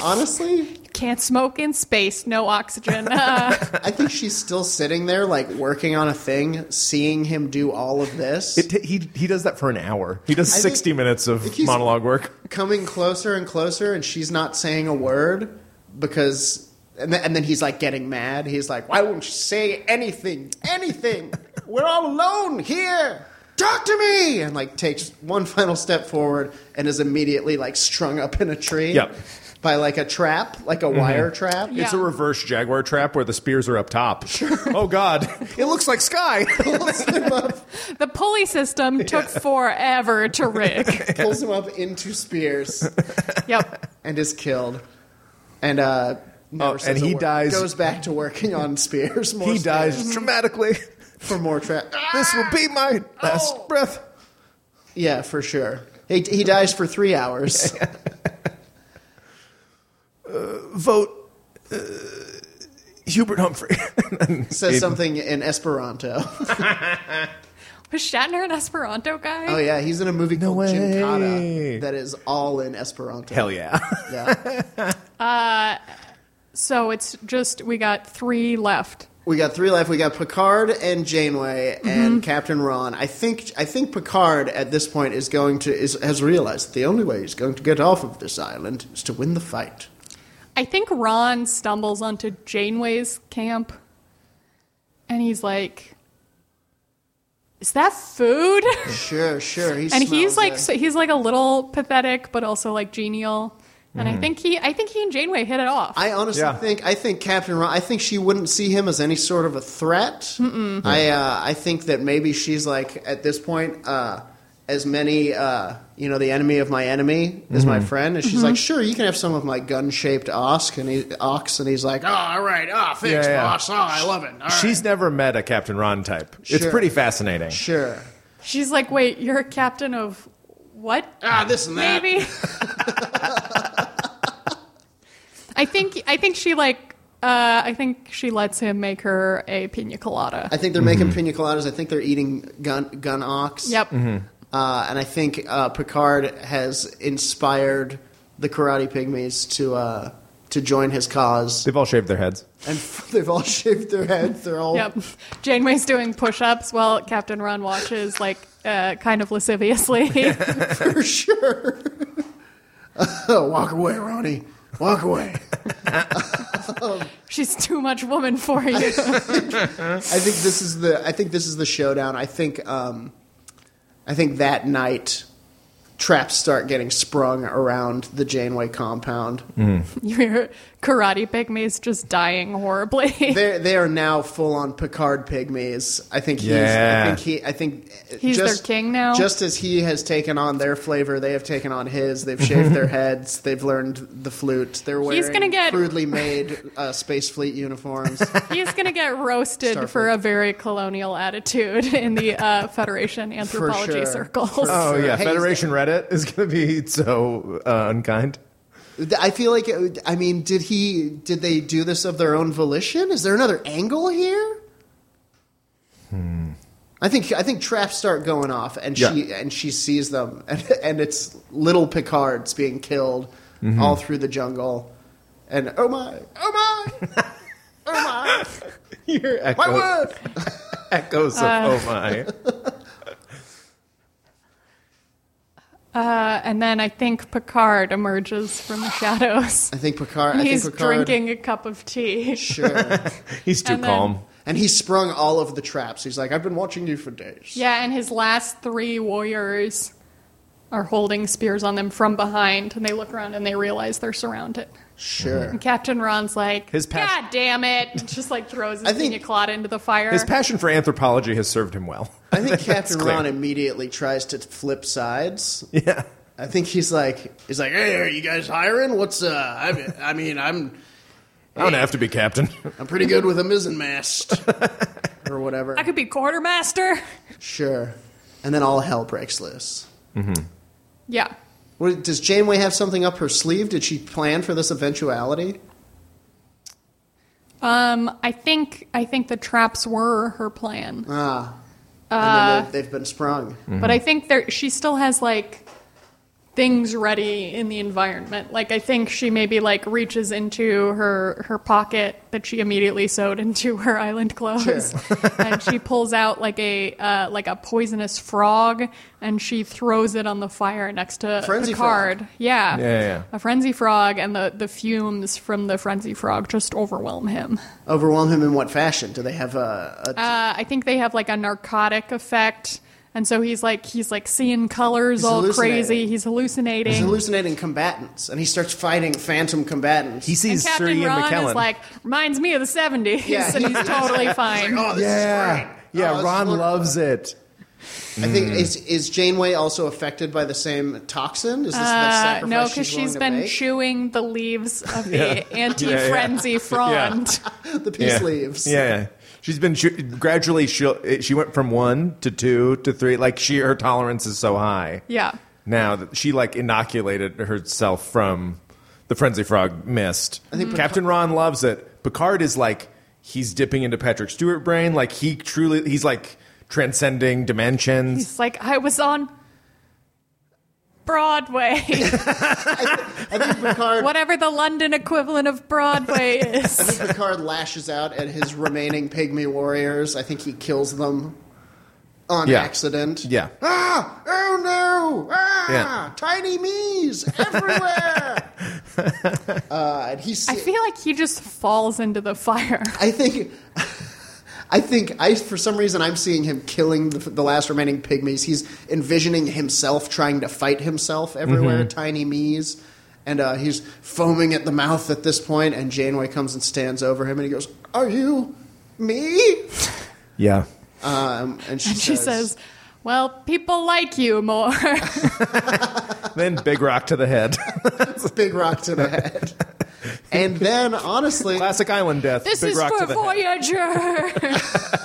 [SPEAKER 1] honestly,
[SPEAKER 2] *laughs* Can't smoke in space, no oxygen. *laughs* Uh,
[SPEAKER 1] I think she's still sitting there, like working on a thing, seeing him do all of this,
[SPEAKER 3] It t- he, he does that for an hour. He does
[SPEAKER 1] I think-
[SPEAKER 3] 60 minutes
[SPEAKER 1] I
[SPEAKER 3] of
[SPEAKER 1] think he's-
[SPEAKER 3] monologue work.
[SPEAKER 1] coming closer and closer, and she's not saying a word because. And then, and then he's like getting mad. He's like, "Why won't you say anything?
[SPEAKER 3] *laughs*
[SPEAKER 1] Anything? We're all alone here. Talk to me!" And like takes one final step forward and is immediately like strung up in a tree.
[SPEAKER 3] Yep. Mm-hmm.
[SPEAKER 1] By like a trap, like a wire trap. *laughs*
[SPEAKER 2] Yeah.
[SPEAKER 3] It's a reverse jaguar trap where the spears are up top. Oh God! It looks like *laughs* sky.
[SPEAKER 2] the pulley *laughs* system took forever to *laughs* rig.
[SPEAKER 1] Pulls him up into
[SPEAKER 3] *laughs*
[SPEAKER 1] spears
[SPEAKER 2] Yep.
[SPEAKER 1] and is killed. And uh, never
[SPEAKER 3] Oh,
[SPEAKER 1] says
[SPEAKER 3] and
[SPEAKER 1] a
[SPEAKER 3] he
[SPEAKER 1] word.
[SPEAKER 3] dies-
[SPEAKER 1] Goes back to working on spears. More Ah!
[SPEAKER 3] he
[SPEAKER 1] spears *laughs*
[SPEAKER 3] dies dramatically.
[SPEAKER 1] for more trap.
[SPEAKER 3] This will be my last
[SPEAKER 1] Oh.
[SPEAKER 3] breath.
[SPEAKER 1] Yeah, for sure. He, he dies for three hours.
[SPEAKER 3] Vote uh, Hubert Humphrey.
[SPEAKER 1] Says something in Esperanto.
[SPEAKER 2] Was Shatner an Esperanto guy?
[SPEAKER 1] Oh yeah, he's in a movie called
[SPEAKER 3] way.
[SPEAKER 1] Gymkhana that is all in Esperanto.
[SPEAKER 3] *laughs* Hell yeah!
[SPEAKER 1] yeah!
[SPEAKER 2] So it's just we got three left.
[SPEAKER 1] We got three left. We got Picard and Janeway and Captain Ron. I think I think Picard at this point is going to is, has realized that the only way he's going to get off of this island is to win the fight.
[SPEAKER 2] I think Ron stumbles onto Janeway's camp and he's like, Is
[SPEAKER 1] *laughs*
[SPEAKER 2] that food?
[SPEAKER 1] Sure, sure. He
[SPEAKER 2] *laughs* and he's
[SPEAKER 1] smells
[SPEAKER 2] like,
[SPEAKER 1] it.
[SPEAKER 2] so he's like a little pathetic, but also like genial. And I think he, I think he and Janeway hit it off.
[SPEAKER 1] Mm-hmm. I honestly
[SPEAKER 3] Yeah.
[SPEAKER 1] think I think Captain Ron. I think she wouldn't see him as any sort of a threat. I uh, I think that maybe she's like at this point, uh, as many uh, you know, the enemy of my enemy is
[SPEAKER 3] Mm-hmm.
[SPEAKER 1] my friend, and she's like, sure, you can have some of my gun shaped ox, and he ox, and he's like, oh, all right, ah, thanks,
[SPEAKER 3] Yeah, yeah.
[SPEAKER 1] boss, oh, I love it. All right."
[SPEAKER 3] She's never met a Captain Ron type. It's
[SPEAKER 1] Sure.
[SPEAKER 3] pretty fascinating.
[SPEAKER 1] sure,
[SPEAKER 2] She's like, Wait, you're a captain of what?
[SPEAKER 1] ah, this and that. *laughs*
[SPEAKER 2] Maybe. I think, I think she like, uh, I think she lets him make her a pina colada.
[SPEAKER 1] I think they're making
[SPEAKER 3] Mm-hmm.
[SPEAKER 1] pina coladas. I think they're eating gun gun ox.
[SPEAKER 2] Yep.
[SPEAKER 1] Uh, and I think uh, Picard has inspired the Karate Pygmies to uh, to join his cause,
[SPEAKER 3] They've all shaved their heads.
[SPEAKER 1] and *laughs* they've all shaved their heads. They're all
[SPEAKER 2] Yep. Janeway's doing push-ups while Captain
[SPEAKER 1] *laughs*
[SPEAKER 2] Ron watches, like, uh, kind of lasciviously.
[SPEAKER 1] for sure. *laughs* Walk away, Ronnie. Walk away.
[SPEAKER 2] She's too much woman for you. *laughs*
[SPEAKER 1] I think this is the I think this is the showdown. I think um, I think that night traps start getting sprung around the Janeway compound.
[SPEAKER 2] Your karate pygmy's just
[SPEAKER 1] *laughs*
[SPEAKER 2] dying *laughs* horribly.
[SPEAKER 1] They they are now full on Picard pygmies. I think he's
[SPEAKER 3] Yeah.
[SPEAKER 1] I think he I think uh,
[SPEAKER 2] He's their king now?
[SPEAKER 1] Just as he has taken on their flavor, they have taken on his. They've shaved their heads. They've learned the flute. They're wearing
[SPEAKER 2] He's gonna get-
[SPEAKER 1] crudely made uh, space fleet uniforms.
[SPEAKER 2] He's going to get roasted
[SPEAKER 1] Starfleet.
[SPEAKER 2] for a very colonial attitude in the uh, Federation anthropology
[SPEAKER 1] sure.
[SPEAKER 2] circles.
[SPEAKER 3] Oh
[SPEAKER 1] Sure.
[SPEAKER 3] yeah,
[SPEAKER 1] Hey,
[SPEAKER 3] Federation Reddit is going to be so uh, unkind. *laughs*
[SPEAKER 1] I feel like it would- I mean, did he? Did they do this of their own volition? Is there another angle here? I think I think traps start going off, and she
[SPEAKER 3] Yeah.
[SPEAKER 1] and she sees them, *laughs* and, and it's little Picards being killed all through the jungle, and oh my, oh my, oh my,
[SPEAKER 3] Your
[SPEAKER 1] my
[SPEAKER 3] echo,
[SPEAKER 1] word!
[SPEAKER 3] echoes of oh
[SPEAKER 1] *laughs*
[SPEAKER 3] my.
[SPEAKER 2] Uh, and then I think Picard emerges from the shadows.
[SPEAKER 1] I think Picard. I
[SPEAKER 2] He's
[SPEAKER 1] think Picard,
[SPEAKER 2] drinking a cup of tea. *laughs*
[SPEAKER 1] Sure,
[SPEAKER 3] He's too
[SPEAKER 2] And then-
[SPEAKER 3] calm.
[SPEAKER 1] and he sprung all of the traps. He's like, I've been watching you for days.
[SPEAKER 2] Yeah, and his last three warriors are holding spears on them from behind, and they look around and they realize they're surrounded.
[SPEAKER 1] sure.
[SPEAKER 2] Captain Ron's like,
[SPEAKER 3] His pas-
[SPEAKER 2] God damn it! and Just like throws his
[SPEAKER 1] I think-
[SPEAKER 2] pina colada into the fire.
[SPEAKER 3] His passion for anthropology has served him well.
[SPEAKER 1] I
[SPEAKER 3] *laughs*
[SPEAKER 1] think Captain
[SPEAKER 3] clear.
[SPEAKER 1] Ron immediately tries to flip sides.
[SPEAKER 3] Yeah.
[SPEAKER 1] I think he's like he's like, hey, are you guys hiring? What's uh? I, I mean, I'm
[SPEAKER 3] I don't have to be captain.
[SPEAKER 1] I'm pretty good with a mizzen
[SPEAKER 3] *laughs*
[SPEAKER 1] mast or whatever.
[SPEAKER 2] I could be quartermaster.
[SPEAKER 1] Sure. And then all hell breaks loose.
[SPEAKER 2] Yeah.
[SPEAKER 1] What, does Janeway have something up her sleeve? Did she plan for this eventuality?
[SPEAKER 2] Um, I think I think the traps were her plan,
[SPEAKER 1] Ah.
[SPEAKER 2] Uh,
[SPEAKER 1] And then they- they've been sprung.
[SPEAKER 2] but I think there she still has like things ready in the environment. Like I think she maybe like reaches into her her pocket that she immediately sewed into her island clothes, *laughs* and she pulls out like a uh, like a poisonous frog, and she throws it on the fire next to
[SPEAKER 1] Frenzy
[SPEAKER 2] Picard.
[SPEAKER 1] frog.
[SPEAKER 2] Yeah.
[SPEAKER 3] Yeah, yeah, yeah.
[SPEAKER 2] a frenzy frog, and the the fumes from the frenzy frog just overwhelm him.
[SPEAKER 1] Overwhelm him in what fashion? Do they have a? a
[SPEAKER 2] Uh, I think they have like a narcotic effect, and so he's like he's like seeing colors
[SPEAKER 1] He's
[SPEAKER 2] all crazy.
[SPEAKER 1] hallucinating.
[SPEAKER 2] He's hallucinating.
[SPEAKER 1] he's hallucinating combatants, and he starts fighting phantom combatants.
[SPEAKER 3] He
[SPEAKER 2] and
[SPEAKER 3] sees
[SPEAKER 2] Captain
[SPEAKER 3] Suri
[SPEAKER 2] Ron
[SPEAKER 3] and McKellen.
[SPEAKER 2] is like reminds me of the seventies,
[SPEAKER 1] Yeah,
[SPEAKER 2] and he's
[SPEAKER 1] he's-
[SPEAKER 2] totally fine.
[SPEAKER 1] oh, this is
[SPEAKER 3] yeah,
[SPEAKER 1] great.
[SPEAKER 3] yeah.
[SPEAKER 1] Oh, this
[SPEAKER 3] Ron
[SPEAKER 1] is wonderful.
[SPEAKER 3] loves it.
[SPEAKER 1] I think
[SPEAKER 3] Mm.
[SPEAKER 1] is is Janeway also affected by the same toxin? Is this the
[SPEAKER 2] Uh,
[SPEAKER 1] "Oh, sacrifice
[SPEAKER 2] no,
[SPEAKER 1] because
[SPEAKER 2] because she's been
[SPEAKER 1] make?
[SPEAKER 2] chewing the leaves of the
[SPEAKER 3] Yeah, yeah.
[SPEAKER 2] anti-frenzy frond.
[SPEAKER 1] *laughs* the peace
[SPEAKER 3] yeah.
[SPEAKER 1] leaves.
[SPEAKER 3] Yeah, yeah. She's been she, gradually. She she went from one to two to three. Like she, her tolerance is so high.
[SPEAKER 2] Yeah.
[SPEAKER 3] Now that she like inoculated herself from the frenzy frog mist. I think Captain Ron loves it. Picard is like he's dipping into Patrick Stewart brain. Like he truly, he's like transcending dimensions.
[SPEAKER 2] It's like I was on Broadway, *laughs*
[SPEAKER 1] I think Picard.
[SPEAKER 2] whatever the London equivalent of Broadway
[SPEAKER 3] *laughs*
[SPEAKER 2] is.
[SPEAKER 1] Picard lashes out at his remaining pygmy warriors. I think he kills them on
[SPEAKER 3] Yeah.
[SPEAKER 1] accident.
[SPEAKER 3] Yeah.
[SPEAKER 1] Ah! Oh no! Ah!
[SPEAKER 3] Yeah.
[SPEAKER 1] Tiny me's
[SPEAKER 3] *laughs*
[SPEAKER 1] everywhere. uh, and he's.
[SPEAKER 2] I feel like he just falls into the fire.
[SPEAKER 1] I think. *laughs* I think I for some reason I'm seeing him killing the, the last remaining pygmies. He's envisioning himself trying to fight himself everywhere,
[SPEAKER 2] Mm-hmm.
[SPEAKER 1] tiny me's, and uh, he's foaming at the mouth at this point. And Janeway comes and stands over him, and he goes, "Are you me?"
[SPEAKER 3] Yeah.
[SPEAKER 1] Um, and she,
[SPEAKER 2] And she says, Well, people like you more.
[SPEAKER 3] Then big rock to the head.
[SPEAKER 1] "Big rock to the
[SPEAKER 2] *laughs*
[SPEAKER 1] head." and then, honestly,
[SPEAKER 3] *laughs* Classic island death.
[SPEAKER 2] *laughs* this
[SPEAKER 3] big
[SPEAKER 2] is
[SPEAKER 3] rock
[SPEAKER 2] for
[SPEAKER 3] to the head.
[SPEAKER 2] Voyager.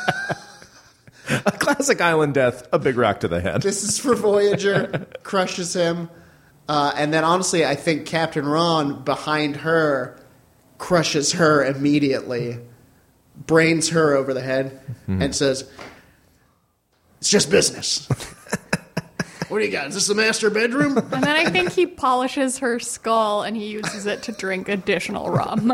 [SPEAKER 3] *laughs* Classic island death. A big rock to the head.
[SPEAKER 1] this is for
[SPEAKER 3] *laughs*
[SPEAKER 1] Voyager, crushes him. Uh, and then honestly, I think Captain Ron behind her crushes her immediately, brains her over the head,
[SPEAKER 3] Mm-hmm.
[SPEAKER 1] and says, It's just
[SPEAKER 3] *laughs*
[SPEAKER 1] business. what do you got? Is this the master
[SPEAKER 3] *laughs*
[SPEAKER 1] bedroom?
[SPEAKER 2] *laughs* and then I think he polishes her skull and he uses it to drink additional *laughs* rum.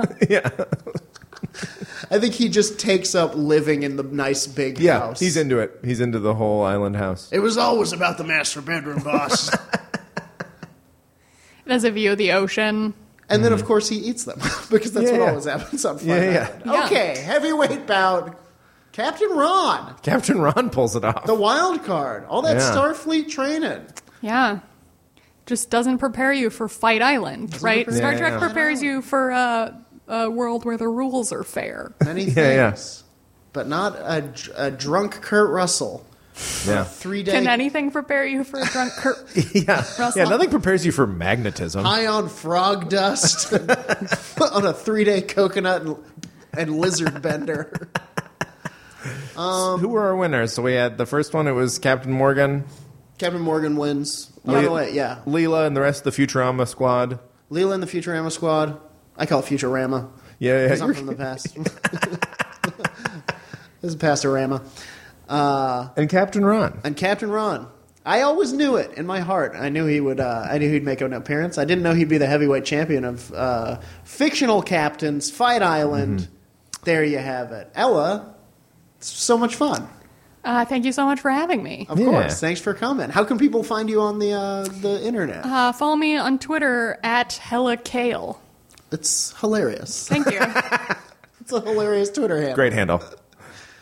[SPEAKER 1] I think he just takes up living in the nice big
[SPEAKER 3] Yeah,
[SPEAKER 1] house.
[SPEAKER 3] he's into it. He's into the whole island house.
[SPEAKER 1] It was always about the master bedroom, boss.
[SPEAKER 2] It has a view of the ocean.
[SPEAKER 1] And then, of course, he eats them *laughs* because that's
[SPEAKER 3] Mm-hmm. Yeah,
[SPEAKER 1] what
[SPEAKER 3] yeah.
[SPEAKER 1] always happens on Fun
[SPEAKER 3] Yeah, yeah.
[SPEAKER 1] Island.
[SPEAKER 2] Yeah.
[SPEAKER 1] Okay, heavyweight bout. Captain Ron,
[SPEAKER 3] Captain Ron pulls it off.
[SPEAKER 1] the wild card, all that
[SPEAKER 3] Yeah.
[SPEAKER 1] Starfleet training.
[SPEAKER 2] Yeah. Just doesn't prepare you for Fight Island, right?
[SPEAKER 1] prepare
[SPEAKER 2] Star
[SPEAKER 3] you for
[SPEAKER 2] Trek
[SPEAKER 3] Fight
[SPEAKER 2] prepares you for uh, a world where the rules are *laughs* fair.
[SPEAKER 1] Many things,
[SPEAKER 3] *laughs* Yeah, yeah.
[SPEAKER 1] but not a, dr- a drunk Kurt Russell. *laughs*
[SPEAKER 3] yeah. *laughs*
[SPEAKER 1] Three
[SPEAKER 2] Can
[SPEAKER 1] day
[SPEAKER 2] anything prepare you for a drunk Kurt? *laughs*
[SPEAKER 3] Yeah.
[SPEAKER 2] Russell?
[SPEAKER 3] Yeah, nothing prepares you for magnetism.
[SPEAKER 1] high on frog dust *laughs* on a three day coconut and, and lizard bender. *laughs*
[SPEAKER 3] Um, Who were our winners? So we had the first one, it was Captain Morgan,
[SPEAKER 1] Captain Morgan wins. By the
[SPEAKER 3] Le-
[SPEAKER 1] way, yeah.
[SPEAKER 3] Leela, and the rest of the Futurama squad.
[SPEAKER 1] Leela in the Futurama squad. I call it Futurama.
[SPEAKER 3] Yeah, yeah.
[SPEAKER 1] Because I'm from the past. *laughs* this is Pastorama.
[SPEAKER 3] And Captain Ron.
[SPEAKER 1] And Captain Ron. I always knew it in my heart. I knew he would. Uh, I knew he'd make an appearance. I didn't know he'd be the heavyweight champion of uh, fictional captains. Fight Island.
[SPEAKER 3] Mm-hmm.
[SPEAKER 1] There you have it, Ella. It's so much fun.
[SPEAKER 2] Uh, thank you so much for having me.
[SPEAKER 1] Of
[SPEAKER 3] Yeah.
[SPEAKER 1] course. Thanks for coming. How can people find you on the uh, the internet?
[SPEAKER 2] Uh, follow me on Twitter at Hella Kale.
[SPEAKER 1] it's hilarious.
[SPEAKER 2] Thank *laughs* you.
[SPEAKER 1] It's a hilarious Twitter handle.
[SPEAKER 3] Great handle.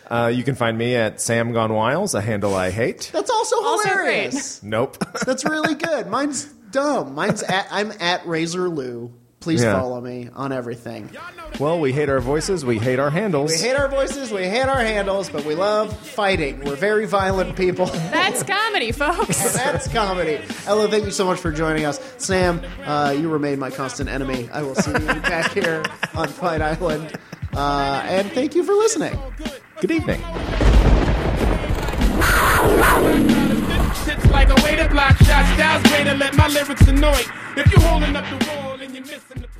[SPEAKER 3] Uh, you can find me at Sam Gone Wiles, a handle I hate.
[SPEAKER 1] That's also
[SPEAKER 2] Also great.
[SPEAKER 1] hilarious.
[SPEAKER 3] Nope. *laughs*
[SPEAKER 1] That's really good. Mine's dumb. Mine's at, I'm at Razor Lou. Please
[SPEAKER 3] Yeah.
[SPEAKER 1] follow me on everything.
[SPEAKER 3] well, we hate our voices, we hate our handles.
[SPEAKER 1] We hate our voices, we hate our handles, but we love fighting. We're very violent people. *laughs*
[SPEAKER 2] That's comedy, folks.
[SPEAKER 1] That's comedy. Ella, thank you so much for joining us. Sam, uh, you remain my constant enemy. I will see you back here on Fight Island. Uh, and thank you for listening.
[SPEAKER 3] Good evening.
[SPEAKER 4] Shit's like a way to block shots, styles way to let my lyrics annoy. If you holding up the wall and you're missing the